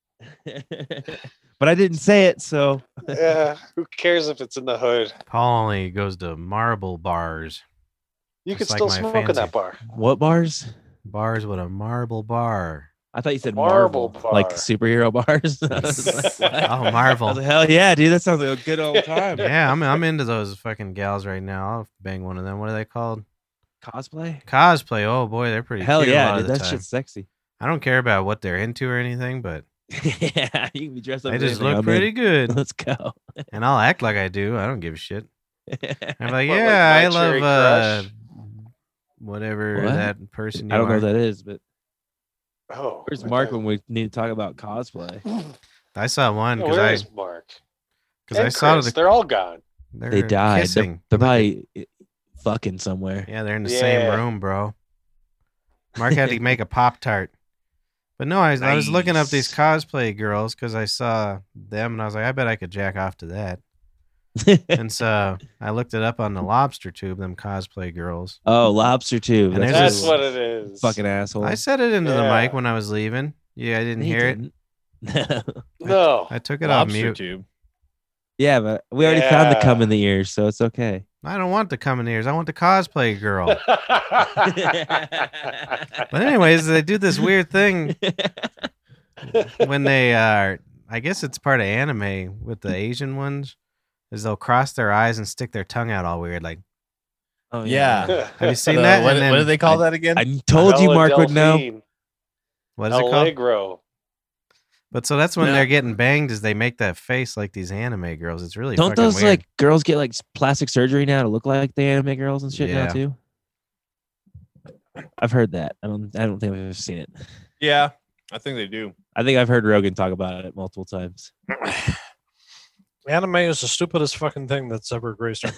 but I didn't say it, so
yeah, who cares if it's in the hood?
Paul only goes to marble bars.
You
It's
can
like
still
my
smoke in
fancy.
that bar.
what bars?
Bars with a marble bar.
I thought you said
Marvel
Marvel, like
bar.
superhero bars. I was like, what?
Oh,
I was
Marvel.
like, hell yeah, dude. That sounds like a good old time.
yeah, I'm I'm into those fucking gals right now. I'll bang one of them. What are they called?
Cosplay?
Cosplay. Oh boy, they're pretty.
Hell
cute a lot
yeah,
of
dude.
the
That
time.
shit's sexy.
I don't care about what they're into or anything, but
yeah, you can be dressed up.
they
as
just
anything.
look
I'm in.
pretty good,
Let's go.
and I'll act like I do. I don't give a shit. I'm like,
What, like
yeah,
My
I love
Cherry
uh,
Crush?
whatever
What?
that person. You
I don't know
are.
what that is, but
Oh,
where's
what
Mark
the-
when we need to talk about cosplay?
I saw one
Oh,
because
where
I
is Mark?
because I
And
saw
Chris,
the,
they're all gone.
they're
They died. They're,
kissing.
they're probably i- fucking somewhere.
Yeah, they're in the
Yeah.
same room, bro. Mark had to make a pop tart. But no, I was, I was looking up these cosplay girls because I saw them and I was like, I bet I could jack off to that. And so I looked it up on the lobster tube, them cosplay girls.
oh, lobster tube.
And There's
That's
this
what it is.
Fucking asshole.
I said it into the
Yeah.
mic when I was leaving. Yeah, I didn't
Oh, He
hear it.
didn't. No.
no.
I took it off
Lobster
mute.
tube.
Yeah, but we already found the
Yeah.
cum in the ears, so it's okay.
I don't want the coming ears. I want the cosplay girl.
I
but anyways, they do this weird thing when they are i guess it's part of anime with the asian ones is they'll cross their eyes and stick their tongue out all weird like
oh,
yeah.
have you seen
The-
that
uh, What,
And
what do
then-
they call that again?
I told you Mark would know.
what is it called
Allegro.
but so that's when
No.
they're getting banged is they make that face like these anime girls it's really
Don't
fucking
those
weird.
like girls get like s- plastic surgery now to look like the anime girls and shit
Yeah.
now too? I've heard that. I don't. I don't think I've seen it.
yeah, I think they do.
I think I've heard Rogan talk about it multiple times.
Anime is the stupidest fucking thing that's ever graced our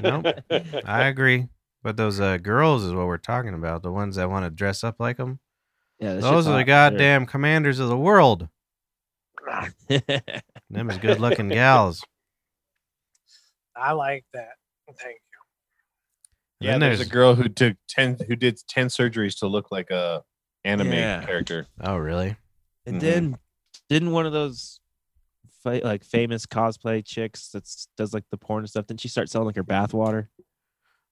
Nope. i agree but those uh, girls is what we're talking about the ones that want to dress up like them
Yeah, that shit's
those are the
hot, for sure.
goddamn commanders of the world them is good looking gals
I like that. Thank
And
yeah,
then
there's,
there's-
a girl who took ten, who did ten surgeries to look like a anime
Yeah.
character.
oh really
And
Mhm.
Mm-hmm.
then didn't one of those fa- like famous cosplay chicks that does like the porn and stuff? Didn't she start selling like her bath water?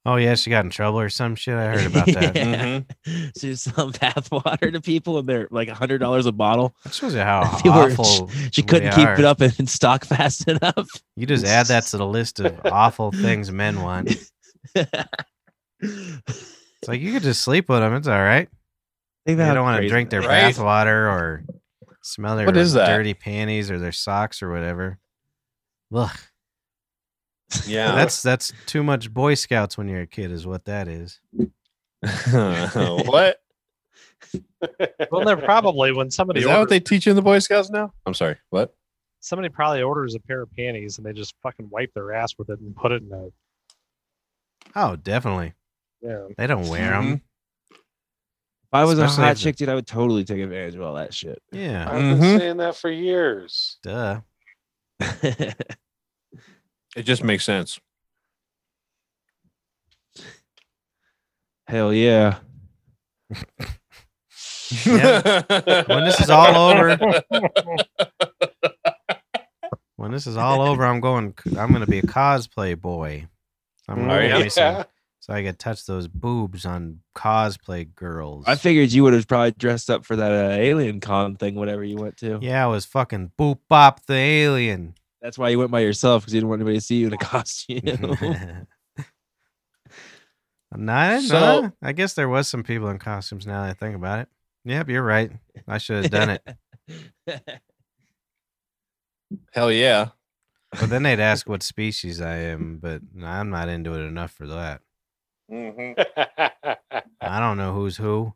oh yeah she got in trouble or some shit i heard about that Mm-hmm.
Yeah. She was selling bath water to people, and they're like hundred dollars a bottle.
That shows you how
They were-
awful
She
we
couldn't keep
are.
it up in in stock fast enough.
You just add that to the list of awful things men want. It's like you could just sleep with them; it's all right.
They
You don't want to drink their
Right?
bath water or smell their
What is that?
dirty panties or their socks or whatever. Ugh,
Yeah,
that's that's too much Boy Scouts when you're a kid, is what that is.
what
you. Well, they're probably when somebody
is that? What
orders,
they teach in the Boy Scouts now? I'm sorry. What?
somebody probably orders a pair of panties and they just fucking wipe their ass with it and put it in a
Oh, definitely.
yeah.
They don't wear them.
If I was a
Especially
hot
if-
chick, dude, I would totally take advantage of all that shit.
Yeah.
I've been
Mhm.
saying that for years.
Duh.
It just makes sense.
Hell yeah.
Yeah. When this is all over, when this is all over, I'm going. I'm going to be a cosplay boy. I'm gonna
Are
get
you?
me some-
Yeah.
So I could touch those boobs on cosplay girls.
I figured you would have probably dressed up for that uh, alien con thing, whatever you went to.
yeah, I was fucking boop bop the alien.
That's why you went by yourself because you didn't want anybody to see you in a costume.
Not, not.
So-
I guess there was some people in costumes. Now that I think about it. Yep, you're right. I should have done it.
Hell yeah.
But then they'd ask what species I am, but I'm not into it enough for that.
Mm-hmm.
I don't know who's who.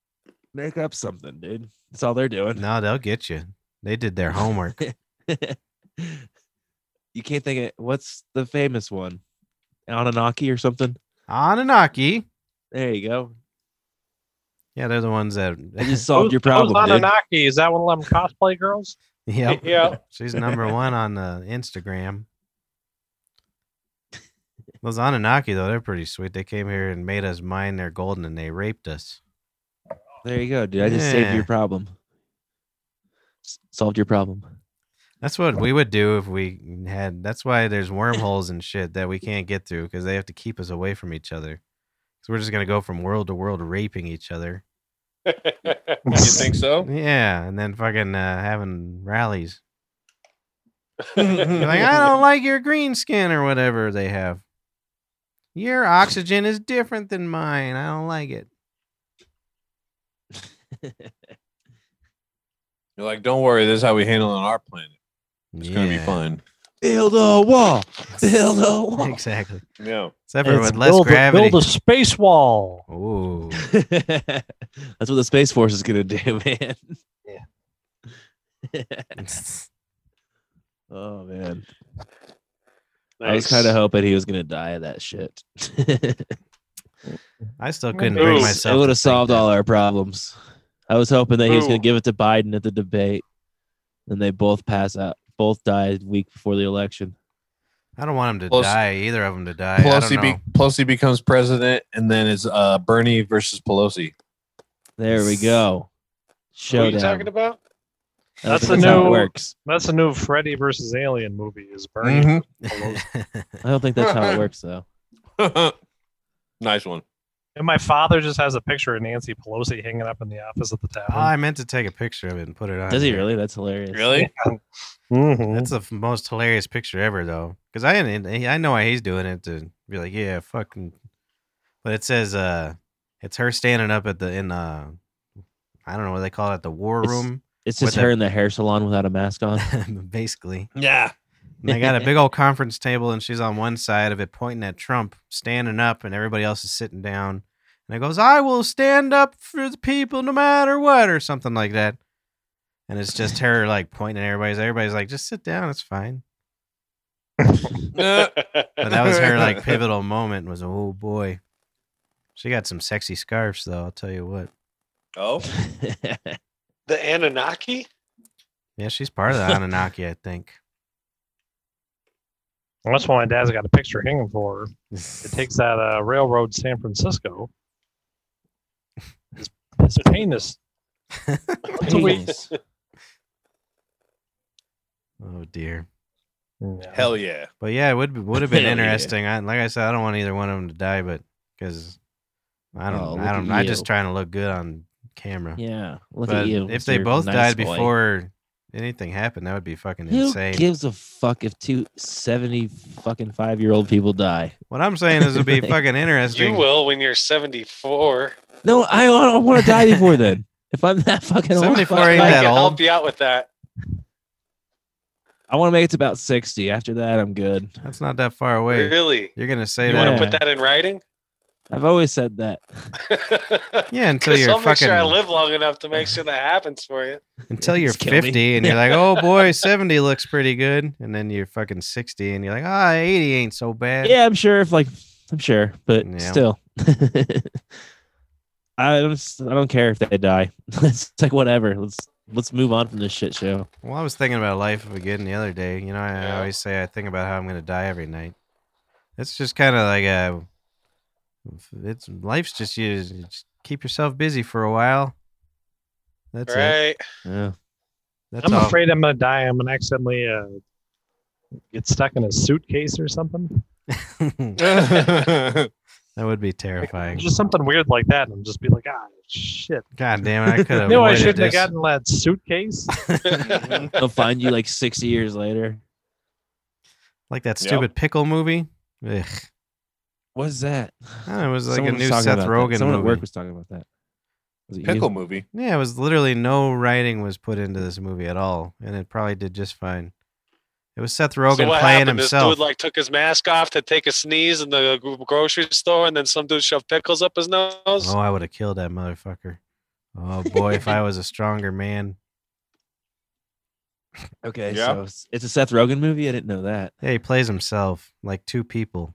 Make up something, dude. That's all they're doing.
No, they'll get you. They did their homework.
you can't think of what's the famous one? Anunnaki or something?
Anunnaki.
There you go.
Yeah, they're the ones that.
I just solved
Who's-
your
who's
problem. dude.
Anunnaki? Is that one of them cosplay girls?
yep.
yeah.
She's number one on the Instagram. Those Anunnaki though, they're pretty sweet. They came here and made us mine their gold, and they raped us.
There you go, dude. I just saved
Yeah.
your problem. S- solved your problem.
That's what we would do if we had. That's why there's wormholes and shit that we can't get through because they have to keep us away from each other. Because we're just gonna go from world to world raping each other.
You think so?
Yeah, and then fucking uh, having rallies. You're like, I don't like your green skin or whatever they have. Your oxygen is different than mine. I don't like it.
You're like, don't worry. This is how we handle it on our planet. It's gonna be
Yeah,
fun.
Build a wall. Build a wall.
Exactly.
Yeah.
Except for
It's
with less
build, a,
gravity.
build a space wall.
Ooh.
That's what the Space Force is going to do, man. Yeah. oh, man. I was kind of hoping he was going to die of that shit.
I still couldn't
Ooh.
bring
It
myself.
it would
to
have
think
solved
that.
all our problems. I was hoping that he was going
Ooh.
to give it to Biden at the debate, and they both pass out, both died week before the election.
I don't want him to
Plus-
die. Either of them to die. I
Pelosi
don't know.
be- Pelosi becomes president, and then it's uh, Bernie versus Pelosi.
There we go.
What are
Showdown.
you talking about?
I don't
That's
think
a
how it
new-
works.
That's the new Freddy versus Alien movie. Is Bernie?
Mhm.
I don't think that's how it works, though.
nice one.
And my father just has a picture of Nancy Pelosi hanging up in the office at the
Oh,
time.
I meant to take a picture of it and put it on.
Does he
here.
really? That's hilarious.
Really?
Mhm.
That's the f- most hilarious picture ever, though. Because I didn't, I know why he's doing it to be like, yeah, fucking. But it says, uh, it's her standing up at the in uh, I don't know what they call it, the war
It's-
room,
It's just
With
her
a-
in the hair salon without a mask on.
basically.
Yeah.
And they got a big old conference table, and she's on one side of it, pointing at Trump, standing up, and everybody else is sitting down. And it goes, "I will stand up for the people, no matter what," or something like that. And it's just her like pointing at everybody's. Everybody's like, "Just sit down, it's fine."
Uh,
but that was her like pivotal moment was oh boy she got some sexy scarves though i'll tell you what
oh,
The Anunnaki?
yeah she's part of the anunnaki i think
That's why my dad's got a picture hanging for her. It takes that uh, railroad San Francisco. His, his penis. It's a week.
Penis.
oh dear
Yeah.
hell yeah.
but yeah it would be, would have been
Hell yeah.
interesting I, like i said i don't want either one of them to die but because i don't
Oh, look
i don't
at
i'm just
you.
trying to look good on camera
yeah. Look
but
at you.
if they
Mr.
both
Nice
died
Boy.
before anything happened that would be fucking
Who
insane
gives a fuck if two 70 fucking five year old people die?
what i'm saying is it'd be fucking interesting
You will when you're 74.
No, I don't want to die before then. If I'm that fucking old,
74
fuck,
ain't
I
like,
that
can
old.
help you out with that.
I want to make it to about 60. After that, I'm good.
that's not that far away
Really?
you're gonna say
You
that
want
Yeah.
to put that in writing?
I've always said that.
yeah until
'Cause
you're
I'll make
fucking
sure I live long enough to make sure that happens for you.
until you're
Just kill me.
50 and you're like, oh boy, 70 looks pretty good. And then you're fucking 60 and you're like, ah, 80 ain't so bad.
Yeah, I'm sure. If like, I'm sure, but
Yeah.
still, I don't. s- I don't care if they die. it's like whatever. Let's let's move on from this shit show.
Well, I was thinking about life again the other day. You know, I
Yeah.
always say I think about how I'm going to die every night. It's just kind of like a, it's life's just you just keep yourself busy for a while. That's it.
right.
Yeah.
That's
I'm
all.
afraid I'm gonna die. I'm gonna accidentally uh, get stuck in a suitcase or something.
that would be terrifying.
Just something weird like that, and just be like, ah, shit.
God damn it! I could have.
No, I shouldn't have gotten that suitcase.
Mm-hmm.
They'll find you like 60 years later.
like that
Yep.
stupid pickle movie. Ugh.
What's that?
Ah, it was like a
Someone was
new
talking
Seth
about that.
Rogen
Someone
movie.
at work was talking about that. Was it you?
Pickle movie.
Yeah, it was literally no writing was put into this movie at all, and it probably did just fine. It was Seth Rogen
so what
playing
happened? This
himself.
dude like took his mask off to take a sneeze in the gro- grocery store, and then some dude shoved pickles up his nose.
oh, I would have killed that motherfucker. Oh boy, if I was a stronger man.
Okay,
Yeah.
so it's- it's a Seth Rogen movie. I didn't know that.
Yeah, he plays himself like two people.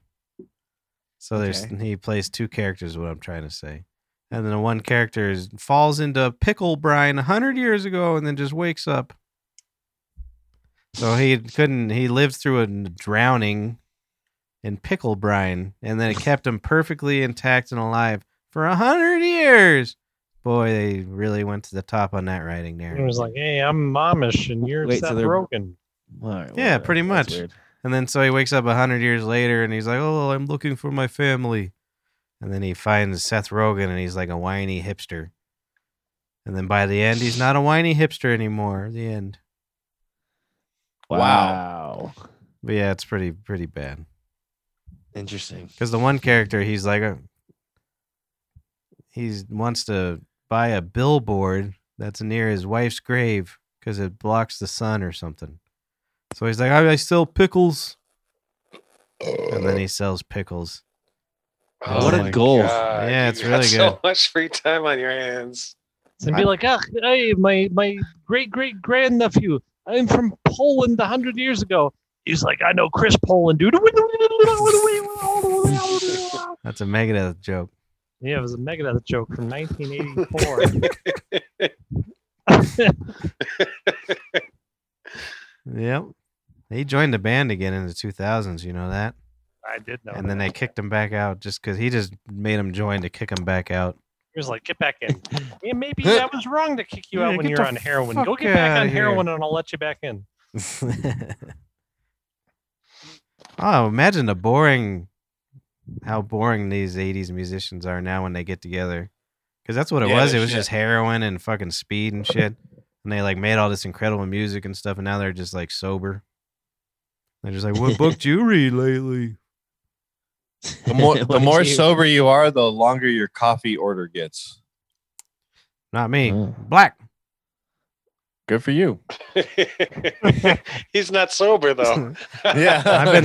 So there's he plays two characters. Is what I'm trying to say, and then the one character is, falls into pickle brine a hundred years ago, and then just wakes up. So he couldn't. He lived through a drowning in pickle brine, and then it kept him perfectly intact and alive for a hundred years. Boy, they really went to the top on that writing there.
It was like, hey, I'm Amish, and you're
Wait, so
Seth
they're-
Rogen.
All right,
Yeah,
that-
pretty
that's
much.
weird.
And then so he wakes up a hundred years later and he's like, Oh, I'm looking for my family. And then he finds Seth Rogen and he's like a whiny hipster. And then by the end, he's not a whiny hipster anymore. The end.
Wow.
But yeah, it's pretty pretty bad.
Interesting.
Because the one character, he's like a he wants to buy a billboard that's near his wife's grave because it blocks the sun or something. So he's like, I, I sell pickles, and then he sells pickles.
Oh What a
my
goal.
God,
Yeah,
you
it's
got
really
So
good.
much free time on your hands.
and be like, ah, hey, my my great great grandnephew, I'm from Poland a hundred years ago. He's like, I know Chris Poland, dude. yeah,
That's a Megadeth joke.
it was a Megadeth joke from 1984.
Yep. He joined the band again in the 2000s. You know that.
I did know.
and then
that.
they kicked him back out just because he just made him join to kick him back out.
He was like, get back in. Yeah, maybe I was wrong to kick you
Yeah,
out when
get
you're
the
on heroin. Go
fuck
get back
outta
on
here.
heroin and I'll let you back in.
oh, imagine the boring, how boring these 80s musicians are now when they get together. Because that's what it
Yeah,
was.
no
It was
shit.
just heroin and fucking speed and shit. And they like made all this incredible music and stuff. And now they're just like sober. They're just like, what book do you read lately?
The more,
What
the
is
more
he-
sober you are, the longer your coffee order gets.
Not me.
Oh.
Black.
Good for you.
He's not sober though.
Yeah,
I've been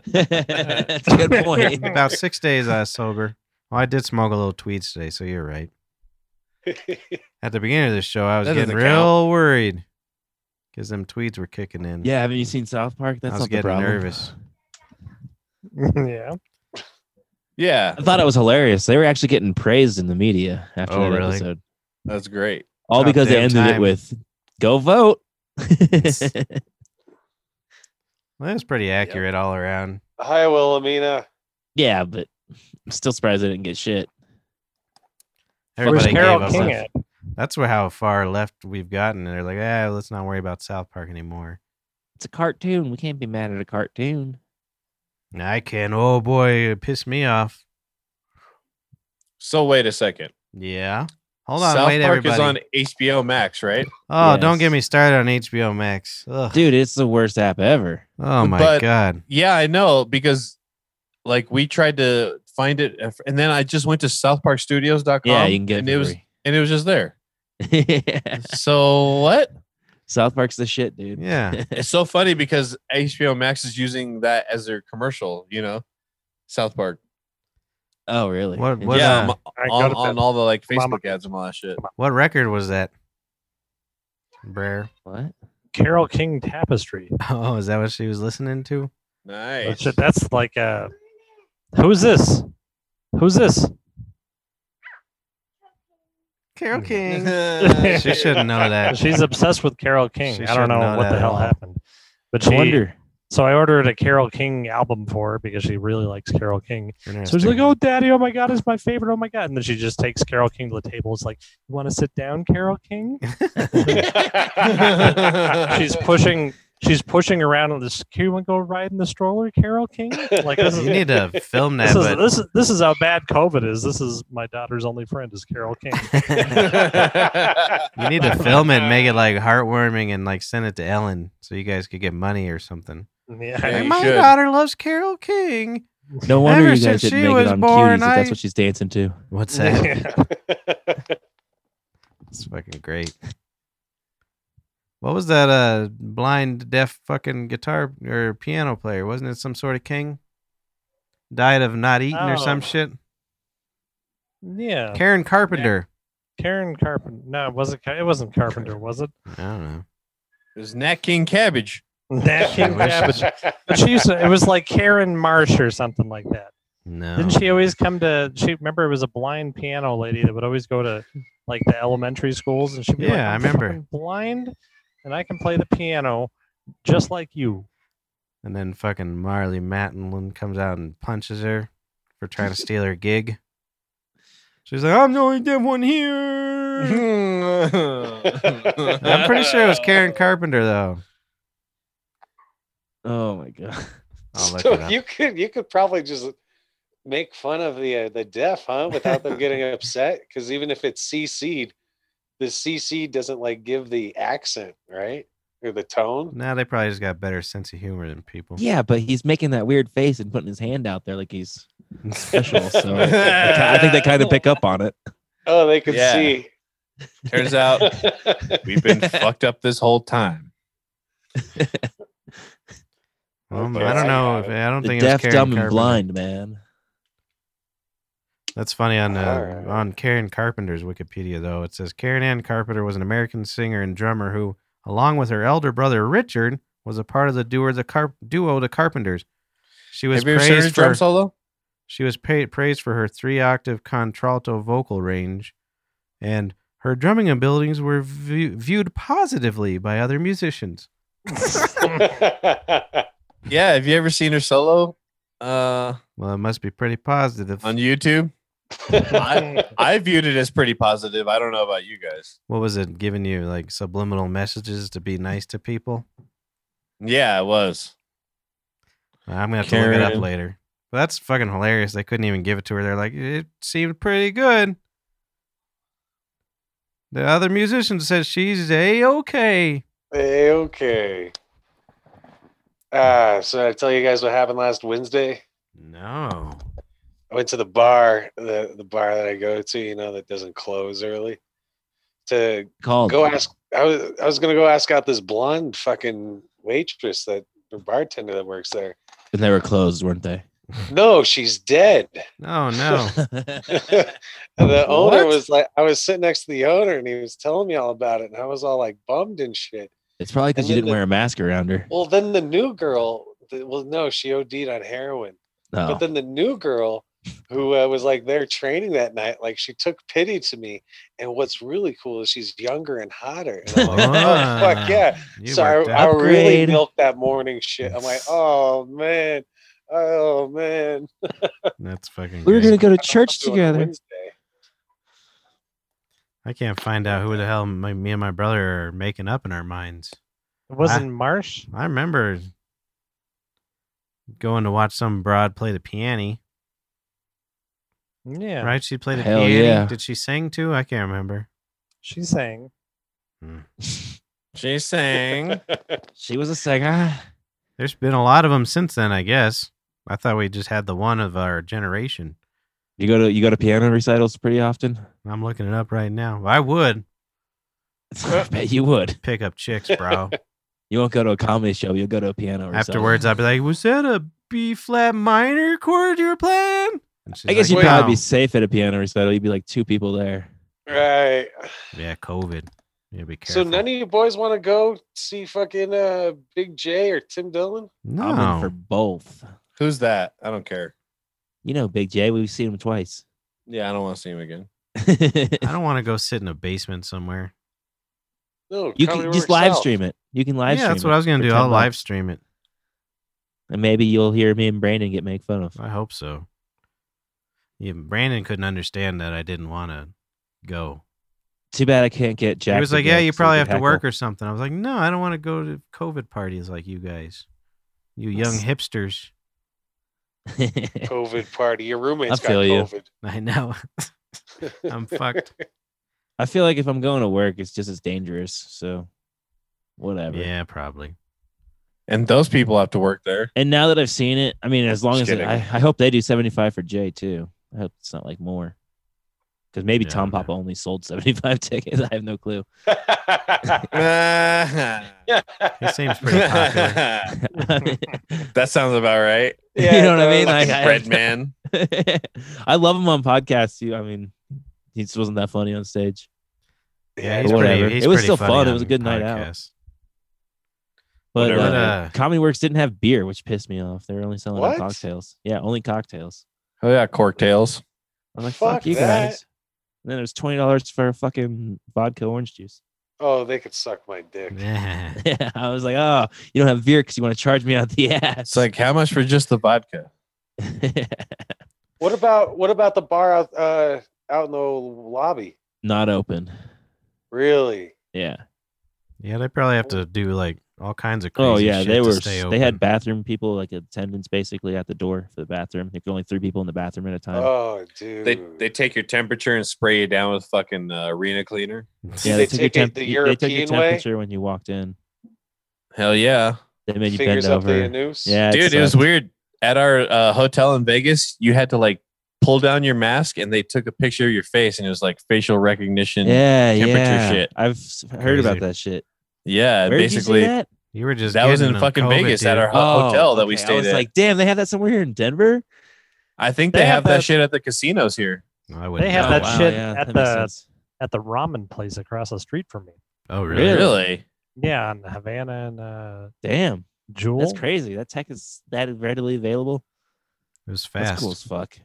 sober.
That's a good point.
About six days I was sober. Well, I did smoke a little tweeds today, so you're right. At the beginning of this show, I was
That doesn't
getting real worried because them tweeds were kicking in.
Yeah, haven't you seen South Park? That's
I was
not
getting
the problem.
nervous.
yeah.
Yeah,
I thought it was hilarious. They were actually getting praised in the media after
Oh,
that
really?
episode,
that's great.
all
Top
because they
damn
ended it
time.
with "Go vote."
Well, it was pretty accurate all around.
Hi, Wilhelmina.
yeah, but I'm still surprised I didn't get shit.
Where's
Everybody
Carol
gave
King
up.
at?
That's where how far left we've gotten. And they're like, ah, let's not worry about South Park anymore.
It's a cartoon. We can't be mad at a cartoon.
And I can. Oh boy, it pissed me off.
So wait a second.
Yeah. Hold on,
South
wait,
Park
everybody.
is on HBO Max, right?
oh, don't
Yes.
get me started on HBO Max. Ugh.
Dude, it's the worst app ever.
Oh my
But-
god.
Yeah, I know because like we tried to find it, and then I just went to SouthParkStudios.com.
Yeah, you can get
and
it,
it
for
was and it was just there.
free.
So what?
South Park's the shit, dude.
Yeah.
It's so funny because HBO Max is using that as their commercial. You know, South Park.
Oh, really?
What- what,
Yeah.
yeah,
uh,
on,
I go
on,
to bed.
on all the like
Mama.
Facebook ads and all that shit.
What record was that? Brer.
What?
Carol King Tapestry.
Oh, is that what she was listening to?
Oh,
Nice.
shit, that's like uh who's this? Who's this?
Carol King.
King.
Uh, she shouldn't know that.
She's obsessed with Carol King.
She
I don't
shouldn't
know,
know
what
that
the
at
hell
all.
happened. But
No
she,
wonder.
so I ordered a Carol King album for her because she really likes Carol King. So she's
Interesting.
like, "Oh, Daddy, oh my God, is my favorite. Oh my God!" And then she just takes Carol King to the table. It's like, "You want to sit down, Carol King?" she's pushing. She's pushing around on this. Can you want to go ride in the stroller, Carol King? Like this is
you need to film that,
this is,
but
this is this is how bad COVID is. This is my daughter's only friend is Carol King.
you need to film it and make it like heartwarming and like send it to Ellen so you guys could get money or something.
yeah,
Yeah,
Like,
you
my
should.
daughter loves Carol King.
No wonder
Ever
you
since
guys didn't
she
make it
was
on
born,
cuties. if
I-
That's what she's dancing to.
What's that? It's fucking great. What was that uh blind deaf fucking guitar or piano player? Wasn't it some sort of king? Died of not eating or
Oh.
some shit?
yeah.
Karen Carpenter.
Karen Carpenter. No, it wasn't. Car- It wasn't Carpenter, was it?
I don't know.
There's Nat King Cabbage.
Nat King
wish-
Cabbage. But she used to, it was like Karen Marsh or something like that.
No.
Didn't she always come to? She remember it was a blind piano lady that would always go to like the elementary schools, and she'd be like,
Yeah, I
"I'm
remember.
fucking blind, and I can play the piano just like you."
And then fucking Marley Matlin comes out and punches her for trying to steal her gig. She's like, I'm the only deaf one here. I'm
I'm
pretty sure it was Karen Carpenter though.
Oh my god.
I'll look
So
Oh
it up.
you could you could probably just
make fun of the uh, the deaf, huh? Without them getting upset, because even if it's CC'd, the CC doesn't like give the accent, right, or the tone.
Now they probably just got better sense of humor than people.
Yeah, but he's making that weird face and putting his hand out there like he's special. So I, ki- I think they kind of pick up on it.
Oh, they could
Yeah.
see.
Turns out we've been fucked up this whole time.
Um,
Okay,
I don't
I
know.
got
If, I don't
The
think it was
deaf,
Karen
dumb, and
Carpenter.
blind man.
That's funny on uh,
Alright.
on Karen Carpenter's Wikipedia though. It says Karen Ann Carpenter was an American singer and drummer who, along with her elder brother Richard, was a part of the duo the Carp- duo the Carpenters. She was
Have you ever seen a
praised
drum
for
solo?
she was pa- praised for her three octave contralto vocal range, and her drumming abilities were view- viewed positively by other musicians.
Yeah. Have you ever seen her solo uh,
Well, it must be pretty positive.
on YouTube? I, I viewed it as pretty positive. I don't know about you guys.
what was it giving you like subliminal messages to be nice to people?
Yeah, it was.
I'm gonna have to look it up
Karen.
later. But that's fucking hilarious. They couldn't even give it to her. They're like, it seemed pretty good. The other musician says she's a okay.
Eh, okay. Ah, so I tell you guys what happened last Wednesday.
No.
I went to the bar, the the bar that I go to, you know, that doesn't close early, to
Called.
go ask. I was I was gonna go ask out this blonde fucking waitress that or bartender that works there.
and they were closed, weren't they?
No, she's dead.
Oh no.
the owner
What?
was like, I was sitting next to the owner and he was telling me all about it, and I was all like bummed and shit.
it's probably because
And
you
then
didn't
the-
wear a mask around her.
Well, then the new girl, the, well, no, she OD'd on heroin.
No.
Oh.
But then the new girl who uh, was like there training that night, like she took pity to me. And what's really cool is she's younger and hotter. And I'm like, oh,
Ah,
fuck yeah.
you
So
worked
I, I
out.
really
Upgrade.
milked that morning shit. I'm like, oh man. Oh man.
That's fucking
we were
great.
gonna go to
I don't
church
know what I'm doing on
together.
Wednesday.
I can't find out who the hell my, me and my brother are making up in our minds.
It
Ah.
wasn't Marsh.
I remember going to watch some broad play the piano.
Yeah,
Right? She played the
Hell
piano.
yeah.
Did she sing too? I can't remember.
she's saying
She sang.
She was a singer.
There's been a lot of them since then, I guess. I thought we just had the one of our generation.
You go to you go to piano recitals pretty often.
I'm looking it up right now. I would
I bet you would.
pick up chicks, bro.
You won't go to a comedy show. You'll go to a piano recital.
Afterwards, I'd be like, "Was that a B flat minor chord you were playing?" And she's
I guess
like,
you'd probably
"No."
be safe at a piano recital. You'd be like two people there.
Right.
Yeah, COVID. Yeah, be careful.
So none of you boys want to go see fucking uh Big J or Tim Dillon?
no.
I'm in for both.
Who's that? I don't care.
You know, Big J. We've seen him twice.
Yeah, I don't want to see him again.
I don't want to go sit in a basement somewhere.
No,
you
come
can
to
just
Riverside.
live stream it. You can live
yeah,
stream.
that's what I was gonna
for
do.
10
I'll live
bucks.
stream it.
and maybe you'll hear me and Brandon get made fun of.
I hope so. Yeah, Brandon couldn't understand that I didn't want to go.
Too bad I can't get Jack.
he was
to
like,
go
"Yeah, you
'cause we could
probably have to
heckle."
work or something." I was like, "No, I don't want to go to COVID parties like you guys, you young
Yes.
hipsters."
COVID party. Your roommate's
I feel you.
got
I know
COVID.
I'm fucked.
I feel like if I'm going to work, it's just as dangerous. So, whatever.
yeah, probably.
And those people have to work there.
And now that I've seen it, I mean, as long
Just
as it,
kidding.
I, I hope they do 75 for Jay too. I hope it's not like more. Because maybe
Yeah, I
Tom
don't know.
Papa only sold 75 tickets. I have no clue.
It seems pretty popular.
that sounds about right.
you know what I mean?
no,
Like, I,
Bread man.
I love him on podcasts. too. I mean, he just wasn't that funny on stage.
Yeah,
Yeah,
he's
but
pretty,
whatever.
he's
It was
pretty
still
funny
fun. It
on
was a good night out.
podcasts.
But
Whatever.
uh,
But, uh,
Comedy Works didn't have beer, which pissed me off. They were only selling
What?
cocktails. Yeah, only cocktails.
Oh yeah, corktails.
I was like, fuck,
Fuck
you
that.
guys. And then it was $20 for fucking vodka orange juice.
Oh, they could suck my dick.
Yeah.
Yeah, I was like, oh, you don't have beer because you want to charge me out the ass.
It's like how much for just the vodka?
What about what about the bar out uh out in the lobby?
not open.
Really?
Yeah,
Yeah, they probably have to do like all kinds of crazy
Oh yeah,
shit
they
to
were.
stay
They had
open.
bathroom people like attendants basically at the door for the bathroom. There could only three people in the bathroom at a time.
Oh, dude.
They they take your temperature and spray you down with fucking uh, arena cleaner.
yeah,
they take
took your
it
temp-
the
you- they took your
European way?
temperature when you walked in.
Hell yeah,
They made you
fingers
bend
up the
over.
anus.
Yeah,
dude. It was
sucked.
weird. At our uh, hotel in Vegas, you had to like pull down your mask, and they took a picture of your face, and it was like facial recognition.
Yeah,
temperature
yeah.
shit.
I've s- heard about
Crazy.
that shit.
Yeah,
Where
basically
did you see that? Oh,
You were just
that was
getting them
in fucking
COVID,
Vegas at
dude.
our ho- hotel that we
okay. I
stayed
was
at.
like, damn, they have that somewhere here in Denver.
I think
they
they, have
have
that
a-
shit at the casinos here.
No, I wouldn't
They have
know.
that shit at
that makes
the-
sense.
at the ramen place across the street from me.
Oh really?
Really?
Yeah, on Havana and uh,
Damn,
Jewel.
that's crazy. That tech is that readily available.
It was fast.
That's cool as fuck.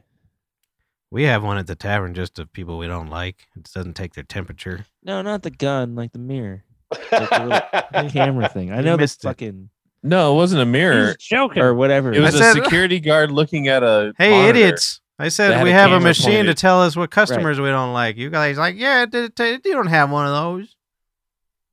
We have one at the tavern just of people we don't like. It doesn't take their temperature.
No, not the gun, like the mirror, the camera thing. I
You
know this
missed it.
fucking
No, it wasn't a mirror.
He's joking.
or whatever.
It was
I
a
said-
security guard looking at a.
Hey
monitor.
idiots! I
They
said
had
we
a
have a
camera
machine to
pointed.
tell us what customers we don't like. You guys like, yeah, it did- it- you don't have one of those.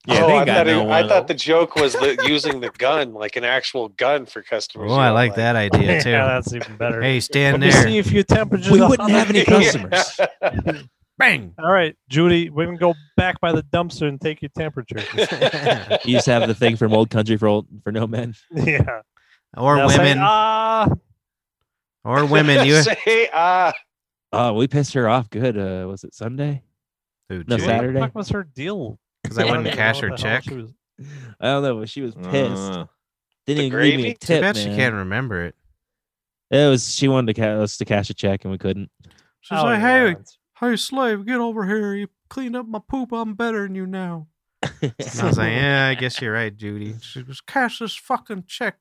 Yeah,
oh,
they
I,
ain't got
thought,
no
it-
one
I
of
thought the
those.
joke was li- using the gun, like an actual gun for customers.
Oh,
you
I
don't
like that idea too.
yeah, that's even better.
hey, stand
Let me
there.
see if your temperature's
we
a
wouldn't
hundred.
have any customers.
Bang.
All right, Judy, we can go back by the dumpster and take your temperature.
you used to have the thing from old country for old for no men.
yeah.
Or
They'll say,
women.
"Ah,
or women. You
say, ah,
Oh, we pissed her off good. Uh, was it Sunday?
Dude,
No,
Judy,
what
Saturday.
the fuck was her deal?
Because I wouldn't
don't
cash
know
her
what the hell
check.
she was-
I don't know, but she was pissed.
Uh,
Didn't
The
even leave me a
gravy?
Too
tip.
bad
man.
she can't remember it.
It was she wanted to ca- us to cash a check and we couldn't.
She's
Oh,
like,
yeah,
hey,
it's-
hey, slave, get over here. You cleaned up my poop. I'm better than you now. And I was like, yeah, I guess you're right, Judy. She goes, cash this fucking check,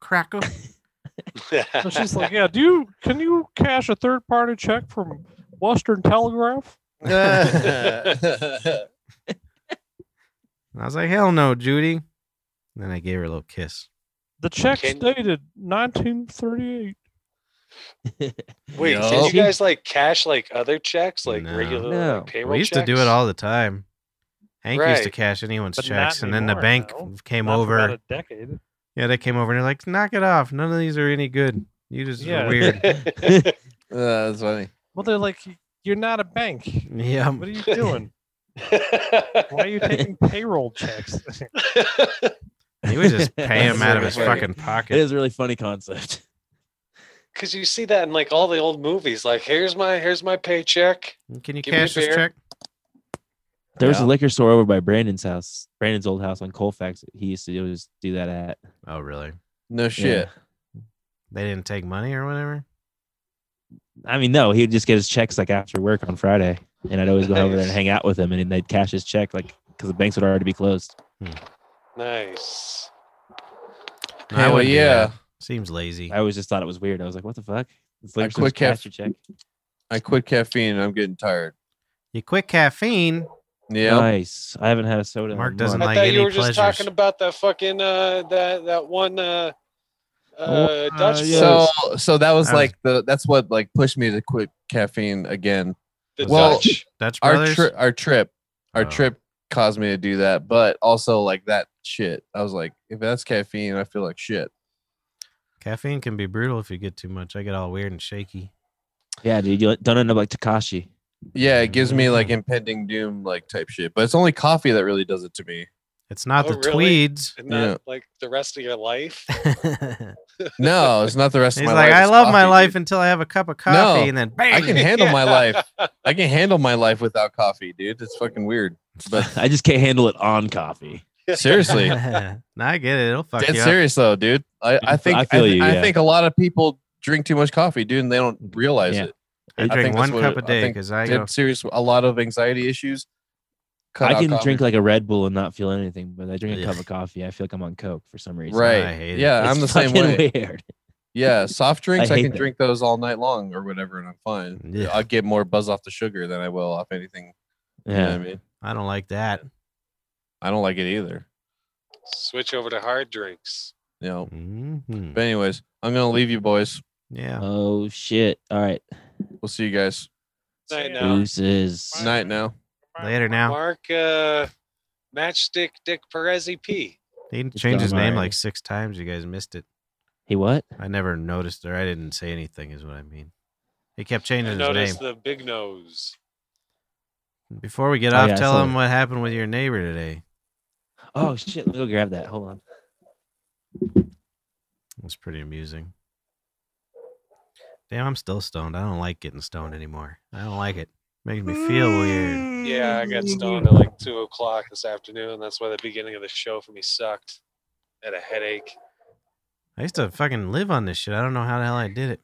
cracker.
So she's like, yeah, do you can you cash a third party check from Western Telegraph?
And I was like, hell no, Judy. And then I gave her a little kiss.
The check's
Can-
dated 1938.
Wait,
No.
did you guys like cash like other checks, like
No.
regular
No.
like, payroll?
we used to do it
checks?
all the time. Hank used to
Right.
cash anyone's
But not
checks, and then the
anymore,
bank
no.
came
Not for
over.
about a decade.
Yeah, they came over and they're like, knock it off. None of these are any good. You just
Yeah.
are weird.
Uh, that's funny.
Well, they're like, you're not a bank.
yeah.
What are you doing? Why are you taking payroll checks?
He would just pay him
That's
out of
really
his
funny.
fucking
It
pocket.
is a really funny concept.
Because you see that in like all the old movies. Like, here's my here's my paycheck.
Can you
Give me a
cash this
beer.
check?
There was a
Yeah.
liquor store over by Brandon's house, Brandon's old house on Colfax. that He used to always do that at.
Oh, really?
No shit.
They didn't take money or whatever?
I mean, no, he would just get his checks like after work on Friday, and I'd always go over there and
Nice.
hang out with him, and then they'd cash his check like because the banks would already be closed.
Nice.
No, I
Hell
wouldn't do
yeah.
that. Seems lazy.
I always just thought it was weird. I was like, what the fuck? This
I
liquor store's
quit caf-
cash your check.
I quit caffeine and I'm getting tired.
You quit caffeine.
Yeah.
Nice. I haven't had a soda. in a
Mark doesn't
month.
I
Like
thought
any
you were just
pleasures.
talking about that fucking uh that that one uh uh
uh,
Dutch
yeah.
so,
So so that was
I was-
like the that's what like pushed me to quit caffeine again.
the
well,
Dutch.
Dutch
Our
Brothers.
trip our trip our
Oh.
trip caused me to do that, but also like that shit. I was like, if that's caffeine, I feel like shit.
Caffeine can be brutal if you get too much. I get all weird and shaky.
Yeah, dude, you don't end up like Takashi.
Yeah, it gives me
Mm.
like impending doom like type shit. But it's only coffee that really does it to me.
It's not
Oh,
the
really?
tweeds.
And not
yeah.
like the rest of your life.
He's
No, it's not the rest of my
like,
life.
I
it's
love
coffee,
my
dude.
life until I have a cup of coffee, and then bang.
I can handle my
Yeah.
life. I can handle my life without coffee, dude. It's fucking weird. But
I just can't handle it on coffee.
seriously,
no, I get it. It'll fuck
dead
you up.
serious though, dude. I, I think I,
I feel
th-
you,
I
yeah.
think a lot of people drink too much coffee, dude, and they don't realize
Yeah.
it.
I
I
drink
think
one
that's what
cup a
it- I
day
think
because I
Dead
go.
serious. A lot of anxiety issues. cut
I
out
can
coffee.
drink like a Red Bull and not feel anything, but I drink a
Yeah.
cup of coffee. I feel like I'm on Coke for some reason.
right.
I hate it.
yeah,
It's
I'm the same way.
fucking Weird.
Yeah, soft drinks. I,
hate
can
that.
drink those all night long or whatever, and I'm fine.
Yeah.
I'll get more buzz off the sugar than I will off anything. You know what
Yeah.
I mean,
I don't like that.
I don't like it either.
Switch over to hard drinks.
You know.
Mhm.
But anyways, I'm gonna leave you boys.
Yeah.
Oh shit. All right.
We'll see you guys.
Night
Yeah.
now.
Deuces.
Night now.
Later now.
Mark uh matchstick Dick Perez P.
He
It's
changed his
John
name
Mayer.
like six times. You guys missed it.
He what?
I never noticed or I didn't say anything is what I mean. He kept
I
changing his name.
noticed the big nose.
Before we get
Oh,
off,
yeah, I
tell
saw
him
that.
what happened with your neighbor today.
Oh shit! Let me go grab that. Hold on.
It was pretty amusing. Damn, I'm still stoned. I don't like getting stoned anymore. I don't like it. Makes me feel weird.
Yeah, I got stoned at like two o'clock this afternoon. That's why the beginning of the show for me sucked. I had a headache.
I used to fucking live on this shit. I don't know how the hell I did it.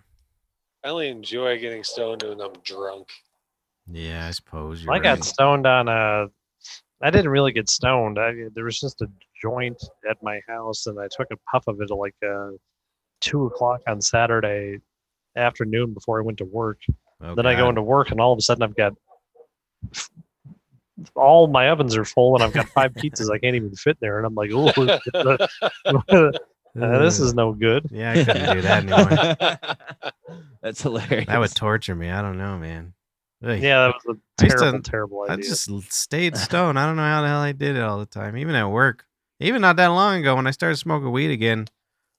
I only enjoy getting stoned when I'm drunk.
Yeah, I suppose you're
I got
right.
stoned on a. I didn't really get stoned. I, there was just a joint at my house, and I took a puff of it at like uh, two o'clock on Saturday afternoon before I went to work.
Oh,
then I go
God.
into work, and all of a sudden I've got all my ovens are full, and I've got five pizzas I can't even fit there, and I'm like, "Ooh, Uh, this is no good."
Yeah, I couldn't do that anymore.
That's hilarious.
That would torture me. I don't know, man. Ugh.
Yeah, that was
I
a
used to-
terrible, terrible
I
idea.
just l- stayed stoned. I don't know how the hell I did it all the time, even at work. Even not that long ago, when I started smoking weed again,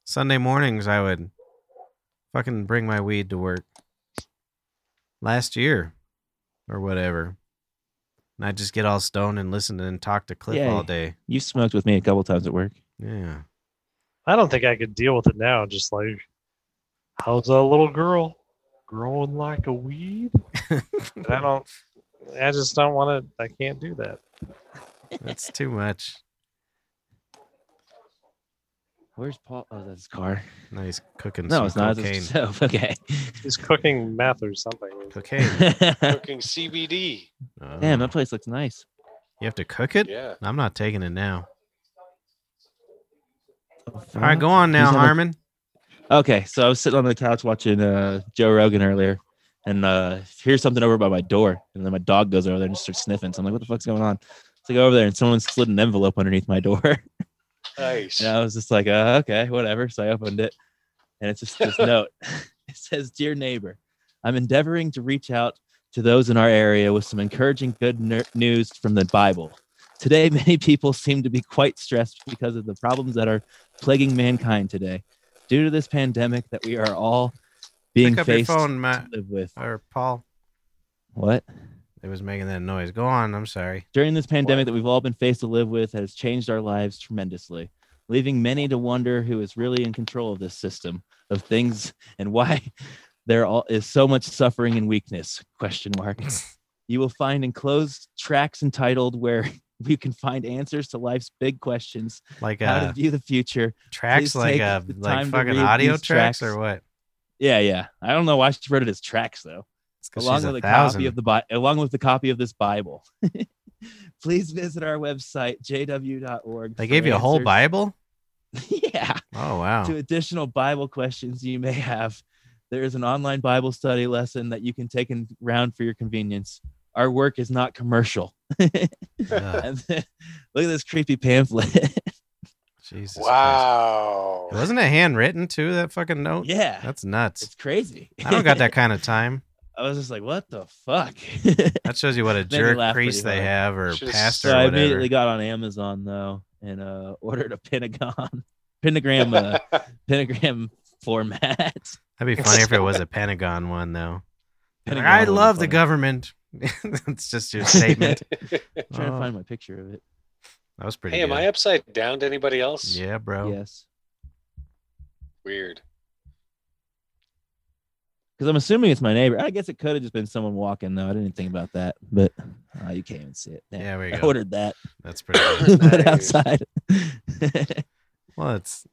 Sunday mornings I would fucking bring my weed to work. Last year, or whatever, and I just get all stoned and listen and talk to Cliff all
Yay.
day.
You smoked with me a couple times at work.
Yeah,
I don't think I could deal with it now. Just like, how's that little girl growing like a weed? And I don't. I just don't want to. I can't do that.
that's too much.
Where's Paul? Oh, that's his car.
Now he's cooking some
No, it's not.
cocaine.
It's himself. Okay.
He's cooking meth or something.
Cocaine.
Cooking CBD.
Oh.
Damn, that place looks nice.
you have to cook it.
Yeah.
I'm not taking it now.
All
All right, go on now,
He's on a-
Harmon.
Okay, so I was sitting on the couch watching uh, Joe Rogan earlier, and uh, hear something over by my door, and then my dog goes over there and just starts sniffing. So I'm like, "What the fuck's going on?" So I go over there, and someone slid an envelope underneath my door.
Nice.
And I was just like, uh, okay, whatever. So I opened it, and it's just this note. It says, "Dear neighbor, I'm endeavoring to reach out to those in our area with some encouraging good ner- news from the Bible. Today, many people seem to be quite stressed because of the problems that are plaguing mankind today, due to this pandemic that we are all being
Pick up your
faced
phone, Matt
to live with.
or Paul.
What?"
It was making that noise. Go on. I'm sorry.
during this pandemic that we've all been faced to live with has changed our lives tremendously, leaving many to wonder who is really in control of this system of things and why there all is so much suffering and weakness. Question mark. you will find enclosed tracks entitled where you can find answers to life's big questions,
Like
how
uh,
to view the future.
tracks,
please
like
take
uh,
the
like
time to
fucking
read
audio
these
tracks,
tracks.
or what?
Yeah, yeah. I don't know why she wrote it as tracks though.
It's 'cause
along
she's
with a,
thousand.
copy of the Bi- along with the copy of this Bible. Please visit our website jw.org.
They
for
gave you a whole
answers.
Bible.
yeah.
Oh wow.
To additional Bible questions you may have, there is an online Bible study lesson that you can take and round for your convenience. Our work is not commercial.
Ugh,
And then- look at this creepy pamphlet.
Jesus. Christ.
Wow.
Wasn't it handwritten too? That fucking note.
yeah,
That's nuts.
it's crazy.
I don't got that kind of time.
I was just like, what the fuck?
That shows you what a
Made me
jerk
laugh pretty
priest they
hard.
have, or
Should've
pastor,
so
or
I
whatever.
immediately got on Amazon though and uh, ordered a pentagon, pentagram, uh, pentagram format.
That'd be funny if it was a Pentagon one though. Like,
Pentagon
I
would be
love the
funny.
government. it's just your statement.
I'm trying
Oh,
to find my picture of it.
that was pretty.
hey, am
good.
I upside down to anybody else?
Yeah, bro.
Yes.
Weird.
Because I'm assuming it's my neighbor. I guess it could have just been someone walking though. I didn't think about that, but uh, you can't even see it. Damn.
Yeah, there you
I
go.
ordered that,
That's pretty. good.
but
Nice.
outside. so
Well, that's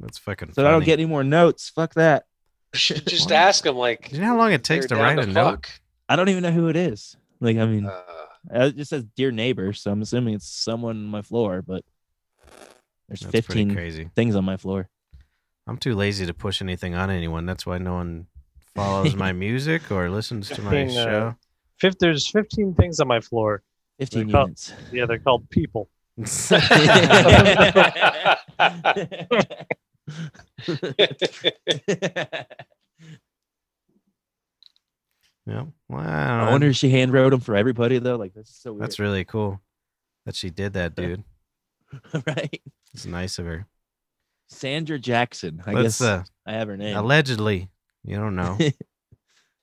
that's fucking.
I don't
funny.
get any more notes. Fuck that.
You should just
Why?
ask him, like,
Do you know how long it takes to
they're down
write a note?
fuck.
I don't even know who it is. Like, I mean,
Uh,
uh, it just says dear neighbor, so I'm assuming it's someone on my floor. But there's
That's pretty
15
crazy.
things on my floor.
I'm too lazy to push anything on anyone. That's why no one follows my music or listens to my
Fucking, uh,
show.
Fif- there's 15 things on my floor.
15
Well,
units.
Yeah, they're called people.
Mm. yeah. Wow.
I wonder if she hand wrote them for everybody though. Like that's so weird.
That's really cool that she did that, dude.
right?
It's nice of her.
Sandra Jackson. I
Let's,
guess
uh,
I have her name.
allegedly. You don't know.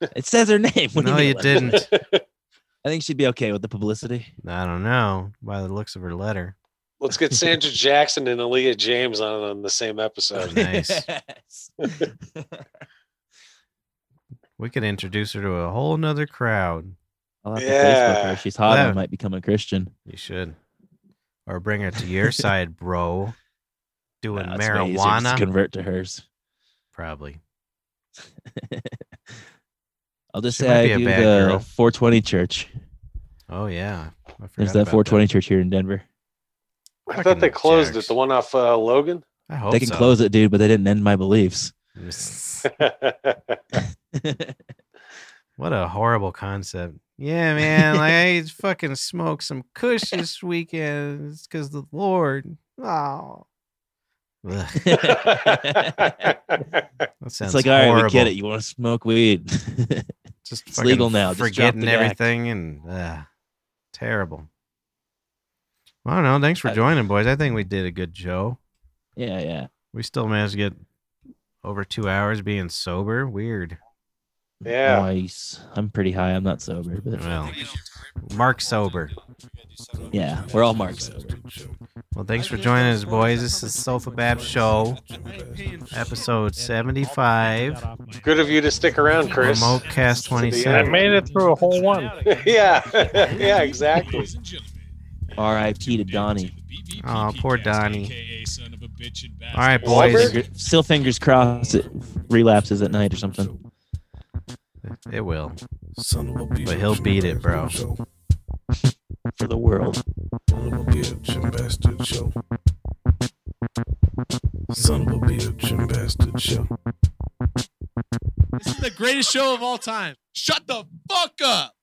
it says her name. What do
no,
mean
you
allegedly?
didn't.
Uh.
I think she'd be okay with the publicity.
I don't know. By the looks of her letter.
Let's get Sandra Jackson and Aaliyah James on, on the same episode.
Nice.
Yes.
We could introduce her to a whole nother crowd.
I'll have to Facebook
Yeah.
her. She's hot. I
Yeah.
might become a Christian.
You should. Or bring her to your side, bro. Doing
Uh, it's way easier just to
marijuana.
convert to hers.
Probably.
I'll just
She might be
say I
a
do the
bad girl.
420 church.
Oh yeah. I
There's
forgot
that
about
420 church here in Denver.
I thought they
Fucking
closed
jacks.
it, the one off uh, Logan.
I hope
they can
so.
close it, dude, but they didn't end my beliefs.
What a horrible concept. Yeah, man. Like I fucking smoked some kush this weekend. It's because the Lord. Oh. Ugh,
That's
that sounds
it's like, all right,
horrible.
we get it. You want to smoke weed?
Just
It's
fucking
legal now. Just drop
Forgetting
the act.
everything and uh, terrible. Well, I don't know. Thanks for
I-
joining, boys. I think we did a good show.
yeah, yeah.
We still managed to get over two hours being sober. Weird.
Yeah.
Nice. I'm pretty high. I'm not sober, but
Well, Mark sober.
yeah, we're all marked sober.
Well, thanks for joining us, boys. This is Sofa Bab Show, episode 75.
good of you to stick around, Chris.
Remote Cast
I
27.
made it through a whole one.
yeah, yeah, exactly.
R.I.P. to Donnie.
Oh, poor Donnie. All right,
Robert?
boys.
Finger- still fingers crossed it relapses at night or something.
It will.
Son of a bitch.
But he'll beat it, bro.
Son of
for the world.
a bitch and bastard show. Son of a bitch and bastard show.
This is the greatest show of all time. Shut the fuck up.